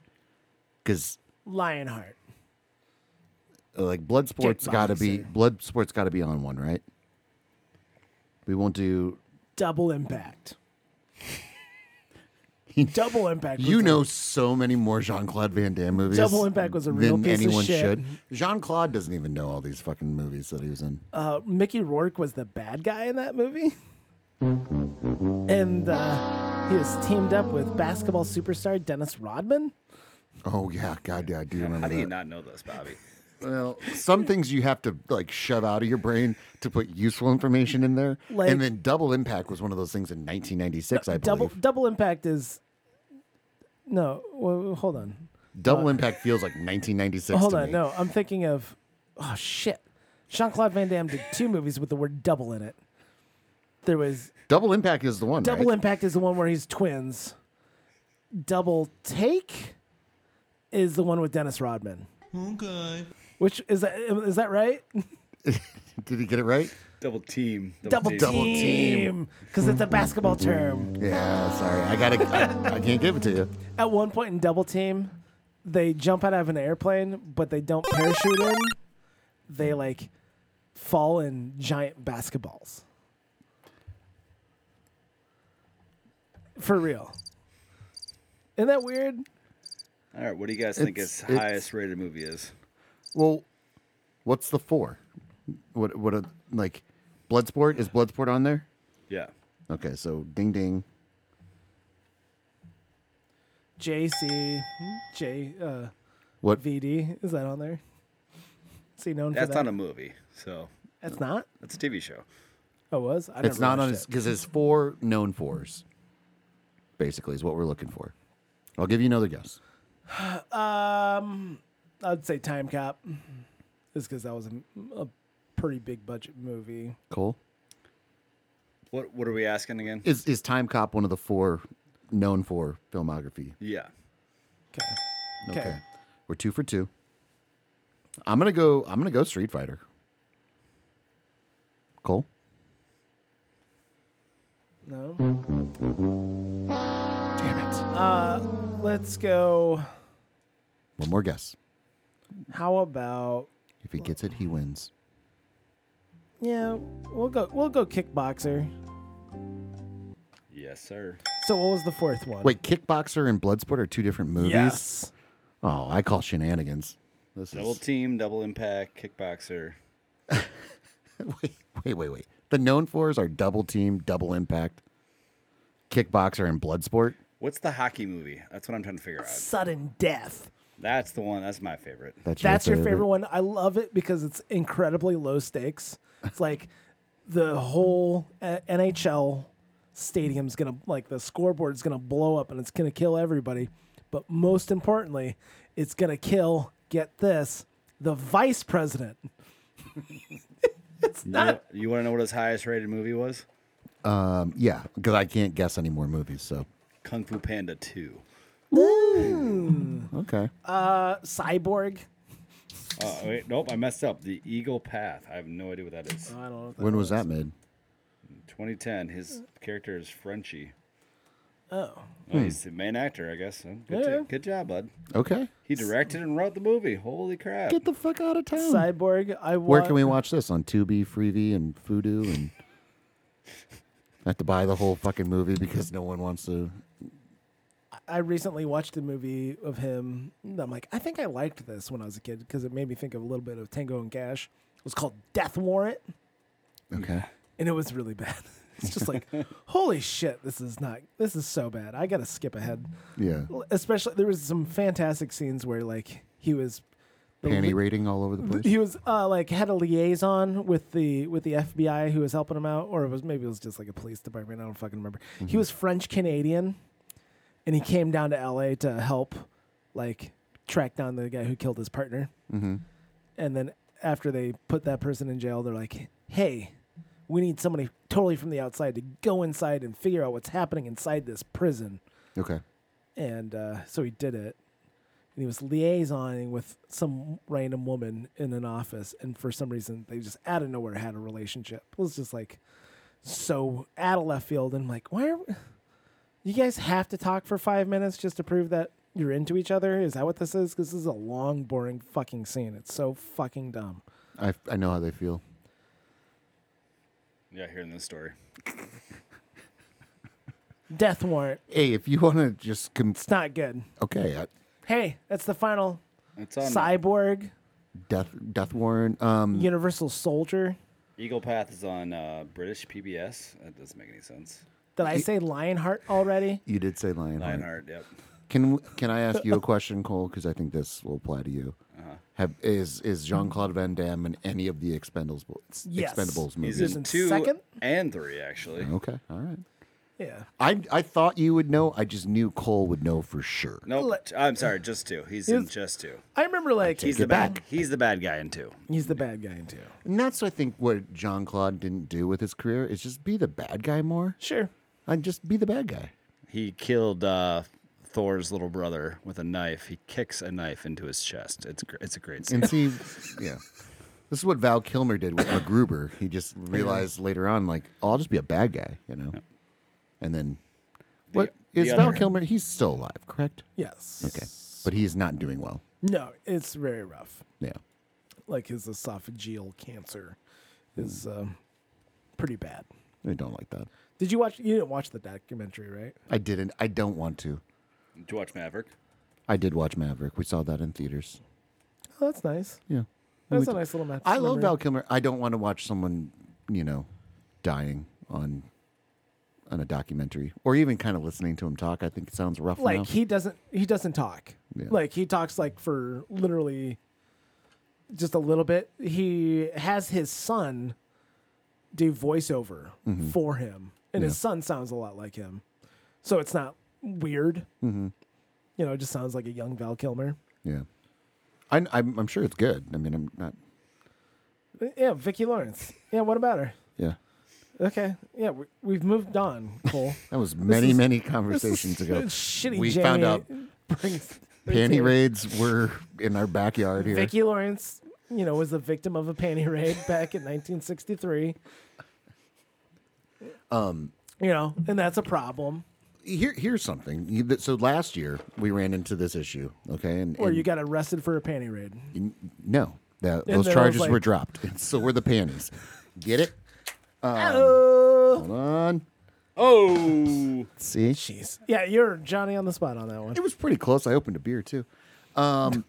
[SPEAKER 2] Because
[SPEAKER 1] Lionheart.
[SPEAKER 2] like Bloodsport's got to be Bloodsport's got to be on one, right? We won't do.
[SPEAKER 1] Double Impact. Double Impact. was
[SPEAKER 2] You
[SPEAKER 1] a-
[SPEAKER 2] know so many more Jean Claude Van Damme movies.
[SPEAKER 1] Double Impact was a real
[SPEAKER 2] than
[SPEAKER 1] piece of
[SPEAKER 2] anyone
[SPEAKER 1] shit.
[SPEAKER 2] should. Jean Claude doesn't even know all these fucking movies that he was in.
[SPEAKER 1] uh, Mickey Rourke was the bad guy in that movie, and uh, he was teamed up with basketball superstar Dennis Rodman.
[SPEAKER 2] Oh yeah, God, yeah, I do remember
[SPEAKER 9] How do
[SPEAKER 2] that.
[SPEAKER 9] you not know this, Bobby?
[SPEAKER 2] Well, some things you have to like shove out of your brain to put useful information in there.
[SPEAKER 1] Like-
[SPEAKER 2] and then Double Impact was one of those things in 1996, I believe.
[SPEAKER 1] Double
[SPEAKER 2] Double,
[SPEAKER 1] Double Impact is no. Well, hold on,
[SPEAKER 2] Impact feels like 1996
[SPEAKER 1] hold
[SPEAKER 2] to
[SPEAKER 1] on.
[SPEAKER 2] me.
[SPEAKER 1] No, I'm thinking of oh shit. Jean Claude Van Damme did two movies with the word double in it. There was
[SPEAKER 2] Double Impact is the one,
[SPEAKER 1] Double
[SPEAKER 2] right?
[SPEAKER 1] Impact is the one where he's twins. Double Take is the one with Dennis Rodman.
[SPEAKER 10] Okay.
[SPEAKER 1] Which is that is that right?
[SPEAKER 2] Did he get it right?
[SPEAKER 9] Double team.
[SPEAKER 1] Double
[SPEAKER 9] team.
[SPEAKER 1] team, because it's a basketball term.
[SPEAKER 2] Yeah, sorry. I got to I, I can't give it to you.
[SPEAKER 1] At one point in Double Team, they jump out of an airplane, but they don't parachute in. They like fall in giant basketballs. For real. Isn't that weird?
[SPEAKER 9] All right, what do you guys think
[SPEAKER 2] It's-
[SPEAKER 9] its
[SPEAKER 2] it's-
[SPEAKER 9] highest rated movie is?
[SPEAKER 2] Well, what's the 4? What what a like Bloodsport is Bloodsport on there?
[SPEAKER 9] Yeah.
[SPEAKER 2] Okay, so ding ding.
[SPEAKER 1] JC, J, uh,
[SPEAKER 2] What
[SPEAKER 1] VD. Is that on there? Is he known
[SPEAKER 9] That's
[SPEAKER 1] for that?
[SPEAKER 9] not a movie. So
[SPEAKER 1] That's not.
[SPEAKER 9] that's a TV show.
[SPEAKER 1] Oh, it was. I
[SPEAKER 2] It's
[SPEAKER 1] never
[SPEAKER 2] not on
[SPEAKER 1] watched
[SPEAKER 2] his
[SPEAKER 1] it.
[SPEAKER 2] because it's four known fours. Basically, is what we're looking for. I'll give you another guess.
[SPEAKER 1] Um, I'd say Time Cop, just because that was a, a pretty big budget movie.
[SPEAKER 2] Cole
[SPEAKER 9] What What are we asking again?
[SPEAKER 2] is is Time Cop one of the four known for filmography?
[SPEAKER 9] yeah.
[SPEAKER 1] Okay.
[SPEAKER 2] Okay,
[SPEAKER 1] 'Kay.
[SPEAKER 2] we're two for two. I'm gonna go. I'm gonna go Street Fighter. Cole,
[SPEAKER 1] No.
[SPEAKER 2] damn it!
[SPEAKER 1] Let's go.
[SPEAKER 2] One more guess.
[SPEAKER 1] How about
[SPEAKER 2] If he gets it, he wins.
[SPEAKER 1] yeah? We'll go. We'll go Kickboxer.
[SPEAKER 9] Yes, sir.
[SPEAKER 1] So what was the fourth one?
[SPEAKER 2] Wait, Kickboxer and Bloodsport are two different movies.
[SPEAKER 1] Yes.
[SPEAKER 2] Oh, I call shenanigans. This
[SPEAKER 9] Double
[SPEAKER 2] is
[SPEAKER 9] team, double impact, kickboxer.
[SPEAKER 2] wait, wait, wait, wait. The known fours are double team, double impact, kickboxer, and bloodsport.
[SPEAKER 9] What's the hockey movie? That's what I'm trying to figure out.
[SPEAKER 1] Sudden death.
[SPEAKER 9] That's the one. That's my favorite.
[SPEAKER 1] That's your favorite one. I love it because it's incredibly low stakes. It's like the whole uh, NHL stadium's gonna like the scoreboard's gonna blow up and it's gonna kill everybody. But most importantly, it's gonna kill. Get this, the vice president.
[SPEAKER 9] it's not. You, want to know what his highest rated movie was?
[SPEAKER 2] Um, yeah, because I can't guess any more movies. So
[SPEAKER 9] Kung Fu Panda Two.
[SPEAKER 1] Ooh.
[SPEAKER 2] Okay.
[SPEAKER 1] Uh, cyborg.
[SPEAKER 9] Uh, wait, nope, I messed up. The Eagle Path. I have no idea what that is.
[SPEAKER 1] I don't know. what
[SPEAKER 2] When was that made?
[SPEAKER 9] 2010. His character is Frenchie.
[SPEAKER 1] Oh.
[SPEAKER 9] Oh,
[SPEAKER 2] Hmm.
[SPEAKER 9] He's the main actor, I guess. So Good,
[SPEAKER 1] Yeah.
[SPEAKER 9] jo- good job, bud.
[SPEAKER 2] Okay.
[SPEAKER 9] He directed and wrote the movie. Holy crap!
[SPEAKER 2] Get the fuck out of town.
[SPEAKER 1] Cyborg. I.
[SPEAKER 2] Where
[SPEAKER 1] wa-
[SPEAKER 2] can we watch this on Tubi, Freebie, and Fudu? And I have to buy the whole fucking movie because no one wants to.
[SPEAKER 1] I recently watched a movie of him. and I'm like, I think I liked this when I was a kid because it made me think of a little bit of Tango and Cash. It was called Death Warrant,
[SPEAKER 2] Okay.
[SPEAKER 1] and it was really bad. It's just like, holy shit, this is not. This is so bad. I gotta skip ahead.
[SPEAKER 2] Yeah.
[SPEAKER 1] L- Especially there was some fantastic scenes where like he was. the
[SPEAKER 2] Panty
[SPEAKER 1] li-
[SPEAKER 2] rating all over the place.
[SPEAKER 1] He was uh, like had a liaison with the with the FBI who was helping him out, or it was maybe it was just like a police department. I don't fucking remember. He
[SPEAKER 2] Mhm.
[SPEAKER 1] was French Canadian, and he came down to L.A. to help, like track down the guy who killed his partner.
[SPEAKER 2] Mm-hmm.
[SPEAKER 1] And then after they put that person in jail, they're like, "Hey, we need somebody totally from the outside to go inside and figure out what's happening inside this prison."
[SPEAKER 2] Okay.
[SPEAKER 1] and uh, so he did it. And he was liaisoning with some random woman in an office, and for some reason, they just out of nowhere had a relationship. It was just like so out of left field, and I'm like, why are we- you guys have to talk for five minutes just to prove that you're into each other? Is that what this is? Because this is a long, boring fucking scene. It's so fucking dumb.
[SPEAKER 2] I, I know how they feel.
[SPEAKER 9] Yeah, hearing this story.
[SPEAKER 1] Death warrant.
[SPEAKER 2] Hey, if you want to just. Com-
[SPEAKER 1] It's not good.
[SPEAKER 2] okay. uh, I,
[SPEAKER 1] Hey, that's the final
[SPEAKER 9] It's on
[SPEAKER 1] cyborg
[SPEAKER 2] death Death Warrant. Um,
[SPEAKER 1] Universal Soldier.
[SPEAKER 9] Eagle Path is on uh, British PBS. That doesn't make any sense.
[SPEAKER 1] Did I say Lionheart already?
[SPEAKER 2] You did say Lionheart.
[SPEAKER 9] Lionheart. Yep.
[SPEAKER 2] Can can I ask you a question, Cole? Because I think this will apply to you.
[SPEAKER 9] Uh-huh.
[SPEAKER 2] Have is is Jean Claude Van Damme in any of the Expendables
[SPEAKER 1] Yes.
[SPEAKER 2] Expendables movies?
[SPEAKER 9] He's
[SPEAKER 1] He's in
[SPEAKER 9] in two
[SPEAKER 1] second?
[SPEAKER 9] and three actually.
[SPEAKER 2] Okay, all right.
[SPEAKER 1] Yeah.
[SPEAKER 2] I I thought you would know. I just knew Cole would know for sure.
[SPEAKER 9] Nope. t- I'm sorry. Just two. He's in
[SPEAKER 1] He's-
[SPEAKER 9] just two.
[SPEAKER 1] I remember like
[SPEAKER 9] He's
[SPEAKER 1] he's,
[SPEAKER 9] the bad. He's the bad guy in two.
[SPEAKER 1] the bad guy in two.
[SPEAKER 2] And that's I think what Jean Claude didn't do with his career is just be the bad guy more.
[SPEAKER 1] Sure.
[SPEAKER 2] I just be the bad guy.
[SPEAKER 9] He killed uh, Thor's little brother with a knife. He kicks a knife into his chest. It's gr- it's a great scene.
[SPEAKER 2] And see, yeah, this is what Val Kilmer did with MacGruber. He just realized later on, like, oh, I'll just be a bad guy, you know. And then, what
[SPEAKER 9] the
[SPEAKER 2] is Val
[SPEAKER 9] other-
[SPEAKER 2] Kilmer? He's still alive, correct?
[SPEAKER 1] Yes.
[SPEAKER 2] Okay, but he's not doing well.
[SPEAKER 1] No, it's very rough.
[SPEAKER 2] Yeah.
[SPEAKER 1] Like his esophageal cancer is um, pretty bad.
[SPEAKER 2] I don't like that.
[SPEAKER 1] Did you watch? You didn't watch the documentary, right?
[SPEAKER 2] I didn't. I don't want to.
[SPEAKER 9] Did you watch Maverick?
[SPEAKER 2] I did watch Maverick. We saw that in theaters.
[SPEAKER 1] Oh, that's nice.
[SPEAKER 2] Yeah.
[SPEAKER 1] That's a
[SPEAKER 2] We-
[SPEAKER 1] nice little match.
[SPEAKER 2] I love
[SPEAKER 1] memory.
[SPEAKER 2] Val Kilmer. I don't want to watch someone, you know, dying on on a documentary or even kind of listening to him talk. I think it sounds rough
[SPEAKER 1] Like
[SPEAKER 2] now.
[SPEAKER 1] he doesn't. He doesn't talk.
[SPEAKER 2] Yeah.
[SPEAKER 1] Like he talks like for literally just a little bit. He has his son do voiceover for him, and his
[SPEAKER 2] Mm-hmm. Yeah.
[SPEAKER 1] son sounds a lot like him. So it's not weird.
[SPEAKER 2] mm-hmm.
[SPEAKER 1] You know, it just sounds like a young Val Kilmer.
[SPEAKER 2] Yeah. I, I'm, I'm sure it's good. I mean, I'm not.
[SPEAKER 1] Yeah, Vicki Lawrence. Yeah, what about her?
[SPEAKER 2] Yeah.
[SPEAKER 1] Okay. Yeah, we, we've moved on, Cole.
[SPEAKER 2] That was many,
[SPEAKER 1] is-
[SPEAKER 2] many
[SPEAKER 1] This is
[SPEAKER 2] conversations ago.
[SPEAKER 1] Shitty
[SPEAKER 2] we
[SPEAKER 1] Jamie
[SPEAKER 2] found out
[SPEAKER 1] brings-
[SPEAKER 2] panty raids were in our backyard here.
[SPEAKER 1] Vicki Lawrence, you know, was the victim of a panty raid back in 1963.
[SPEAKER 2] Um,
[SPEAKER 1] You know, and that's a problem.
[SPEAKER 2] here, here's something. You- th- So last year we ran into this issue. Okay, and,
[SPEAKER 1] Or
[SPEAKER 2] and-
[SPEAKER 1] you got arrested for a panty raid.
[SPEAKER 2] no,
[SPEAKER 1] And
[SPEAKER 2] that, those
[SPEAKER 1] then I was
[SPEAKER 2] charges
[SPEAKER 1] like-
[SPEAKER 2] were dropped. So were the panties. Get it?
[SPEAKER 1] Oh,
[SPEAKER 2] Hold on.
[SPEAKER 9] Oh,
[SPEAKER 2] See,
[SPEAKER 1] jeez. Yeah, you're Johnny on the spot on that one.
[SPEAKER 2] it was pretty close. I opened a beer too. Um,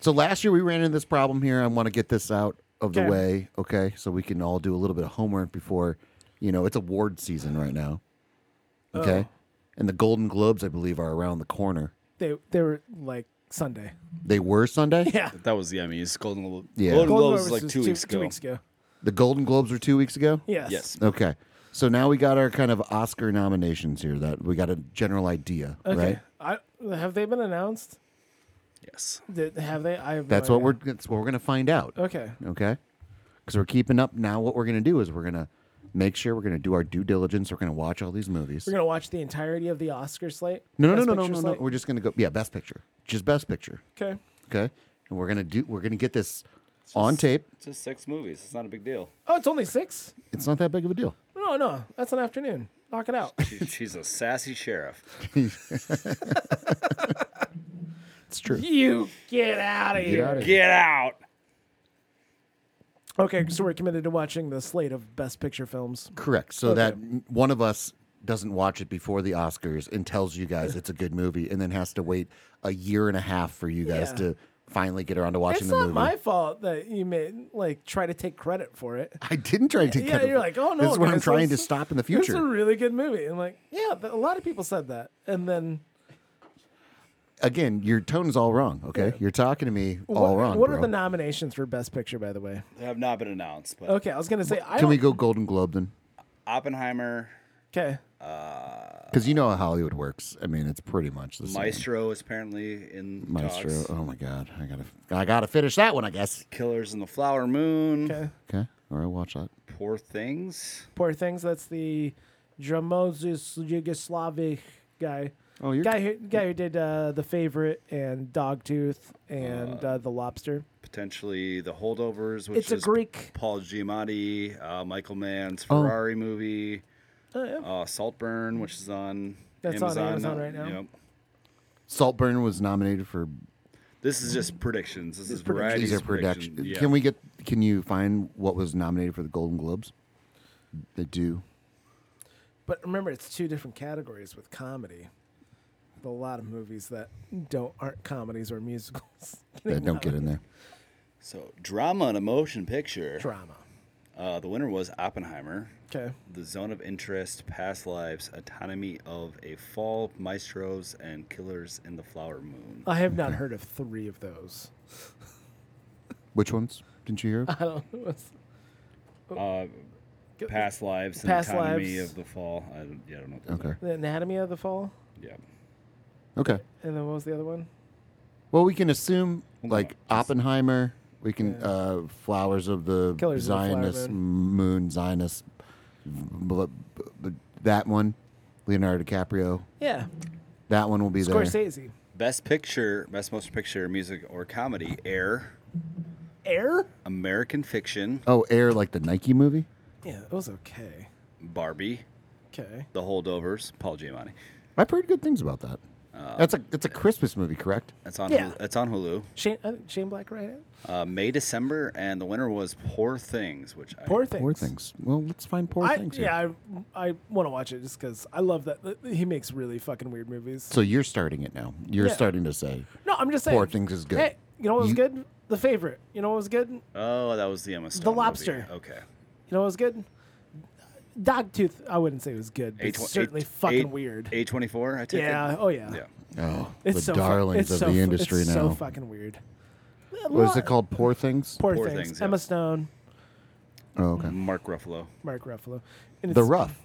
[SPEAKER 2] so last year we ran into this problem here. I want to get this out of the
[SPEAKER 1] Okay.
[SPEAKER 2] way, okay? So we can all do a little bit of homework before, you know, it's award season right now, okay?
[SPEAKER 1] Oh.
[SPEAKER 2] And the Golden Globes, I believe, are around the corner.
[SPEAKER 1] They they were like Sunday.
[SPEAKER 2] They were Sunday.
[SPEAKER 1] Yeah.
[SPEAKER 9] that was the Emmys. Golden Globe.
[SPEAKER 2] Yeah.
[SPEAKER 9] Golden
[SPEAKER 1] Golden
[SPEAKER 9] Globes was like
[SPEAKER 1] Globes was
[SPEAKER 9] two, weeks ago.
[SPEAKER 1] Two weeks ago.
[SPEAKER 2] The Golden Globes were two weeks ago.
[SPEAKER 1] Yes.
[SPEAKER 9] Yes.
[SPEAKER 2] Okay. So now we got our kind of Oscar nominations here. That we got a general idea, right?
[SPEAKER 1] I, have they been announced?
[SPEAKER 3] Yes.
[SPEAKER 1] Did, have they? I have no
[SPEAKER 2] That's what
[SPEAKER 1] idea.
[SPEAKER 2] we're that's what we're gonna find out.
[SPEAKER 1] Okay.
[SPEAKER 2] Okay. Because we're keeping up now. What we're gonna do is we're gonna make sure we're gonna do our due diligence. We're gonna watch all these movies.
[SPEAKER 1] We're gonna watch the entirety of the Oscar slate.
[SPEAKER 2] No, no,
[SPEAKER 1] Best
[SPEAKER 2] no, no,
[SPEAKER 1] Picture
[SPEAKER 2] no, no, no.
[SPEAKER 1] slate?
[SPEAKER 2] We're just gonna go. Yeah, best picture. Just best picture.
[SPEAKER 1] Okay.
[SPEAKER 2] Okay. And we're gonna do. We're gonna get this on tape.
[SPEAKER 3] It's just six movies. It's not a big deal.
[SPEAKER 1] Oh, it's only six.
[SPEAKER 2] It's not that big of a deal.
[SPEAKER 1] No, no, that's an afternoon. Knock it out.
[SPEAKER 3] She- she's a sassy sheriff.
[SPEAKER 2] it's true.
[SPEAKER 1] You get out of
[SPEAKER 2] Get
[SPEAKER 1] here.
[SPEAKER 2] outta
[SPEAKER 3] Get out.
[SPEAKER 1] Okay, so we're committed to watching the slate of best picture films.
[SPEAKER 2] Correct. So
[SPEAKER 1] Okay.
[SPEAKER 2] that one of us doesn't watch it before the Oscars and tells you guys it's a good movie, and then has to wait a year and a half for you guys
[SPEAKER 1] Yeah.
[SPEAKER 2] to finally get around to watching
[SPEAKER 1] it's
[SPEAKER 2] the
[SPEAKER 1] not
[SPEAKER 2] movie.
[SPEAKER 1] my fault that you made like try to take credit for it.
[SPEAKER 2] I didn't try to.
[SPEAKER 1] Yeah,
[SPEAKER 2] cut it.
[SPEAKER 1] you're like, oh no,
[SPEAKER 2] This is what I'm
[SPEAKER 1] guys,
[SPEAKER 2] trying to
[SPEAKER 1] that's-
[SPEAKER 2] stop in the
[SPEAKER 1] It's a
[SPEAKER 2] future.
[SPEAKER 1] really good movie. And like, yeah, th- a lot of people said that. And then
[SPEAKER 2] Again, your tone's all wrong. Okay, you're talking to me
[SPEAKER 1] what,
[SPEAKER 2] all wrong.
[SPEAKER 1] what are
[SPEAKER 2] bro.
[SPEAKER 1] the nominations for Best Picture, by the way?
[SPEAKER 3] They have not been announced, but
[SPEAKER 1] Okay, I was gonna say I
[SPEAKER 2] Can we go Golden Globe then?
[SPEAKER 3] Oppenheimer,
[SPEAKER 1] Okay.
[SPEAKER 2] Because you know how Hollywood works. I mean, it's pretty much the same.
[SPEAKER 3] Maestro is apparently in
[SPEAKER 2] Maestro.
[SPEAKER 9] uh.
[SPEAKER 3] talks.
[SPEAKER 2] Oh my God, I gotta, I gotta finish that one. I guess.
[SPEAKER 3] Killers in the Flower Moon.
[SPEAKER 1] Okay.
[SPEAKER 2] Okay. All right, watch that.
[SPEAKER 3] Poor Things.
[SPEAKER 1] Poor Things. That's the Dramosis Yugoslavic guy.
[SPEAKER 2] Oh, you're-
[SPEAKER 1] guy who guy who did uh, the favorite and Dogtooth and uh, the Lobster.
[SPEAKER 3] Potentially The Holdovers, which
[SPEAKER 1] It's a
[SPEAKER 3] is
[SPEAKER 1] Greek-
[SPEAKER 3] Paul Giamatti, uh, Michael Mann's
[SPEAKER 2] Oh.
[SPEAKER 3] Ferrari movie,
[SPEAKER 1] Oh, yeah.
[SPEAKER 3] uh, Saltburn, which is on
[SPEAKER 1] That's on
[SPEAKER 3] Amazon.
[SPEAKER 1] Amazon
[SPEAKER 3] uh,
[SPEAKER 1] right now.
[SPEAKER 3] Yep.
[SPEAKER 2] Saltburn was nominated for.
[SPEAKER 3] This is just predictions. This is variety.
[SPEAKER 2] These are production.
[SPEAKER 3] Yeah.
[SPEAKER 2] Can we get? Can you find what was nominated for the Golden Globes? They do.
[SPEAKER 1] But remember, it's two different categories with comedy. A lot of movies that don't aren't comedies or musicals.
[SPEAKER 2] They don't get in there.
[SPEAKER 3] So drama and a motion picture.
[SPEAKER 1] Drama.
[SPEAKER 3] Uh, the winner was Oppenheimer.
[SPEAKER 1] Okay.
[SPEAKER 3] The Zone of Interest, Past Lives, Autonomy of a Fall, Maestros, and Killers in the Flower Moon.
[SPEAKER 1] I have not heard of three of those.
[SPEAKER 2] Which ones? Didn't you hear?
[SPEAKER 1] I don't know. what's-
[SPEAKER 3] Past Lives and
[SPEAKER 1] Past
[SPEAKER 3] Autonomy
[SPEAKER 1] Lives.
[SPEAKER 3] of the Fall. I don't, yeah, I don't know. What those
[SPEAKER 2] Okay.
[SPEAKER 3] Are.
[SPEAKER 1] The Anatomy of the Fall,
[SPEAKER 3] Yeah.
[SPEAKER 2] Okay.
[SPEAKER 1] and then what was the other one?
[SPEAKER 2] Well, we can assume
[SPEAKER 3] Hold
[SPEAKER 2] like
[SPEAKER 3] on, just-
[SPEAKER 2] Oppenheimer. We can uh, flowers of the
[SPEAKER 1] Killers of the Flower
[SPEAKER 2] Zionist moon, Zionist. bl- bl- bl- that one, Leonardo DiCaprio.
[SPEAKER 1] Yeah,
[SPEAKER 2] That one will be there.
[SPEAKER 1] Scorsese.
[SPEAKER 3] Best Picture, Best Motion Picture, Music or Comedy, Air,
[SPEAKER 1] Air.
[SPEAKER 3] American Fiction,
[SPEAKER 2] Oh, Air, like the Nike movie.
[SPEAKER 1] Yeah, it was okay.
[SPEAKER 3] Barbie,
[SPEAKER 1] Okay.
[SPEAKER 3] The Holdovers, Paul Giamatti.
[SPEAKER 2] I've heard good things about that.
[SPEAKER 1] Uh,
[SPEAKER 2] that's a it's a Christmas movie, correct?
[SPEAKER 3] That's on.
[SPEAKER 1] Yeah.
[SPEAKER 3] Hulu, that's on Hulu.
[SPEAKER 1] Shane I think Shane Black right?
[SPEAKER 3] Uh, May December, and the winner was Poor Things, which I
[SPEAKER 1] Poor things.
[SPEAKER 2] Poor things. Well, let's find poor
[SPEAKER 1] I,
[SPEAKER 2] things. Here.
[SPEAKER 1] yeah, I, I want to watch it just because I love that that he makes really fucking weird movies.
[SPEAKER 2] So you're starting it now. You're
[SPEAKER 1] Yeah.
[SPEAKER 2] starting to say.
[SPEAKER 1] no, I'm just saying.
[SPEAKER 2] Poor Things is good.
[SPEAKER 1] Hey, you know what was
[SPEAKER 2] You-
[SPEAKER 1] good? The favorite. You know what was good? You
[SPEAKER 3] Oh, that was the Emma Stone.
[SPEAKER 1] Lobster.
[SPEAKER 3] Movie. Okay.
[SPEAKER 1] know what was good? Dogtooth. I wouldn't say it was good, but
[SPEAKER 3] A tw-
[SPEAKER 1] it's certainly
[SPEAKER 3] A-
[SPEAKER 1] fucking
[SPEAKER 3] A-
[SPEAKER 1] weird.
[SPEAKER 3] A24, I take
[SPEAKER 1] yeah.
[SPEAKER 3] it.
[SPEAKER 1] Oh yeah.
[SPEAKER 3] Yeah.
[SPEAKER 2] Oh, the
[SPEAKER 1] It's so fu-
[SPEAKER 2] darlings
[SPEAKER 1] it's
[SPEAKER 2] of
[SPEAKER 1] so
[SPEAKER 2] the
[SPEAKER 1] fu-
[SPEAKER 2] industry
[SPEAKER 1] it's
[SPEAKER 2] now.
[SPEAKER 1] So fucking weird.
[SPEAKER 2] what is it called? Poor things.
[SPEAKER 1] Poor,
[SPEAKER 3] Poor
[SPEAKER 1] things.
[SPEAKER 3] Things, yeah.
[SPEAKER 1] Emma Stone,
[SPEAKER 2] oh, okay.
[SPEAKER 3] Mark Ruffalo.
[SPEAKER 1] Mark Ruffalo. And
[SPEAKER 2] The
[SPEAKER 1] it's
[SPEAKER 2] rough.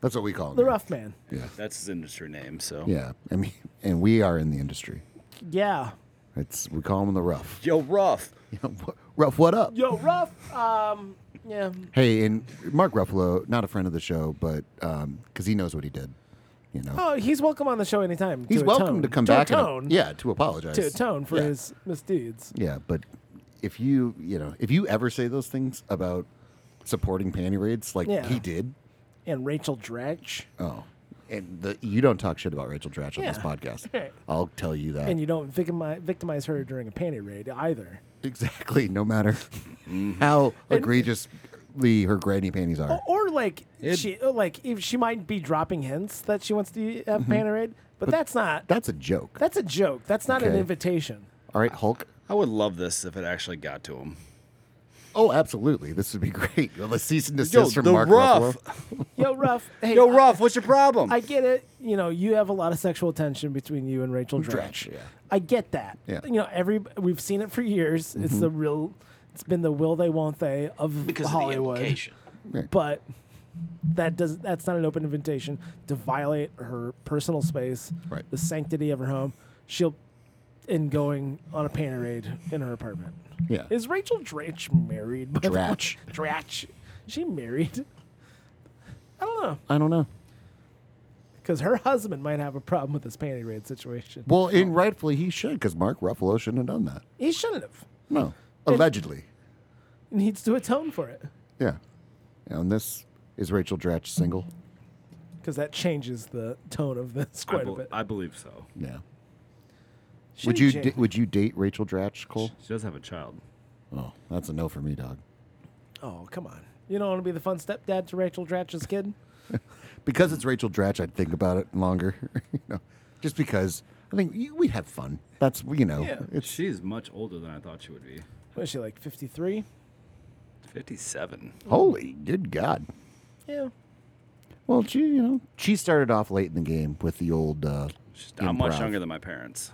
[SPEAKER 2] That's what we call it.
[SPEAKER 1] The
[SPEAKER 2] now.
[SPEAKER 1] Rough Man.
[SPEAKER 3] That's his industry name, so.
[SPEAKER 2] Yeah, I mean, and we are in the industry.
[SPEAKER 1] Yeah.
[SPEAKER 2] It's we call them the rough.
[SPEAKER 3] Yo, Ruff.
[SPEAKER 2] rough, what up?
[SPEAKER 1] Yo, Rough. Um. Yeah.
[SPEAKER 2] Hey, and Mark Ruffalo, not a friend of the show, but because he knows what he did, you know,
[SPEAKER 1] Oh, he's welcome on the show anytime.
[SPEAKER 2] he's
[SPEAKER 1] a
[SPEAKER 2] welcome
[SPEAKER 1] tone.
[SPEAKER 2] to come
[SPEAKER 1] a
[SPEAKER 2] back.
[SPEAKER 1] tone.
[SPEAKER 2] and, yeah, to apologize.
[SPEAKER 1] To atone for
[SPEAKER 2] yeah.
[SPEAKER 1] his misdeeds.
[SPEAKER 2] Yeah, but if you, you know, if you ever say those things about supporting panty raids, like
[SPEAKER 1] Yeah.
[SPEAKER 2] he did,
[SPEAKER 1] And Rachel Dratch.
[SPEAKER 2] oh, and the, you don't talk shit about Rachel Dratch on this
[SPEAKER 1] Yeah.
[SPEAKER 2] podcast.
[SPEAKER 1] Right.
[SPEAKER 2] I'll tell you that
[SPEAKER 1] And you don't victimize, victimize her during a panty raid either.
[SPEAKER 2] exactly. No matter how egregiously her granny panties are.
[SPEAKER 1] Or, or like
[SPEAKER 3] It-
[SPEAKER 1] she, uh, like if she might be dropping hints that she wants to have
[SPEAKER 2] Mm-hmm.
[SPEAKER 1] panty raid, but, that's not.
[SPEAKER 2] That's a joke.
[SPEAKER 1] that's a joke. That's not an
[SPEAKER 2] Okay.
[SPEAKER 1] invitation.
[SPEAKER 2] All right, Hulk.
[SPEAKER 3] I would love this if it actually got to him.
[SPEAKER 2] Oh, absolutely. This would be great. Well, the cease and desist from
[SPEAKER 3] the
[SPEAKER 2] Mark
[SPEAKER 3] rough.
[SPEAKER 2] Ruffalo.
[SPEAKER 1] Yo, Ruff. Hey,
[SPEAKER 3] Yo,
[SPEAKER 1] I-
[SPEAKER 3] Ruff, what's your problem?
[SPEAKER 1] I, get it. You know, you have a lot of sexual tension between you and Rachel Dratch.
[SPEAKER 2] Dratch, yeah.
[SPEAKER 1] I get that.
[SPEAKER 2] Yeah. Mm-hmm.
[SPEAKER 1] You know, every we've seen it for years. It's the real. It's been the will they won't they of
[SPEAKER 10] Because of the
[SPEAKER 1] Hollywood.
[SPEAKER 10] implication.
[SPEAKER 1] but That does that's not an open invitation to violate her personal space,
[SPEAKER 2] right.
[SPEAKER 1] the sanctity of her home. She'll in going on a panorade in her apartment.
[SPEAKER 2] Yeah.
[SPEAKER 1] Is Rachel Dratch married? by the way?
[SPEAKER 2] Dratch.
[SPEAKER 1] Dratch. Is she married? I don't know.
[SPEAKER 2] I don't know.
[SPEAKER 1] Because her husband might have a problem with this panty raid situation.
[SPEAKER 2] Well, and rightfully he should, because Mark Ruffalo shouldn't have done that.
[SPEAKER 1] he shouldn't have.
[SPEAKER 2] No, allegedly.
[SPEAKER 1] He needs to atone for it.
[SPEAKER 2] Yeah. And this is Rachel Dratch single.
[SPEAKER 1] Because that changes the tone of this
[SPEAKER 3] I,
[SPEAKER 1] quite
[SPEAKER 3] bel-
[SPEAKER 1] a bit.
[SPEAKER 3] I believe so.
[SPEAKER 2] Yeah.
[SPEAKER 1] She
[SPEAKER 2] would
[SPEAKER 1] in
[SPEAKER 2] you
[SPEAKER 1] jail.
[SPEAKER 2] da- would you date Rachel Dratch, Cole?
[SPEAKER 3] She does have a child.
[SPEAKER 2] Oh, that's a no for me, dog.
[SPEAKER 1] Oh, come on. You don't want to be the fun stepdad to Rachel Dratch's kid?
[SPEAKER 2] Because it's Rachel Dratch, I'd think about it longer. you know, just because I think y- we'd have fun. That's you know,
[SPEAKER 1] Yeah.
[SPEAKER 3] She's much older than I thought she would be.
[SPEAKER 1] What is she, like 53?
[SPEAKER 3] 57.
[SPEAKER 2] holy good God.
[SPEAKER 1] Yeah.
[SPEAKER 2] Well, she you know she started off late in the game with the old. Uh,
[SPEAKER 3] She's not much
[SPEAKER 2] improv.
[SPEAKER 3] younger than my parents.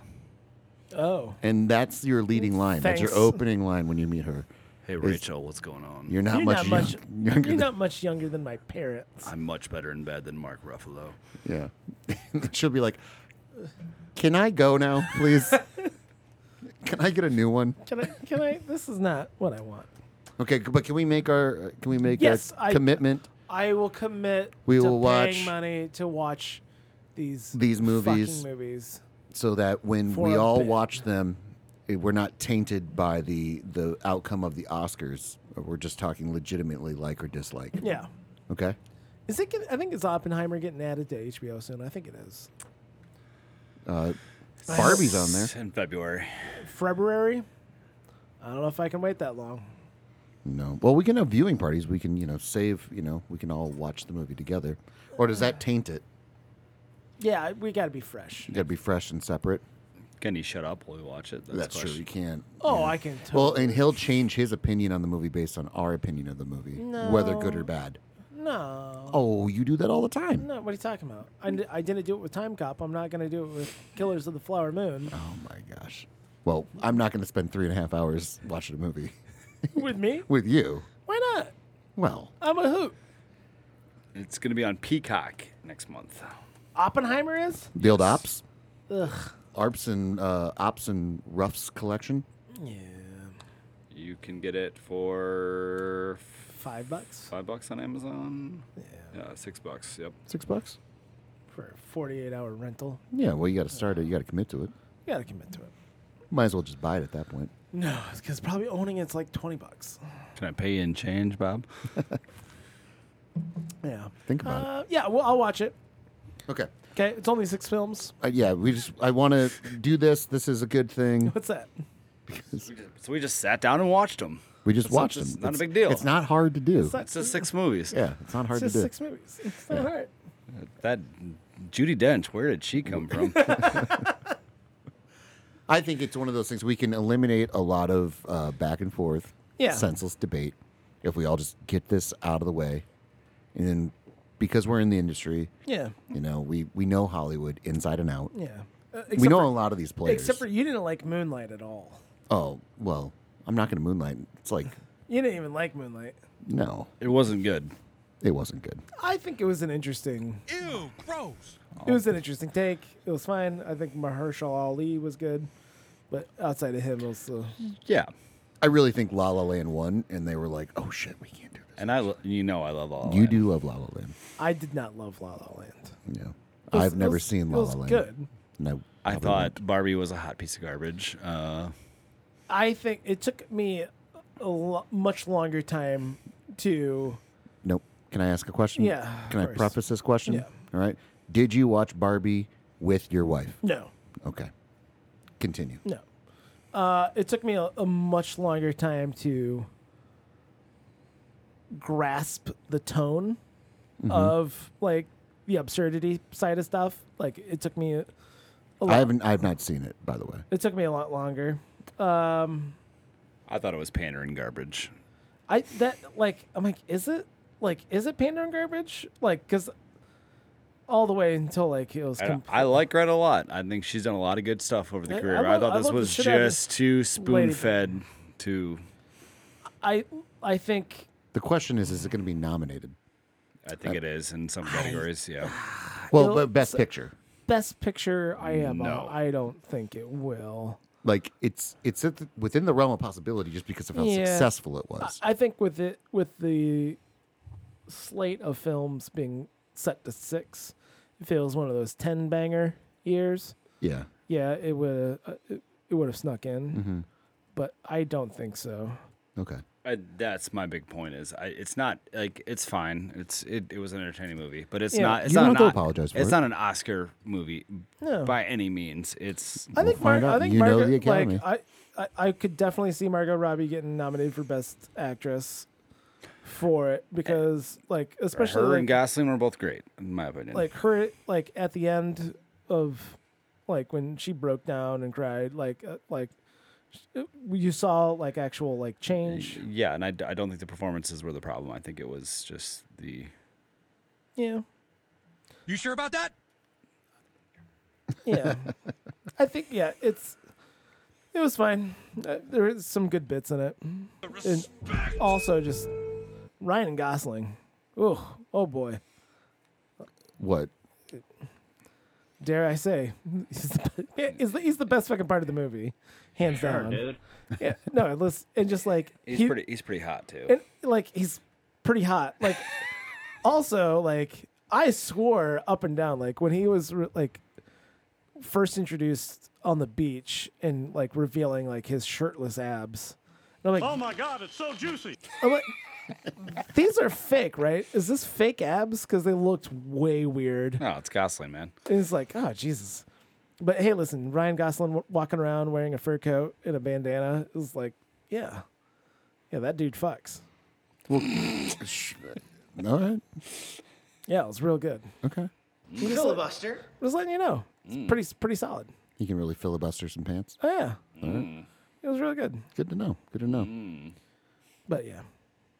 [SPEAKER 1] Oh.
[SPEAKER 2] And that's your leading line. That's
[SPEAKER 1] Thanks.
[SPEAKER 2] your opening line when you meet her.
[SPEAKER 3] Hey,
[SPEAKER 2] is,
[SPEAKER 3] Rachel, what's going on?
[SPEAKER 2] You're not
[SPEAKER 1] you're
[SPEAKER 2] much,
[SPEAKER 1] not much
[SPEAKER 2] young- younger.
[SPEAKER 1] You're
[SPEAKER 2] than,
[SPEAKER 1] not much younger than my parents.
[SPEAKER 3] I'm much better in bed than Mark Ruffalo.
[SPEAKER 2] yeah. She'll be like, "Can I go now, please? can I get a new one?
[SPEAKER 1] Can I can I this is not what I want.
[SPEAKER 2] Okay, c- but can we make our can we make
[SPEAKER 1] Yes,
[SPEAKER 2] a
[SPEAKER 1] I-
[SPEAKER 2] commitment?
[SPEAKER 1] I will commit
[SPEAKER 2] We
[SPEAKER 1] to
[SPEAKER 2] will
[SPEAKER 1] paying
[SPEAKER 2] watch
[SPEAKER 1] money to watch these
[SPEAKER 2] these movies.
[SPEAKER 1] fucking movies.
[SPEAKER 2] so that when
[SPEAKER 1] For
[SPEAKER 2] we
[SPEAKER 1] a
[SPEAKER 2] all
[SPEAKER 1] bit.
[SPEAKER 2] watch them, eh, we're not tainted by the the outcome of the Oscars. We're just talking legitimately like or dislike.
[SPEAKER 1] Yeah.
[SPEAKER 2] Okay.
[SPEAKER 1] Is it? get- I think it's Oppenheimer getting added to HBO soon. I think it is
[SPEAKER 2] Uh, Barbie's on there.
[SPEAKER 3] It's In February.
[SPEAKER 1] February. I don't know if I can wait that long.
[SPEAKER 2] No. Well, we can have viewing parties. We can you know save you know we can all watch the movie together. Or does that taint it?
[SPEAKER 1] Yeah, I- we got to be fresh.
[SPEAKER 2] You got to be fresh and separate.
[SPEAKER 3] Can you shut up while we watch it? the
[SPEAKER 2] That's, true.
[SPEAKER 3] question.
[SPEAKER 2] You can't.
[SPEAKER 1] Oh,
[SPEAKER 2] yeah.
[SPEAKER 1] I can.
[SPEAKER 2] Well,
[SPEAKER 1] Totally.
[SPEAKER 2] and he'll change his opinion on the movie based on our opinion of the movie, whether good or
[SPEAKER 1] No.
[SPEAKER 2] bad.
[SPEAKER 1] no,
[SPEAKER 2] Oh, you do that all the time.
[SPEAKER 1] no. What are you talking about? I, n- I didn't do it with Time Cop. I'm not going to do it with Killers of the Flower Moon.
[SPEAKER 2] Oh my gosh. Well, I'm not going to spend three and a half hours watching a movie Oh.
[SPEAKER 1] with me?
[SPEAKER 2] with you.
[SPEAKER 1] Why not?
[SPEAKER 2] Well,
[SPEAKER 1] I'm a hoot.
[SPEAKER 3] It's going to be on Peacock next month.
[SPEAKER 1] Oppenheimer is.
[SPEAKER 2] the old Ops,
[SPEAKER 1] Ugh.
[SPEAKER 2] Arps and uh, Ops and Ruffs collection.
[SPEAKER 1] Yeah.
[SPEAKER 3] You can get it for
[SPEAKER 1] Five bucks
[SPEAKER 3] five bucks on Amazon.
[SPEAKER 1] Yeah.
[SPEAKER 3] Yeah, six bucks. Yep.
[SPEAKER 2] Six bucks.
[SPEAKER 1] for a 48 hour rental.
[SPEAKER 2] Yeah. Well, you got to start it. You got to commit to it.
[SPEAKER 1] You got to commit to it.
[SPEAKER 2] Might as well just buy it at that point.
[SPEAKER 1] No, because probably owning it's like 20 bucks.
[SPEAKER 3] Can I pay you in change, Bob?
[SPEAKER 1] Yeah.
[SPEAKER 2] Think about
[SPEAKER 1] Uh, yeah, well, I'll watch it.
[SPEAKER 2] it. Okay.
[SPEAKER 1] Okay, it's only six films.
[SPEAKER 2] Uh, yeah. We just. I want to do this. This is a good thing.
[SPEAKER 1] What's that?
[SPEAKER 3] So we just sat down and watched them.
[SPEAKER 2] We just
[SPEAKER 3] It's not-
[SPEAKER 2] watched
[SPEAKER 3] it's
[SPEAKER 2] them.
[SPEAKER 3] not a big deal.
[SPEAKER 2] It's not hard to do.
[SPEAKER 1] not-
[SPEAKER 3] It's just six movies.
[SPEAKER 2] yeah. It's not hard
[SPEAKER 1] it's just
[SPEAKER 2] to do.
[SPEAKER 1] six movies. It's not hard.
[SPEAKER 3] That Judy Dench, where did she come from?
[SPEAKER 2] I think it's one of those things we can eliminate a lot of uh, back and forth,
[SPEAKER 1] Yeah.
[SPEAKER 2] senseless debate if we all just get this out of the way. And then because we're in the industry,
[SPEAKER 1] Yeah.
[SPEAKER 2] you know, we, we know Hollywood inside and out.
[SPEAKER 1] Yeah. Uh,
[SPEAKER 2] we
[SPEAKER 1] except
[SPEAKER 2] know
[SPEAKER 1] for-
[SPEAKER 2] a lot of these players.
[SPEAKER 1] Except for you didn't like Moonlight at all.
[SPEAKER 2] oh, well, I'm not going to moonlight. It's like,
[SPEAKER 1] You didn't even like Moonlight.
[SPEAKER 2] no,
[SPEAKER 3] it wasn't good.
[SPEAKER 2] it wasn't good.
[SPEAKER 1] I think it was an interesting.
[SPEAKER 10] Ew, gross.
[SPEAKER 1] It was an interesting take. It was fine. I think Mahershala Ali was good, but outside of him, uh, also
[SPEAKER 3] Yeah.
[SPEAKER 2] I really think La La Land won, and they were like, oh shit, we can't do this.
[SPEAKER 3] And I, lo- you know, I love all.
[SPEAKER 2] you
[SPEAKER 3] that.
[SPEAKER 2] do love La La Land.
[SPEAKER 1] I did not love La La Land.
[SPEAKER 2] Yeah.
[SPEAKER 1] was-
[SPEAKER 2] I've
[SPEAKER 1] it
[SPEAKER 2] never
[SPEAKER 1] was-
[SPEAKER 2] seen
[SPEAKER 1] it
[SPEAKER 2] La La
[SPEAKER 1] was
[SPEAKER 2] Land.
[SPEAKER 1] good.
[SPEAKER 2] No.
[SPEAKER 3] I thought Barbie was a hot piece of garbage. Uh,
[SPEAKER 1] I think it took me a lo- much longer time to.
[SPEAKER 2] Nope. Can I ask a question?
[SPEAKER 1] Yeah, of
[SPEAKER 2] Can I
[SPEAKER 1] course.
[SPEAKER 2] preface this question?
[SPEAKER 1] Yeah.
[SPEAKER 2] All right. Did you watch Barbie with your wife?
[SPEAKER 1] No,
[SPEAKER 2] Okay. Continue.
[SPEAKER 1] no. Uh, it took me a, a much longer time to grasp the tone of like the absurdity side of stuff. Like it took me a, a lot.
[SPEAKER 2] I haven't. I have not seen it, by the way.
[SPEAKER 1] it took me a lot longer.
[SPEAKER 3] I thought it was pandering garbage.
[SPEAKER 1] I that like I'm like is it like is it pandering garbage like because all the way until like it was.
[SPEAKER 3] I,
[SPEAKER 1] com-
[SPEAKER 3] I like Greta a lot. I think she's done a lot of good stuff over the
[SPEAKER 1] I- I
[SPEAKER 3] career. I,
[SPEAKER 1] love-
[SPEAKER 3] thought
[SPEAKER 1] I
[SPEAKER 3] this
[SPEAKER 1] love the
[SPEAKER 3] was
[SPEAKER 1] shit out of
[SPEAKER 3] just too
[SPEAKER 1] lady.
[SPEAKER 3] spoon fed to.
[SPEAKER 1] I I think
[SPEAKER 2] The question is: Is it going to be nominated?
[SPEAKER 3] I think it is in some categories. yeah.
[SPEAKER 2] Well,
[SPEAKER 1] It'll-
[SPEAKER 2] but best
[SPEAKER 1] so-
[SPEAKER 2] picture.
[SPEAKER 1] Best picture, I am.
[SPEAKER 2] No.
[SPEAKER 1] I don't think it will.
[SPEAKER 2] Like it's it's at the- within the realm of possibility just because of how
[SPEAKER 1] Yeah.
[SPEAKER 2] successful it was.
[SPEAKER 1] I, I think with it with the slate of films being set to six, if it was one of those ten banger years,
[SPEAKER 2] Yeah.
[SPEAKER 1] yeah, it would uh, it, it would have snuck in,
[SPEAKER 2] Mhm.
[SPEAKER 1] but I don't think so.
[SPEAKER 2] Okay.
[SPEAKER 3] I, that's my big point. Is I, it's not like it's fine. It's it, it was an entertaining movie, but it's
[SPEAKER 1] Yeah.
[SPEAKER 3] not. It's
[SPEAKER 2] You
[SPEAKER 3] not an
[SPEAKER 2] don't have to
[SPEAKER 3] O-
[SPEAKER 2] apologize for
[SPEAKER 3] It's
[SPEAKER 2] it.
[SPEAKER 3] not an Oscar movie
[SPEAKER 1] No.
[SPEAKER 3] by any means. It's
[SPEAKER 1] I think
[SPEAKER 2] find
[SPEAKER 1] Mar- I
[SPEAKER 2] out.
[SPEAKER 1] think
[SPEAKER 2] You know
[SPEAKER 1] Margot,
[SPEAKER 2] the Academy.
[SPEAKER 1] like I, I, I could definitely see Margot Robbie getting nominated for Best Actress for it because like especially
[SPEAKER 3] her
[SPEAKER 1] like,
[SPEAKER 3] and Gosling were both great in my opinion.
[SPEAKER 1] like her like at the end of like when she broke down and cried like uh, like sh- you saw like actual like change
[SPEAKER 3] yeah, and I, d- I don't think the performances were the problem. I think it was just the
[SPEAKER 1] yeah
[SPEAKER 13] You sure about that?
[SPEAKER 1] yeah i think yeah it's it was fine uh, there is some good bits in it and also just ryan gosling oh oh boy
[SPEAKER 2] What?
[SPEAKER 1] dare i say he's the, be- he's the, he's the best fucking part of the movie hands down yeah no let's and just like
[SPEAKER 3] he's
[SPEAKER 1] he-
[SPEAKER 3] pretty he's pretty hot too.
[SPEAKER 1] and like he's pretty hot. Like also like I swore up and down like when he was re- like first introduced on the beach and like revealing like his shirtless abs. And I'm like,
[SPEAKER 4] oh my God, it's so juicy.
[SPEAKER 1] I'm like these are fake, right? Is this fake abs? Because they looked way weird.
[SPEAKER 3] no, Oh, it's Gosling, man.
[SPEAKER 1] And it's like, oh Jesus. But hey, listen, Ryan Gosling w- walking around wearing a fur coat and a bandana is like, yeah, yeah, that dude fucks.
[SPEAKER 2] Well, sh- all right.
[SPEAKER 1] Yeah, it was real good.
[SPEAKER 2] Okay.
[SPEAKER 12] Filibuster.
[SPEAKER 1] Just letting you know, it's pretty pretty solid.
[SPEAKER 2] He can really filibuster some pants.
[SPEAKER 1] Oh, yeah,
[SPEAKER 2] All right.
[SPEAKER 1] it was really good.
[SPEAKER 2] Good to know. Good to know.
[SPEAKER 1] But yeah,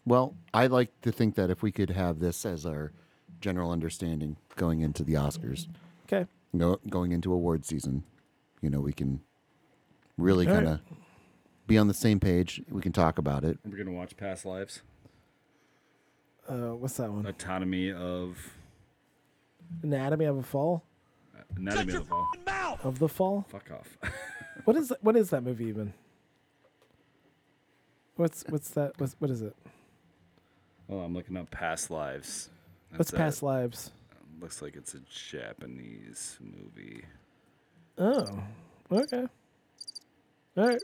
[SPEAKER 2] Well, I like to think that if we could have this as our general understanding going into the Oscars,
[SPEAKER 1] okay,
[SPEAKER 2] you know, going into award season, you know, we can really
[SPEAKER 1] All right.
[SPEAKER 2] kind of be on the same page. We can talk about it.
[SPEAKER 3] We're gonna watch Past Lives,
[SPEAKER 1] uh, what's that one?
[SPEAKER 3] Autonomy of
[SPEAKER 1] Anatomy of a Fall
[SPEAKER 3] Anatomy of the Fall.
[SPEAKER 1] of the Fall.
[SPEAKER 3] Fuck off.
[SPEAKER 1] What is that, what is that movie even? What's what's that? What's, what is it?
[SPEAKER 3] well, I'm looking up Past Lives.
[SPEAKER 1] What's
[SPEAKER 3] That's a-
[SPEAKER 1] Past Lives?
[SPEAKER 3] Looks like it's a Japanese movie.
[SPEAKER 1] Oh, okay, all right.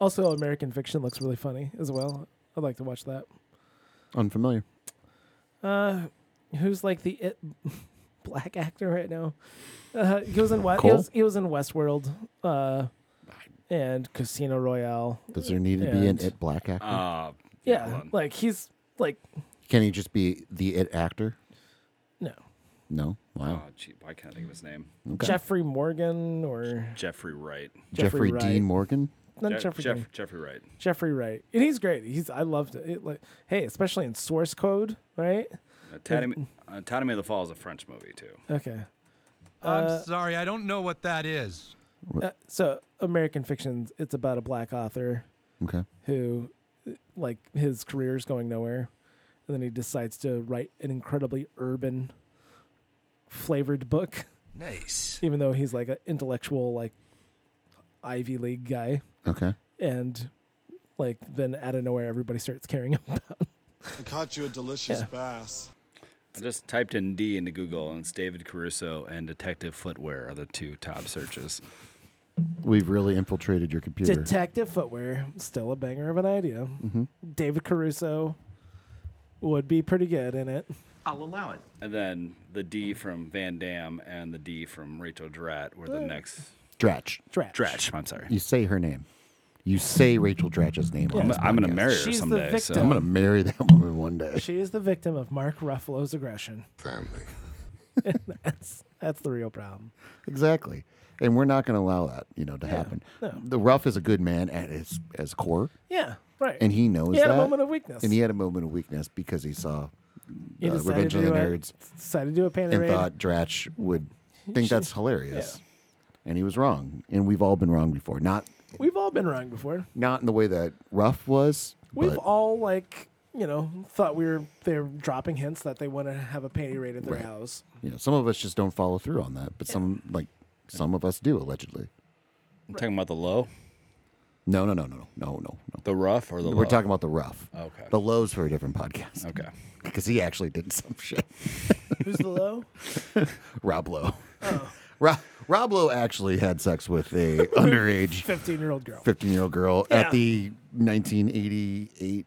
[SPEAKER 1] Also, American Fiction looks really funny as well. I'd like to watch that.
[SPEAKER 2] Unfamiliar.
[SPEAKER 1] Uh, who's like the it black actor right now? Uh, he was in what? He
[SPEAKER 2] Cole?
[SPEAKER 1] was, he was in Westworld, uh, and Casino Royale.
[SPEAKER 2] Does there need to be an
[SPEAKER 1] And-
[SPEAKER 2] it black actor?
[SPEAKER 1] Hmm.
[SPEAKER 3] Uh,
[SPEAKER 1] Yeah,
[SPEAKER 3] hold on.
[SPEAKER 1] like he's like
[SPEAKER 2] can he just be the it actor?
[SPEAKER 1] no
[SPEAKER 2] No.
[SPEAKER 1] Uh,
[SPEAKER 2] Wow.
[SPEAKER 3] Oh, gee, why can't I think of his name?
[SPEAKER 2] Okay.
[SPEAKER 1] Jeffrey Morgan or
[SPEAKER 3] Jeffrey Wright.
[SPEAKER 1] Jeffrey
[SPEAKER 2] Jeffrey,
[SPEAKER 1] Wright.
[SPEAKER 2] Dean Morgan.
[SPEAKER 1] not
[SPEAKER 3] Je-
[SPEAKER 1] Jeffrey
[SPEAKER 3] Jeff-
[SPEAKER 1] Dean-
[SPEAKER 3] Jeffrey Wright.
[SPEAKER 1] Jeffrey Wright, and he's great. He's I loved it. it like, hey, especially in Source Code, right?
[SPEAKER 3] Autonomy, Autonomy of the Fall is a French movie too.
[SPEAKER 1] Okay,
[SPEAKER 13] I'm sorry, I don't know what that is.
[SPEAKER 1] uh, so American Fiction's it's about a black author
[SPEAKER 2] Okay.
[SPEAKER 1] who like his career's going nowhere and then he decides to write an incredibly urban flavored book
[SPEAKER 13] Nice.
[SPEAKER 1] even though he's like an intellectual like ivy league guy
[SPEAKER 2] Okay.
[SPEAKER 1] and like then out of nowhere everybody starts caring him about
[SPEAKER 14] I caught you a delicious
[SPEAKER 1] Yeah.
[SPEAKER 14] bass.
[SPEAKER 3] I just typed in D into Google, and it's David Caruso and Detective Footwear are the two top searches.
[SPEAKER 2] We've really infiltrated your computer.
[SPEAKER 1] detective footwear still a banger of an idea
[SPEAKER 2] Mm-hmm.
[SPEAKER 1] david caruso would be pretty good in it
[SPEAKER 12] I'll allow it.
[SPEAKER 3] And then the D from Van Damme and the D from Rachel Dratch were the next.
[SPEAKER 2] Dratch.
[SPEAKER 1] Dratch.
[SPEAKER 3] Dratch, I'm sorry.
[SPEAKER 2] You say her name. You say Rachel Dratch's name. on
[SPEAKER 3] I'm,
[SPEAKER 2] this
[SPEAKER 3] I'm gonna
[SPEAKER 2] podcast.
[SPEAKER 3] marry her
[SPEAKER 1] She's the
[SPEAKER 3] someday. So
[SPEAKER 1] victim.
[SPEAKER 2] I'm gonna marry that woman one day.
[SPEAKER 1] she is the victim of mark ruffalo's aggression
[SPEAKER 14] Family.
[SPEAKER 1] that's that's the real problem
[SPEAKER 2] Exactly. And we're not going to allow that, you know, to happen. The rough is a good man at his as core,
[SPEAKER 1] yeah right
[SPEAKER 2] and he knows
[SPEAKER 1] he had
[SPEAKER 2] that.
[SPEAKER 1] a moment of weakness
[SPEAKER 2] and he had a moment of weakness because he saw
[SPEAKER 1] He
[SPEAKER 2] uh,
[SPEAKER 1] decided
[SPEAKER 2] Revenge
[SPEAKER 1] to
[SPEAKER 2] of the
[SPEAKER 1] do a-
[SPEAKER 2] Nerds
[SPEAKER 1] decided to do a panda
[SPEAKER 2] and
[SPEAKER 1] raid.
[SPEAKER 2] thought Dratch would think that's hilarious, and he was wrong. And we've all been wrong before. Not
[SPEAKER 1] We've all been wrong before.
[SPEAKER 2] not in the way that Ruff was,
[SPEAKER 1] We've
[SPEAKER 2] but
[SPEAKER 1] all like you know, thought we were they're dropping hints that they want to have a panty raid at their
[SPEAKER 2] Right.
[SPEAKER 1] house.
[SPEAKER 2] You know, some of us just don't follow through on that, but some like some of us do allegedly.
[SPEAKER 9] I'm talking about the low.
[SPEAKER 2] No, no, no, no, no, no, no.
[SPEAKER 9] The rough or the
[SPEAKER 2] We're
[SPEAKER 3] Uh,
[SPEAKER 9] low?
[SPEAKER 2] talking about the rough.
[SPEAKER 9] Okay.
[SPEAKER 2] The lows for a different podcast.
[SPEAKER 9] Okay.
[SPEAKER 2] Because he actually did some shit.
[SPEAKER 1] Who's the low?
[SPEAKER 2] Rob Lowe. Rob, Rob Lowe actually had sex with a underage
[SPEAKER 1] 15-year-old girl.
[SPEAKER 2] 15 year old girl
[SPEAKER 1] Yeah.
[SPEAKER 2] at the 1988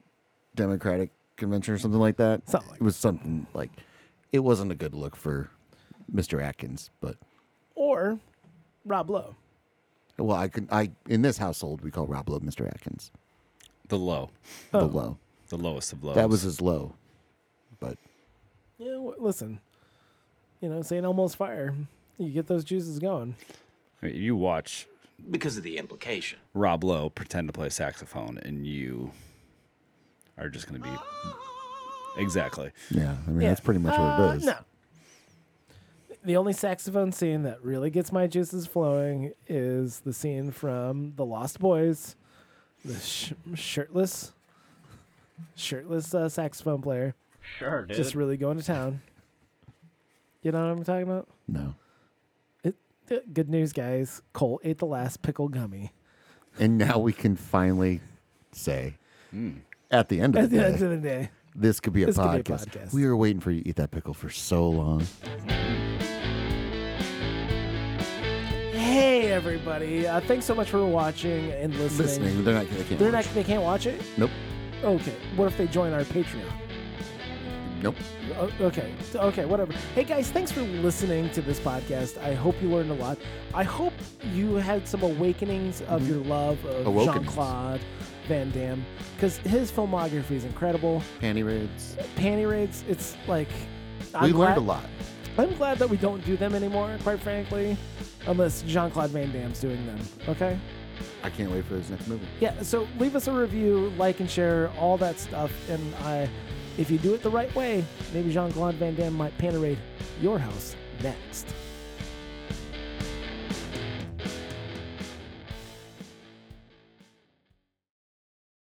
[SPEAKER 2] Democratic Convention or something like that.
[SPEAKER 1] Something
[SPEAKER 2] it was something like it wasn't a good look for Mr. Atkins, but
[SPEAKER 1] Or Rob Lowe.
[SPEAKER 2] well, I can I in this household we call Rob Lowe Mr. Atkins.
[SPEAKER 9] The low.
[SPEAKER 2] The
[SPEAKER 1] Oh.
[SPEAKER 2] low.
[SPEAKER 9] The lowest of lows.
[SPEAKER 2] That was his low. But
[SPEAKER 1] Yeah, w- listen. You know, St. Elmo's fire. You get those juices going.
[SPEAKER 9] I mean, You watch
[SPEAKER 10] Because of the implication.
[SPEAKER 9] Rob Lowe pretend to play saxophone, and you are just going to be
[SPEAKER 1] Ah.
[SPEAKER 9] exactly.
[SPEAKER 2] yeah, I mean
[SPEAKER 1] Yeah.
[SPEAKER 2] that's pretty much what
[SPEAKER 1] Uh,
[SPEAKER 2] it is.
[SPEAKER 1] No. The only saxophone scene that really gets my juices flowing is the scene from The Lost Boys, the sh- shirtless, shirtless uh, saxophone player.
[SPEAKER 15] Sure, dude.
[SPEAKER 1] Just really going to town. You know what I'm talking about?
[SPEAKER 2] No.
[SPEAKER 1] It, uh, good news, guys. Cole ate the last pickle gummy.
[SPEAKER 2] And now we can finally say at the end of
[SPEAKER 1] At
[SPEAKER 2] the,
[SPEAKER 1] the
[SPEAKER 2] day,
[SPEAKER 1] end of the day,
[SPEAKER 2] this could be a,
[SPEAKER 1] this could
[SPEAKER 2] podcast.
[SPEAKER 1] be a podcast.
[SPEAKER 2] We were waiting for you to eat that pickle for so long.
[SPEAKER 1] Hey, everybody. Uh, thanks so much for watching and listening.
[SPEAKER 2] Listening, they're not they can't.
[SPEAKER 1] They're not, they can't watch it?
[SPEAKER 2] Nope.
[SPEAKER 1] Okay. What if they join our Patreon?
[SPEAKER 2] Nope.
[SPEAKER 1] O- Okay. Okay, whatever. Hey guys, thanks for listening to this podcast. I hope you learned a lot. I hope you had some awakenings of
[SPEAKER 2] Mm-hmm.
[SPEAKER 1] your love of
[SPEAKER 2] Awokenings.
[SPEAKER 1] Jean-Claude Van Damme cuz his filmography is incredible.
[SPEAKER 2] Panty raids.
[SPEAKER 1] Panty raids, it's like I'm
[SPEAKER 2] we learned
[SPEAKER 1] glad-
[SPEAKER 2] a lot.
[SPEAKER 1] I'm glad that we don't do them anymore, quite frankly, unless Jean-Claude Van Damme's doing them. Okay?
[SPEAKER 2] I can't wait for his next movie.
[SPEAKER 1] Yeah, so leave us a review, like and share, all that stuff. And I, if you do it the right way, maybe Jean Claude Van Damme might panorate your house next.